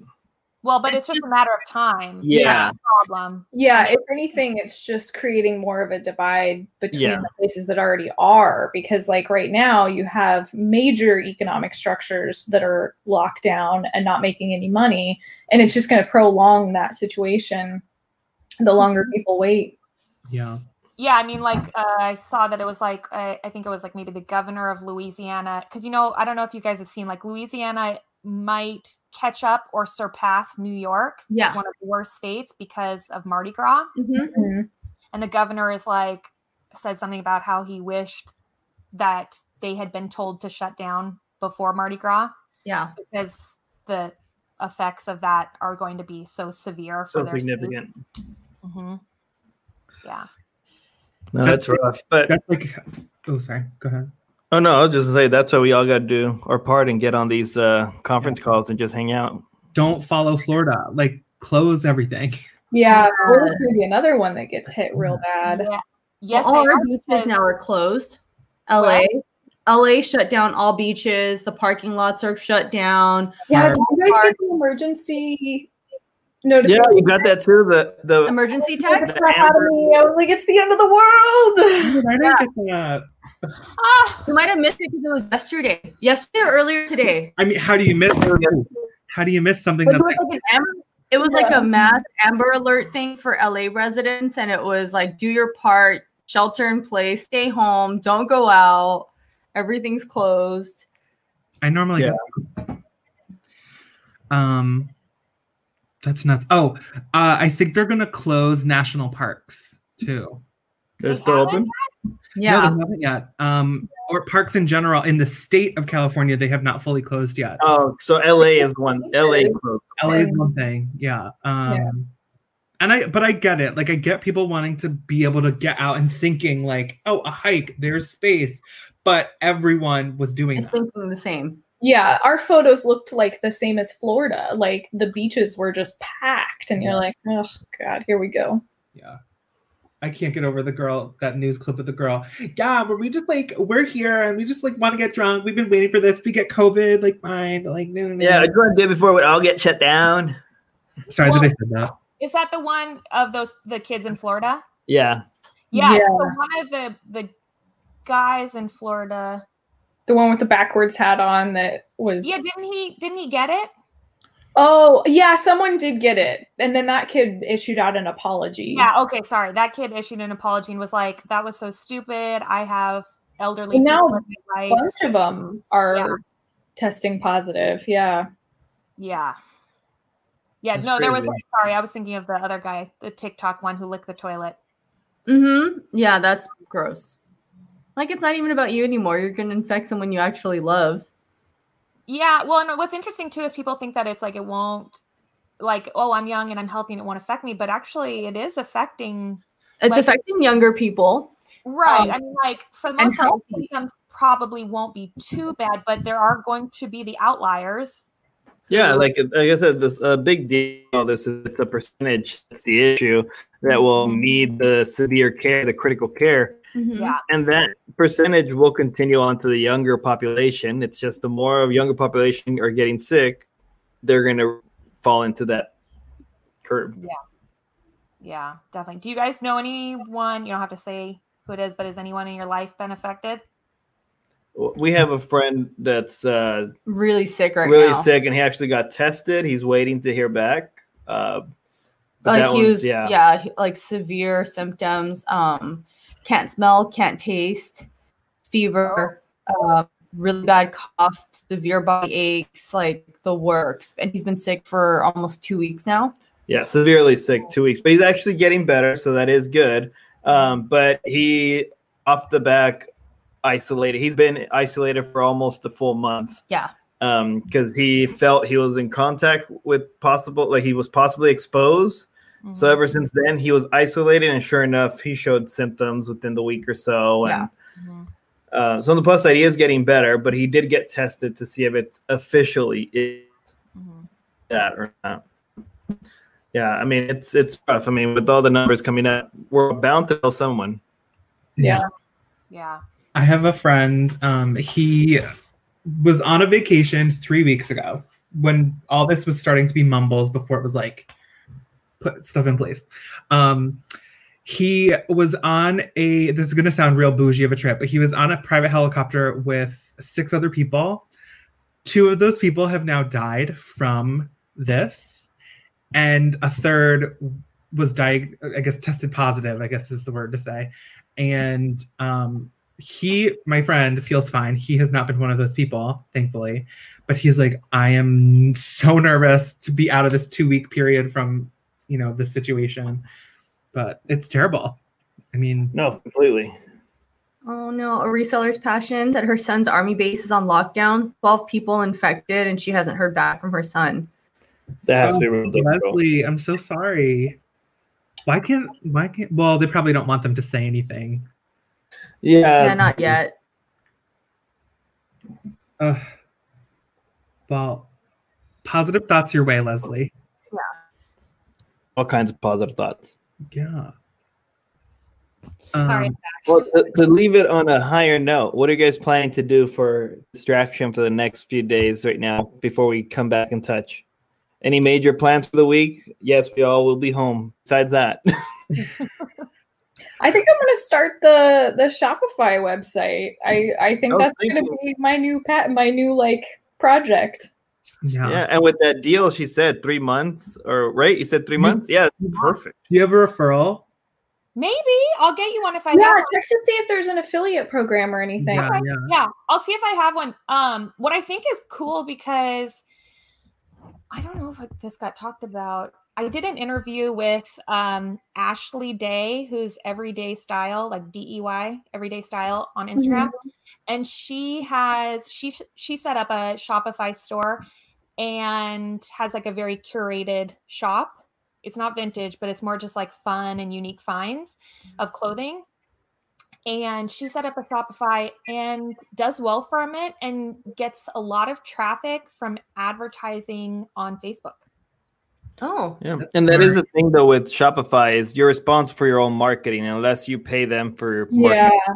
Speaker 3: Well, but it's just a matter of time.
Speaker 2: Yeah.
Speaker 3: That's the problem.
Speaker 5: Yeah, if anything, it's just creating more of a divide between
Speaker 2: Yeah.
Speaker 5: the places that already are. Because, like, right now, you have major economic structures that are locked down and not making any money. And it's just going to prolong that situation the longer people wait.
Speaker 1: Yeah.
Speaker 3: Yeah, I mean, like uh, I saw that it was like uh, I think it was like maybe the governor of Louisiana, because you know I don't know if you guys have seen like Louisiana might catch up or surpass New York.
Speaker 4: Yeah.
Speaker 3: it's one of the worst states because of Mardi Gras.
Speaker 5: Mm-hmm.
Speaker 3: and the governor is like said something about how he wished that they had been told to shut down before Mardi Gras
Speaker 4: Yeah.
Speaker 3: because the effects of that are going to be so severe for
Speaker 2: so
Speaker 3: their
Speaker 2: significant.
Speaker 3: hmm Yeah.
Speaker 2: No, that's rough. But
Speaker 1: That's like oh sorry. Go ahead.
Speaker 2: oh no, I was just gonna say that's why we all got to do our part and get on these uh, conference calls and just hang out.
Speaker 1: Don't follow Florida. Like close everything. <laughs>
Speaker 5: Yeah, Florida's going to be another one that gets hit real bad.
Speaker 3: yeah. Yes,
Speaker 4: Well,
Speaker 3: they
Speaker 4: all our
Speaker 3: are,
Speaker 4: beaches
Speaker 3: because-
Speaker 4: now are closed. LA. LA shut down all beaches. The parking lots are shut down.
Speaker 5: Yeah,
Speaker 1: Hard.
Speaker 5: did you guys get the emergency notification?
Speaker 2: Yeah, you got that too. The the
Speaker 4: Emergency
Speaker 5: Like,
Speaker 4: tax.
Speaker 5: the crap out of me. I was like, it's the end of the world.
Speaker 1: I didn't get that.
Speaker 3: Ah,
Speaker 4: You might have missed it because it was yesterday. Yesterday or earlier today.
Speaker 1: I mean, how do you miss how do you miss something
Speaker 4: But
Speaker 1: that's
Speaker 4: it was
Speaker 1: like
Speaker 4: like an am- it was like a mass Amber Alert thing for LA residents, and it was like, do your part, shelter in place, stay home, don't go out, everything's closed.
Speaker 1: I normally
Speaker 2: Yeah.
Speaker 1: get? Um That's nuts. Oh, uh, I think they're gonna close national parks too.
Speaker 2: They're
Speaker 3: They
Speaker 2: still open.
Speaker 4: Yeah.
Speaker 1: No, they haven't yet. Um, or parks in general in the state of California, they have not fully closed yet.
Speaker 2: Oh, so LA is one. LA closed.
Speaker 1: LA
Speaker 5: <laughs>
Speaker 1: is one thing, yeah. Um, and I, but I get it. Like, I get people wanting to be able to get out and thinking, like, oh, a hike, there's space. But everyone was doing
Speaker 4: It's
Speaker 1: that.
Speaker 4: thinking the same.
Speaker 5: Yeah, our photos looked like the same as Florida. Like the beaches were just packed, and you're like, oh god, here we go.
Speaker 1: Yeah. I can't get over the girl, that news clip of the girl. Yeah, where we just like, we're here and we just like want to get drunk. We've been waiting for this. We get COVID, like, fine. But like, no, no, no.
Speaker 2: Yeah, I joined the day before we all get shut down.
Speaker 1: Sorry that I
Speaker 3: Well-
Speaker 1: said that.
Speaker 3: Is that the one of those the kids in Florida?
Speaker 2: Yeah.
Speaker 3: Yeah.
Speaker 5: Yeah.
Speaker 3: So one of the the guys in Florida.
Speaker 5: The one with the backwards hat on that was.
Speaker 3: Yeah, didn't he didn't he get it?
Speaker 5: oh yeah, someone did get it, and then that kid issued out an apology.
Speaker 3: Yeah, okay, sorry. That kid issued an apology and was like, that was so stupid. I have elderly
Speaker 5: And now
Speaker 3: people in my
Speaker 5: a
Speaker 3: life.
Speaker 5: bunch of them are
Speaker 3: Yeah.
Speaker 5: testing positive. Yeah.
Speaker 3: Yeah. Yeah,
Speaker 2: That's
Speaker 3: no, there was
Speaker 2: crazy.
Speaker 3: like, sorry, I was thinking of the other guy, the TikTok one who licked the toilet.
Speaker 4: Mm-hmm. Yeah, that's gross. Like it's not even about you anymore. You're gonna infect someone you actually love.
Speaker 3: Yeah, well, and what's interesting too is people think that it's like it won't like, oh, I'm young and I'm healthy and it won't affect me, but actually it is affecting
Speaker 4: It's
Speaker 3: Like-
Speaker 4: affecting younger people.
Speaker 3: Right.
Speaker 4: Um,
Speaker 3: I mean, like for the
Speaker 4: and
Speaker 3: most part,
Speaker 4: healthy.
Speaker 3: symptoms probably won't be too bad, but there are going to be the outliers.
Speaker 2: Yeah, like like I said, this a big deal. This is the percentage. That's the issue that will need the severe care, the critical care,
Speaker 4: Mm-hmm.
Speaker 3: Yeah.
Speaker 2: and that percentage will continue on to the younger population. It's just the more of younger population are getting sick, they're going to fall into that curve.
Speaker 3: Yeah, definitely. Do you guys know anyone? You don't have to say who it is, but has anyone in your life been affected?
Speaker 2: We have a friend that's uh,
Speaker 4: Really sick right
Speaker 2: really
Speaker 4: now.
Speaker 2: sick, and he actually got tested. He's waiting to hear back. Uh, but
Speaker 4: Like
Speaker 2: that
Speaker 4: he
Speaker 2: one's-
Speaker 4: was yeah. he- like severe symptoms. Um, can't smell, can't taste, fever, uh, really bad cough, severe body aches, like the works. And he's been sick for almost two weeks now.
Speaker 2: Yeah, severely sick, two weeks, but he's actually getting better, so that is good. Um, but he, off the back, isolated. He's been isolated for almost a full month.
Speaker 4: Yeah.
Speaker 2: Because he felt he was in contact with possible, like he was possibly exposed. So
Speaker 3: Mm-hmm.
Speaker 2: ever since then, he was isolated, and sure enough, he showed symptoms within the week or so. And
Speaker 3: Mhm.
Speaker 2: uh, so on the plus side, he is getting better, but he did get tested to see if it's officially is
Speaker 3: Mhm.
Speaker 2: that or not. Yeah, I mean it's it's rough. I mean, with all the numbers coming up, we're bound to tell someone.
Speaker 3: Yeah.
Speaker 1: I have a friend. Um, he was on a vacation three weeks ago when all this was starting to be mumbles before it was like put stuff in place. Um, he was on a this is gonna sound real bougie of a trip, but he was on a private helicopter with six other people. Two of those people have now died from this, and a third was diag- I guess tested positive, I guess is the word to say. And um he my friend feels fine he has not been one of those people thankfully but he's like i am so nervous to be out of this two week period from you know this situation but it's terrible i mean
Speaker 2: No, completely.
Speaker 4: Oh no, a reseller's passion that her son's army base is on lockdown, 12 people infected, and she hasn't heard back from her son.
Speaker 2: That has to be
Speaker 1: Oh,
Speaker 2: real difficult.
Speaker 1: leslie i'm so sorry why can't why can't well they probably don't want them to say anything
Speaker 2: Yeah.
Speaker 4: yeah, not yet.
Speaker 1: Ugh. well positive thoughts your way leslie
Speaker 2: All kinds of positive thoughts.
Speaker 1: yeah
Speaker 3: Sorry.
Speaker 1: Um,
Speaker 2: Well, to, to leave it on a higher note, what are you guys planning to do for distraction for the next few days right now before we come back in touch? Any major plans for the week? Yes, we all will be home. Besides that,
Speaker 5: I think I'm gonna start the the Shopify website. I I think
Speaker 2: Oh,
Speaker 5: that's
Speaker 2: thank
Speaker 5: gonna
Speaker 2: you.
Speaker 5: be my new pat my new like project.
Speaker 2: <laughs> yeah. And with that deal, she said three months, or right? You said three
Speaker 1: Mhm.
Speaker 2: months. Yeah, perfect.
Speaker 1: do you have a referral
Speaker 3: Maybe I'll get you one if I
Speaker 5: yeah,
Speaker 3: yeah.
Speaker 5: check to see if there's an affiliate program or anything.
Speaker 1: yeah, yeah.
Speaker 3: Yeah, I'll see if I have one. Um, what I think is cool because I don't know if this got talked about. I did an interview with um, Ashley Day, who's Everyday Style, like D E Y, Everyday Style on Instagram, and she has she she set up a Shopify store and has like a very curated shop. It's not vintage, but it's more just like fun and unique finds of clothing. And she set up a Shopify and does well from it and gets a lot of traffic from advertising on Facebook.
Speaker 4: Oh,
Speaker 2: Yeah. And that is the thing though with Shopify is you're responsible for your own marketing unless you pay them for your marketing.
Speaker 5: Yeah.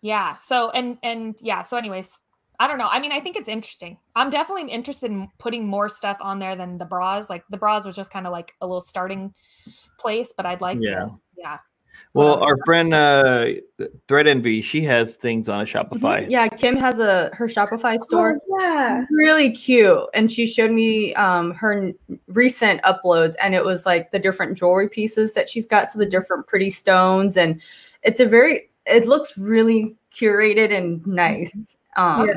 Speaker 3: Yeah. So and and yeah. So anyways, I don't know. I mean, I think it's interesting. I'm definitely interested in putting more stuff on there than the bras. Like the bras was just kind of like a little starting place, but I'd like
Speaker 2: Yeah.
Speaker 3: to. Yeah.
Speaker 2: Well, our friend uh Thread Envy, she has things on a Shopify.
Speaker 4: Mm-hmm. yeah. Kim has a her Shopify store.
Speaker 5: Oh, yeah.
Speaker 4: really cute and she showed me um her n- recent uploads and it was like the different jewelry pieces that she's got so the different pretty stones and it's a very it looks really curated and nice um
Speaker 5: Yeah.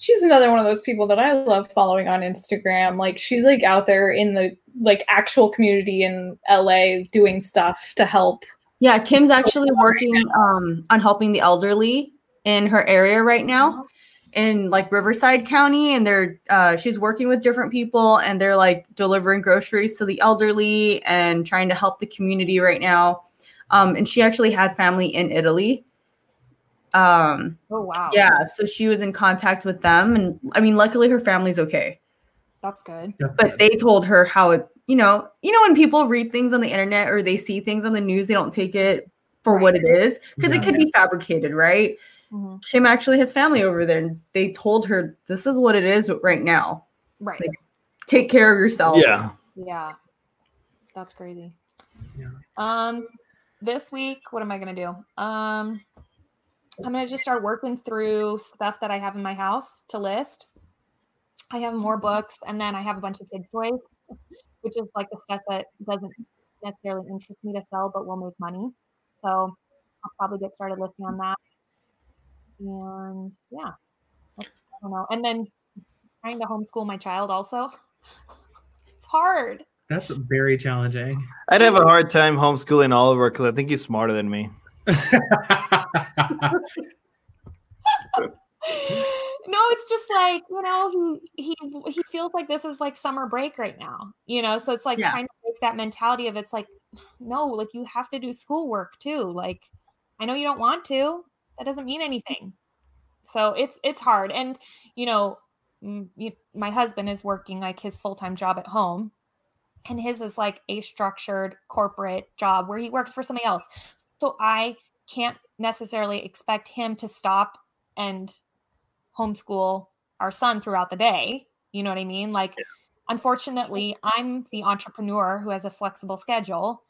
Speaker 5: She's another one of those people that I love following on Instagram. Like she's like out there in the like actual community in LA doing stuff to help.
Speaker 4: yeah kim's actually working um on helping the elderly in her area right now in like riverside county and they're uh she's working with different people and they're like delivering groceries to the elderly and trying to help the community right now um and she actually had family in italy um
Speaker 3: Oh wow.
Speaker 4: yeah so she was in contact with them and i mean luckily her family's okay
Speaker 3: That's good.
Speaker 1: That's
Speaker 4: but
Speaker 1: good.
Speaker 4: they told her how it you know you know when people read things on the internet or they see things on the news they don't take it for what it is because it
Speaker 1: Yeah.
Speaker 4: could be fabricated right
Speaker 3: Mhm.
Speaker 4: kim actually has family over there and they told her this is what it is right now
Speaker 3: Right.
Speaker 4: Like- take care of yourself
Speaker 2: Yeah.
Speaker 3: Yeah. That's crazy.
Speaker 1: Yeah.
Speaker 3: Um this week, what am I gonna do? Um I'm gonna just start working through stuff that I have in my house to list. I have more books and then I have a bunch of kids' toys, which is like the stuff that doesn't necessarily interest me to sell but will make money. So I'll probably get started listing on that. And yeah. That's- I don't know. And then trying to homeschool my child also. It's hard.
Speaker 1: That's very challenging.
Speaker 2: I'd have a hard time homeschooling Oliver because I think he's smarter than me.
Speaker 3: no, it's just like you know he he he feels like this is like summer break right now, you know. So it's like
Speaker 4: Yeah.
Speaker 3: trying to break that mentality of it's like <sighs> no, like you have to do schoolwork too. Like I know you don't want to, that doesn't mean anything. So it's it's hard, and you know, m- you, my husband is working like his full time job at home, and his is like a structured corporate job where he works for somebody else. So I can't necessarily expect him to stop and homeschool our son throughout the day. You know what I mean? Like, unfortunately, I'm the entrepreneur who has a flexible schedule.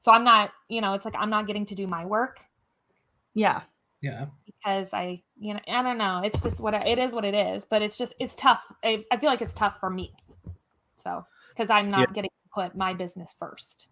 Speaker 3: So I'm not, you know, it's like I'm not getting to do my work
Speaker 4: yeah
Speaker 1: yeah.
Speaker 3: because I, you know, I don't know. It's just what I, it is, what it is. But it's just, it's tough. I, I feel like it's tough for me. So, because I'm not getting to put my business first.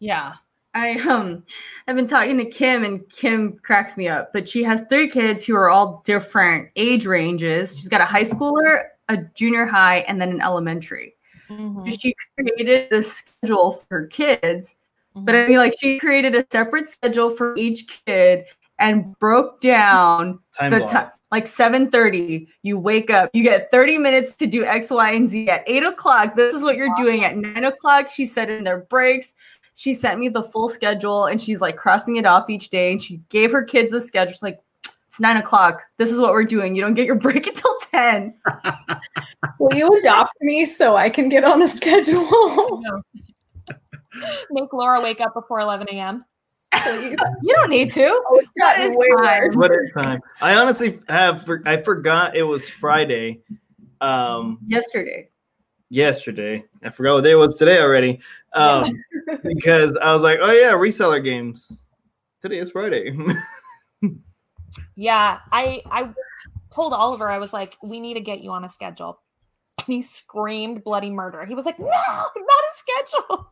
Speaker 4: Yeah. I um I've been talking to Kim and Kim cracks me up, but she has three kids who are all different age ranges. She's got a high schooler, a junior high, and then an elementary.
Speaker 3: Mhm,
Speaker 4: She created this schedule for her kids, but I mean like she created a separate schedule for each kid and broke down
Speaker 2: Time
Speaker 4: the
Speaker 2: block.
Speaker 4: time like 7.30 you wake up you get 30 minutes to do x y and z at 8 o'clock this is what you're doing at 9 o'clock she said in their breaks she sent me the full schedule and she's like crossing it off each day and she gave her kids the schedule she's like it's 9 o'clock this is what we're doing you don't get your break <laughs> until 10
Speaker 5: Will you adopt me so I can get on a <laughs> schedule?
Speaker 4: <laughs>
Speaker 3: mhm. mm-hmm. <laughs> Make Laura wake up before 11 a.m.
Speaker 4: you don't need to That is fine.
Speaker 2: What a time. I honestly have for, I forgot it was Friday. Um
Speaker 4: yesterday
Speaker 2: yesterday. I forgot what day it was today already. Um, because I was like, oh yeah, reseller games. Today is Friday. <laughs>
Speaker 3: Yeah, I I told Oliver I was like, we need to get you on a schedule. And he screamed bloody murder. He was like, no, not a schedule.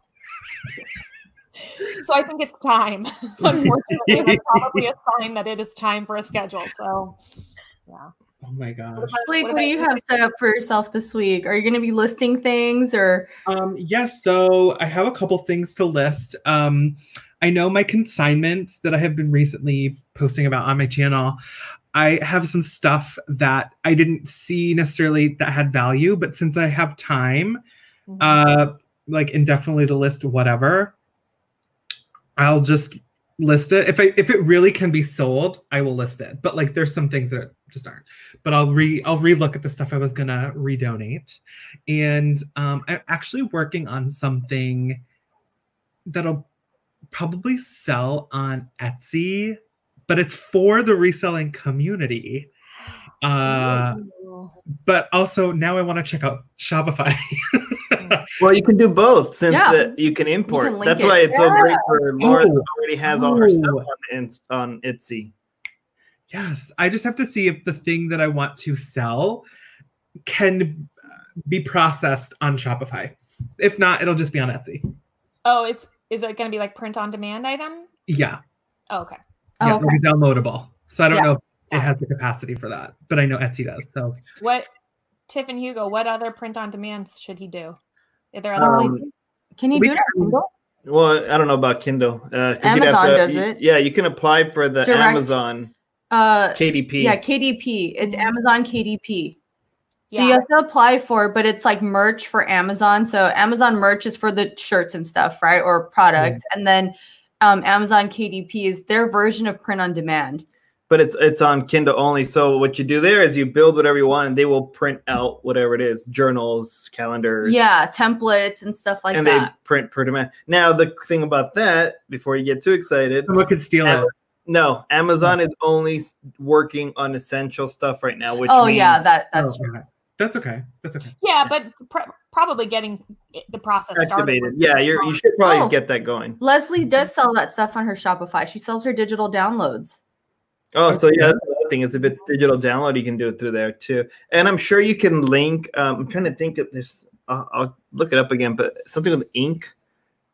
Speaker 3: so I think it's time. Unfortunately, that's probably a sign that it is time for a schedule. So yeah,
Speaker 1: Oh my gosh.
Speaker 4: Blake, what,
Speaker 5: What
Speaker 4: do you
Speaker 5: about
Speaker 4: have set up for yourself this week? Are you going to be listing things or
Speaker 1: Um, yes, so I have a couple things to list. Um, I know my consignments that I have been recently posting about on my channel. I have some stuff that I didn't see necessarily that had value, but since I have time, uh, like indefinitely to list whatever, I'll just list it. If I if it really can be sold, I will list it. But like, there's some things that just aren't. But I'll re I'll relook at the stuff I was gonna redonate and um, I'm actually working on something that'll probably sell on Etsy, but it's for the reselling community. Uh, but also now I want to check out Shopify. <laughs>
Speaker 2: Well, you can do both since
Speaker 4: Yeah.
Speaker 2: uh, you can import.
Speaker 4: link
Speaker 2: That's
Speaker 4: it.
Speaker 2: why it's so great for Laura
Speaker 1: Oh.
Speaker 2: that already has all her stuff
Speaker 1: Oh.
Speaker 2: on, Ins- on Etsy.
Speaker 1: yes, I just have to see if the thing that I want to sell can uh, be processed on Shopify. If not, it'll just be on Etsy.
Speaker 3: Oh, it's is it going to be like print on demand item?
Speaker 1: Yeah,
Speaker 3: Oh, okay.
Speaker 4: Oh,
Speaker 1: yeah, it'll be downloadable. So I don't
Speaker 4: Yeah.
Speaker 1: know if it has the capacity for that, but I know Etsy does. So
Speaker 3: What Tiff and Hugo? What other print on demands should he do? Are there other
Speaker 2: Um,
Speaker 3: places?
Speaker 4: can you
Speaker 1: We
Speaker 4: do it? on Kindle?
Speaker 2: Well, I don't know about Kindle. Uh, 'cause you'd have
Speaker 4: Amazon
Speaker 2: to-
Speaker 4: does
Speaker 2: you-
Speaker 4: it.
Speaker 2: Yeah, you can apply for the
Speaker 4: Direct.
Speaker 2: Amazon
Speaker 4: Uh,
Speaker 2: KDP.
Speaker 4: yeah, KDP. It's Amazon KDP. So you
Speaker 3: Yeah.
Speaker 4: have to apply for, it, but it's like merch for Amazon. So Amazon merch is for the shirts and stuff, right? Or products, and then um, Amazon KDP is their version of print on demand.
Speaker 2: but it's it's on Kindle only. So what you do there is you build whatever you want, and they will print out whatever it is, journals, calendars.
Speaker 4: Yeah, templates and stuff like
Speaker 2: and they
Speaker 4: that.
Speaker 2: print pretty much. Now the thing about that, before you get too excited,
Speaker 1: someone could steal it.
Speaker 2: no, Amazon is only s- working on essential stuff right now. Which
Speaker 4: Oh
Speaker 2: means,
Speaker 4: yeah, that that's
Speaker 1: Oh,
Speaker 4: true.
Speaker 1: okay. That's okay. That's okay.
Speaker 3: Yeah, but pr- probably getting it- the process started.
Speaker 2: activated.
Speaker 3: would be
Speaker 2: Yeah, you're, you
Speaker 3: fine.
Speaker 2: should probably
Speaker 4: Oh.
Speaker 2: get that going.
Speaker 4: Leslie does sell that stuff on her Shopify. She sells her digital downloads.
Speaker 2: Oh, so yeah, that's the other thing is if it's digital download, you can do it through there too. And I'm sure you can link. Um, I'm trying to think of this. I'll, I'll look it up again, but something with ink,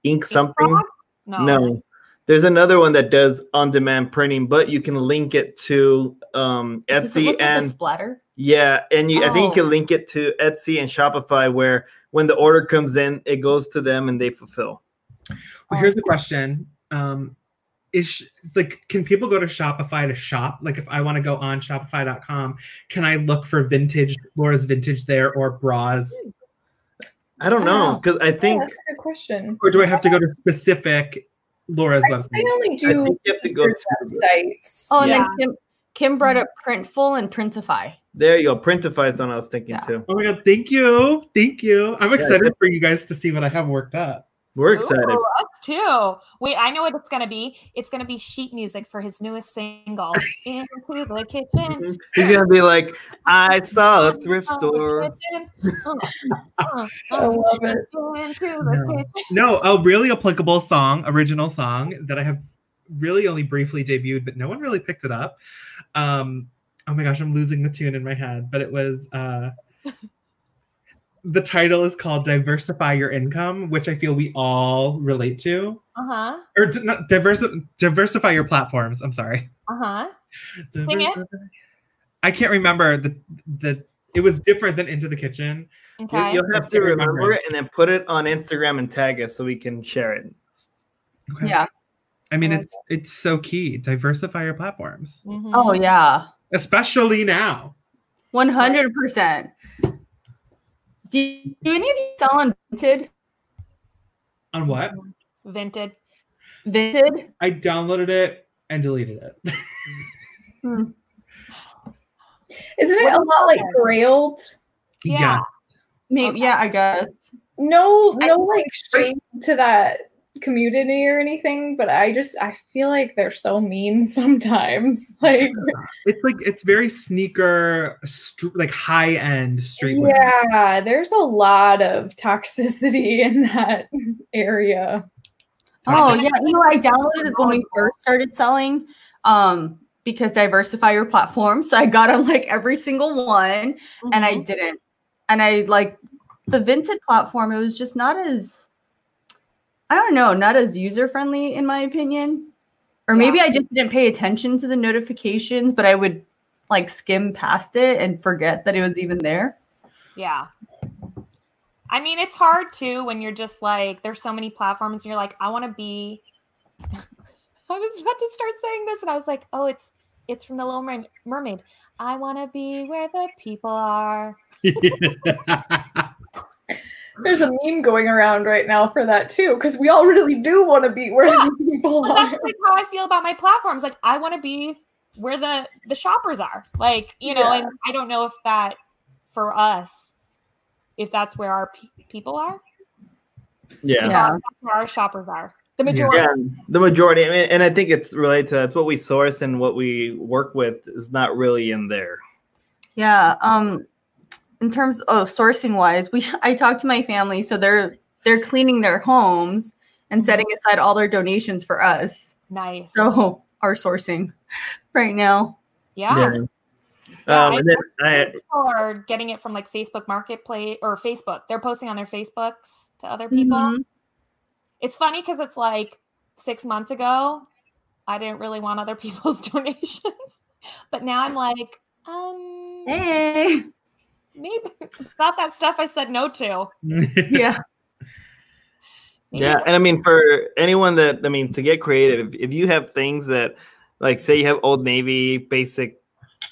Speaker 2: ink something.
Speaker 3: Frog? No.
Speaker 2: No. There's another one that does on-demand printing, but you can link it to um,
Speaker 4: Does it
Speaker 2: Etsy
Speaker 4: look like a
Speaker 2: and
Speaker 4: splatter.
Speaker 2: yeah, and you, I think you
Speaker 4: Oh.
Speaker 2: can link it to Etsy and Shopify, where when the order comes in, it goes to them and they fulfill.
Speaker 1: Well, here's the question: um, Is sh- like, can people go to Shopify to shop? Like, if I want to go on Shopify.com, can I look for vintage Laura's vintage there or bras,
Speaker 2: I don't know
Speaker 4: Wow.
Speaker 2: because I
Speaker 5: Yeah,
Speaker 2: think
Speaker 5: that's a good question.
Speaker 1: or do I have to go to specific Laura's
Speaker 5: They
Speaker 1: website?
Speaker 5: only
Speaker 2: I
Speaker 5: do
Speaker 2: think you have to go
Speaker 5: research
Speaker 2: to-
Speaker 5: websites.
Speaker 4: Oh,
Speaker 3: Yeah.
Speaker 4: and then Kim, Kim brought up Printful and Printify.
Speaker 2: there you go. Printify is one I was thinking
Speaker 4: Yeah.
Speaker 2: too.
Speaker 1: Oh my god! Thank you, thank you. I'm excited for you guys to see what I have worked up.
Speaker 2: We're excited.
Speaker 3: Ooh, us too. Wait, I know what it's gonna be. It's gonna be sheet music for his newest
Speaker 2: <laughs>
Speaker 3: single, "Into the Kitchen."
Speaker 2: Mhm. He's gonna be like, I saw a thrift
Speaker 3: Oh,
Speaker 2: store.
Speaker 3: Kitchen.
Speaker 5: <laughs>
Speaker 3: Uh, uh,
Speaker 5: I
Speaker 3: uh,
Speaker 5: love it.
Speaker 3: Into the kitchen.
Speaker 1: No, a really applicable song, original song that I have really only briefly debuted, but no one really picked it up. Um, oh my gosh, I'm losing the tune in my head, but it was uh, the title is called "Diversify Your Income," which I feel we all relate to,
Speaker 3: Uh huh.
Speaker 1: or d- not diversi- diversify your platforms. I'm sorry.
Speaker 3: Uh huh. it.
Speaker 1: Diversify. I can't remember the the. It was different than Into the Kitchen.
Speaker 2: You-
Speaker 3: Okay.
Speaker 2: You'll have to remember it and then put it on Instagram and tag us so we can share it.
Speaker 1: Okay.
Speaker 4: Yeah.
Speaker 1: I mean,
Speaker 3: I like
Speaker 1: it's it's so key. Diversify your platforms,
Speaker 3: Mhm.
Speaker 4: Oh yeah.
Speaker 1: especially now.
Speaker 4: One hundred percent. Do do any of you sell on Vinted?
Speaker 1: On what?
Speaker 3: Vinted.
Speaker 4: Vinted?
Speaker 1: I downloaded it and deleted it. <laughs>
Speaker 5: Isn't it a lot like grailed?
Speaker 3: Yeah.
Speaker 4: Maybe
Speaker 3: Okay.
Speaker 4: yeah, I guess.
Speaker 5: No,
Speaker 3: I
Speaker 5: no, like shame to that community or anything. But I just I feel like they're so mean <laughs> sometimes. Like
Speaker 1: It's like it's very sneaker, str- like high end streetwear.
Speaker 5: Yeah, there's a lot of toxicity <laughs> in that area.
Speaker 1: <laughs>
Speaker 4: Oh
Speaker 1: Okay.
Speaker 4: yeah, you know I downloaded it when we first started selling, um, because diversify your platform. So I got on like every single one, and I
Speaker 3: Mhm.
Speaker 4: didn't. And I like the Vinted platform. It was just not as, I don't know, not as user friendly in my opinion. Or maybe I just didn't pay attention to the notifications, but I would like skim past it and forget that it was even there.
Speaker 3: Yeah. I mean, it's hard too when you're just like, there's so many platforms and you're like, I want to be. <laughs> I was about to start saying this and I was like, oh, it's it's from the Little Mer- Mermaid. I want to be where the people are.
Speaker 5: There's a meme going around right now for that too, because we all really do want to be where <laughs>
Speaker 3: Yeah.
Speaker 5: the people
Speaker 3: But
Speaker 5: are.
Speaker 3: that's like how I feel about my platforms. Like, I want to be where the the shoppers are. Like, you know,
Speaker 5: Yeah.
Speaker 3: and I don't know if that for us, if that's where our pe- people are,
Speaker 2: Yeah.
Speaker 4: Yeah.
Speaker 3: where our shoppers are. The
Speaker 1: Yeah.
Speaker 3: majority.
Speaker 2: Yeah, the majority, I mean, and I think it's related to that's what we source and what we work with is not really in there.
Speaker 4: Yeah. Um, in terms of sourcing wise, we <laughs> I talked to my family, so they're they're cleaning their homes and setting aside all their donations for us.
Speaker 3: Nice.
Speaker 4: So <laughs> our sourcing right now.
Speaker 3: yeah. Yeah,
Speaker 2: Um,
Speaker 3: I-
Speaker 2: and then I,
Speaker 3: people are getting it from like Facebook Marketplace or Facebook. They're posting on their Facebooks to other people.
Speaker 4: Mhm.
Speaker 3: It's funny because it's like six months ago, I didn't really want other <laughs> people's donations, but now I'm like, um,
Speaker 4: Hey.
Speaker 3: maybe about that stuff I said no to.
Speaker 4: Yeah.
Speaker 3: Maybe
Speaker 2: Yeah, and I mean for anyone that I mean to get creative, if, if you have things that like say you have old navy basic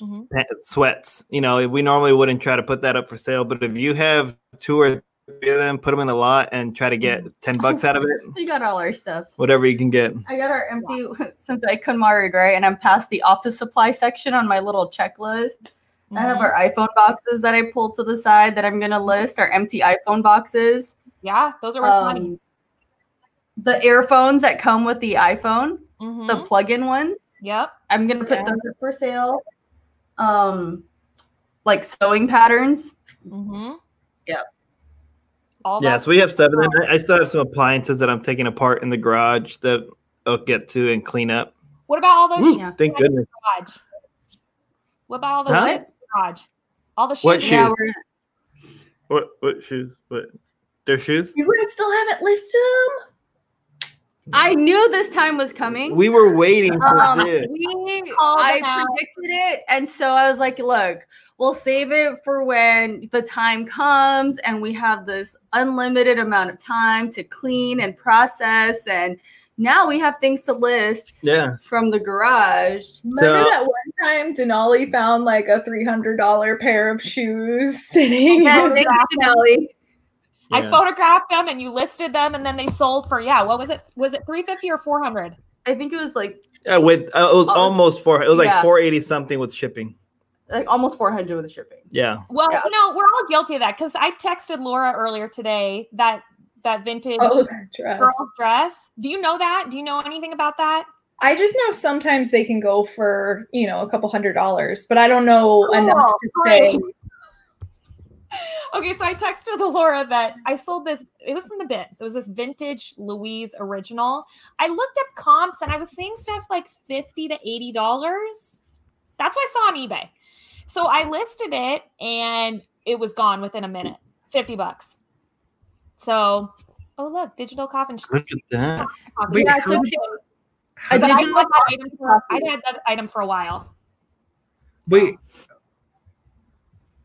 Speaker 3: Mhm.
Speaker 2: pa- sweats, you know, we normally wouldn't try to put that up for sale, but if you have two or three of them, put them in a lot and try to get
Speaker 3: Mm-hmm.
Speaker 2: 10 bucks out of it,
Speaker 4: We got all our stuff.
Speaker 2: whatever you can get.
Speaker 4: I got our empty <laughs> since I KonMari, right? And I'm past the office supply section on my little checklist. I have
Speaker 3: Mhm.
Speaker 4: our iPhone boxes that I pulled to the side that I'm gonna list, our empty iPhone boxes.
Speaker 3: yeah, those are worth money.
Speaker 4: Um, the earphones that come with the iPhone, the
Speaker 3: Mhm.
Speaker 4: plug-in ones.
Speaker 3: yep.
Speaker 4: I'm gonna put
Speaker 5: Yeah.
Speaker 4: those up for sale. Um, like sewing patterns.
Speaker 3: Mm-hmm.
Speaker 4: Yep.
Speaker 3: All
Speaker 2: Yeah,
Speaker 3: that-
Speaker 2: so we have stuff. And I, I still have some appliances that I'm taking apart in the garage that I'll get to and clean up.
Speaker 3: What about all those
Speaker 2: Woo,
Speaker 3: shit
Speaker 4: Yeah.
Speaker 2: Thank goodness.
Speaker 3: garage? What about all those
Speaker 2: Huh?
Speaker 3: shit garage? All the shit
Speaker 2: What
Speaker 3: in the
Speaker 2: shoes?
Speaker 4: we're-
Speaker 2: What what shoes? What their shoes?
Speaker 5: You guys still haven't listed them?
Speaker 4: I knew this time was coming.
Speaker 2: We were waiting for
Speaker 4: um,
Speaker 2: this.
Speaker 4: we, <laughs>
Speaker 3: Call
Speaker 4: I
Speaker 3: them out.
Speaker 4: predicted it, and so I was like, "Look, we'll save it for when the time comes, and we have this unlimited amount of time to clean and process." And now we have things to list
Speaker 2: Yeah.
Speaker 4: from the garage.
Speaker 5: Remember
Speaker 2: So-
Speaker 5: that one time Denali found like a three hundred dollar pair of shoes <laughs> sitting.
Speaker 4: Yeah,
Speaker 5: out
Speaker 4: <laughs> thank
Speaker 5: back?
Speaker 4: you, Denali.
Speaker 3: I
Speaker 2: Yeah.
Speaker 3: photographed them and you listed them and then they sold for yeah, what was it? Was it 350 or 400?
Speaker 4: I think it was like
Speaker 2: Yeah, with uh, it was
Speaker 4: Oh, it's-
Speaker 2: almost four. It was
Speaker 4: yeah.
Speaker 2: like four eighty something with shipping.
Speaker 4: like almost 400 with the shipping.
Speaker 2: Yeah,
Speaker 3: Well,
Speaker 4: Yeah.
Speaker 3: you know, we're all guilty of that cuz I texted Laura earlier today that that vintage
Speaker 5: Oh, <laughs> that dress.
Speaker 3: girl's dress. Do you know that? Do you know anything about that?
Speaker 5: I just know sometimes they can go for you know a couple hundred dollars, but I don't know enough
Speaker 3: Oh,
Speaker 5: to
Speaker 3: great.
Speaker 5: say.
Speaker 3: Okay, so I texted <laughs> Laura that I sold this. It was from the bins. It was this vintage Louise original. I looked up comps and I was seeing stuff like fifty to eighty dollars. That's what I saw on eBay. So I listed it and it was gone within a minute. Fifty bucks. So, oh look, digital coffin. Shop.
Speaker 2: look at that.
Speaker 3: Coffee.
Speaker 1: Wait,
Speaker 3: yeah,
Speaker 1: how
Speaker 3: so
Speaker 1: much-
Speaker 3: cute.
Speaker 4: A
Speaker 3: But I had
Speaker 4: digital
Speaker 3: that item for, I had that item for a while.
Speaker 1: Wait.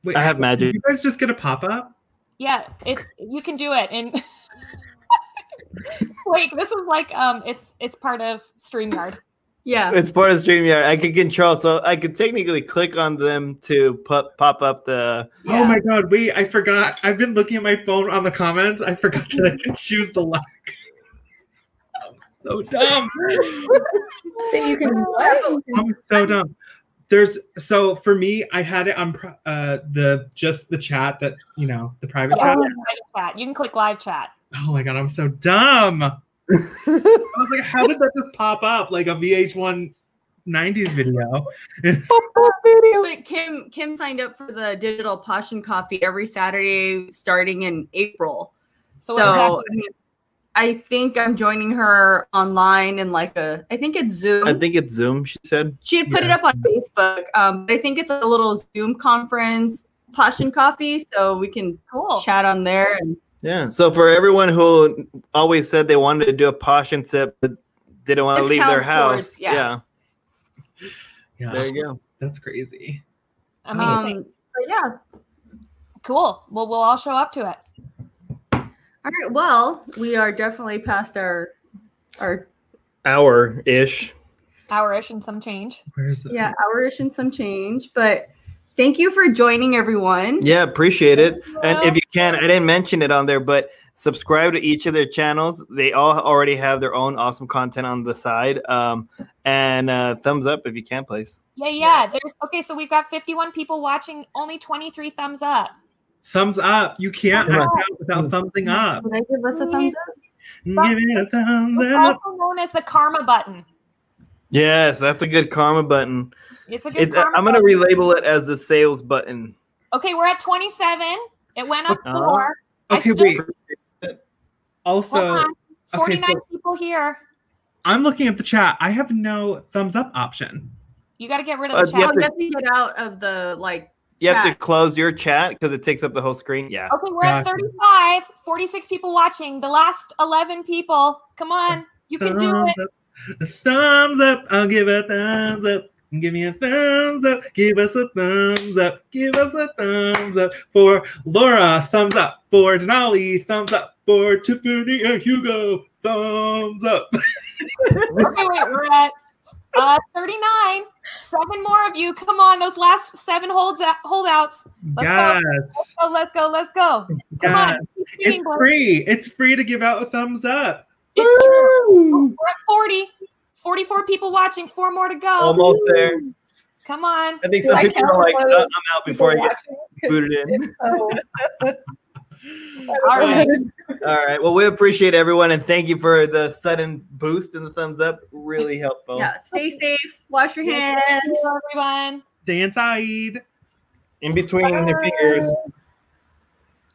Speaker 1: Wait,
Speaker 2: I have
Speaker 1: did
Speaker 2: magic.
Speaker 1: you guys just get a pop up?
Speaker 3: Yeah, it's you can do it and <laughs> Wait, this is like um it's it's part of StreamYard.
Speaker 4: Yeah.
Speaker 2: It's part of Streamyard. I can control, so I could technically click on them to pop pop up the.
Speaker 1: Oh
Speaker 4: Yeah.
Speaker 1: my god, wait, I forgot. I've been looking at my phone on the comments. I forgot that I could choose the lock. so <laughs> dumb.
Speaker 5: That you can
Speaker 1: I was so dumb. There's so for me, I had it on pri- uh the just the chat that you know the private
Speaker 3: Yeah,
Speaker 1: chat.
Speaker 3: live chat. You can click live chat.
Speaker 1: Oh my god, I'm so dumb. I was like, how did that just pop up like a VH1 90s video?
Speaker 4: But Kim Kim signed up for the digital passion coffee every Saturday starting in April.
Speaker 3: So
Speaker 4: So,
Speaker 3: what does that
Speaker 4: I, mean, I think I'm joining her online in like a I think it's Zoom.
Speaker 2: I think it's Zoom. She said.
Speaker 4: she had put
Speaker 1: Yeah.
Speaker 4: it up on Facebook. Um, but I think it's a little Zoom conference, passion coffee, so we can
Speaker 3: Cool.
Speaker 4: chat on there and
Speaker 2: Yeah. So for everyone who always said they wanted to do a passion sip but didn't want to
Speaker 4: This
Speaker 2: leave their
Speaker 4: counts towards-
Speaker 2: house,
Speaker 4: yeah.
Speaker 2: yeah.
Speaker 1: Yeah.
Speaker 2: there you go.
Speaker 1: That's crazy.
Speaker 3: Amazing.
Speaker 4: Um, but yeah.
Speaker 3: cool. Well, we'll all show up to it.
Speaker 4: All right. Well, we are definitely past our our
Speaker 2: Hour ish.
Speaker 3: Hour-ish and some change.
Speaker 1: Where's the
Speaker 4: yeah hour-ish and some change. But thank you for joining everyone.
Speaker 2: Yeah, appreciate it. And
Speaker 3: Well- um,
Speaker 2: if you can, I didn't mention it on there, but subscribe to each of their channels. They all already have their own awesome content on the side. Um, and uh, thumbs up if you can, please.
Speaker 3: Yeah, yeah. There's okay, so we've got 51 people watching, only 23 thumbs up.
Speaker 1: thumbs up? You can't
Speaker 2: Yeah.
Speaker 1: act out without thumbsing up.
Speaker 4: Did I give us a thumbs up?
Speaker 1: Give it a thumbs
Speaker 3: It's
Speaker 1: up.
Speaker 3: also known as the karma button.
Speaker 2: Yes, that's a good karma button.
Speaker 3: It's a good
Speaker 2: It, uh,
Speaker 3: karma
Speaker 2: I'm going to
Speaker 3: button.
Speaker 2: relabel it as the sales button.
Speaker 3: Okay, we're at 27. It went up
Speaker 2: Uh,
Speaker 3: four. I
Speaker 1: Okay,
Speaker 3: still-
Speaker 1: wait.
Speaker 3: Hold
Speaker 1: Also,
Speaker 3: on. 49
Speaker 1: so-
Speaker 3: people here.
Speaker 1: I'm looking at the chat. I have no thumbs up option.
Speaker 3: You got to get rid
Speaker 2: Uh,
Speaker 3: of the
Speaker 2: yeah,
Speaker 3: chat.
Speaker 4: Oh, you have to get out of the like.
Speaker 2: You have to
Speaker 4: Chat.
Speaker 2: close your chat because it takes up the whole screen. Yeah.
Speaker 3: Okay, we're at
Speaker 1: Gotcha.
Speaker 3: 35, 46 people watching. The last 11 people. Come on. You can do it.
Speaker 1: Thumbs up. Thumbs up. I'll give a thumbs up. Give me a thumbs up. Give us a thumbs up. Give us a thumbs up for Laura. Thumbs up for Denali. Thumbs up for Tiffany and Hugo. Thumbs up.
Speaker 3: Okay, wait, we're at uh, 39. Seven more of you. Come on, those last seven holds holdouts. Let's
Speaker 1: yes.
Speaker 3: Oh, let's go, let's go. Come
Speaker 1: yes.
Speaker 3: on. keep shooting,
Speaker 1: It's
Speaker 3: boys.
Speaker 1: free. It's free to give out a thumbs up.
Speaker 3: It's true. Oh, We're
Speaker 1: Woo!
Speaker 3: at 40. 44 people watching. Four more to go.
Speaker 2: Almost there.
Speaker 3: Come on.
Speaker 2: I think some
Speaker 5: I
Speaker 2: people
Speaker 5: count
Speaker 2: are like,
Speaker 5: one of
Speaker 2: "Uh,
Speaker 5: those
Speaker 2: I'm out before I get. booted in.
Speaker 3: oh.
Speaker 5: <laughs>
Speaker 3: All right.
Speaker 2: All right. Well, we appreciate everyone and thank you for the sudden boost and the thumbs up. Really helpful.
Speaker 4: Yeah. Stay safe. Wash your
Speaker 3: Thank
Speaker 4: hands.
Speaker 3: you, everyone.
Speaker 1: Stay inside.
Speaker 2: In between the fingers.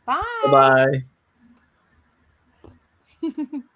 Speaker 3: Bye. <laughs>
Speaker 2: Bye.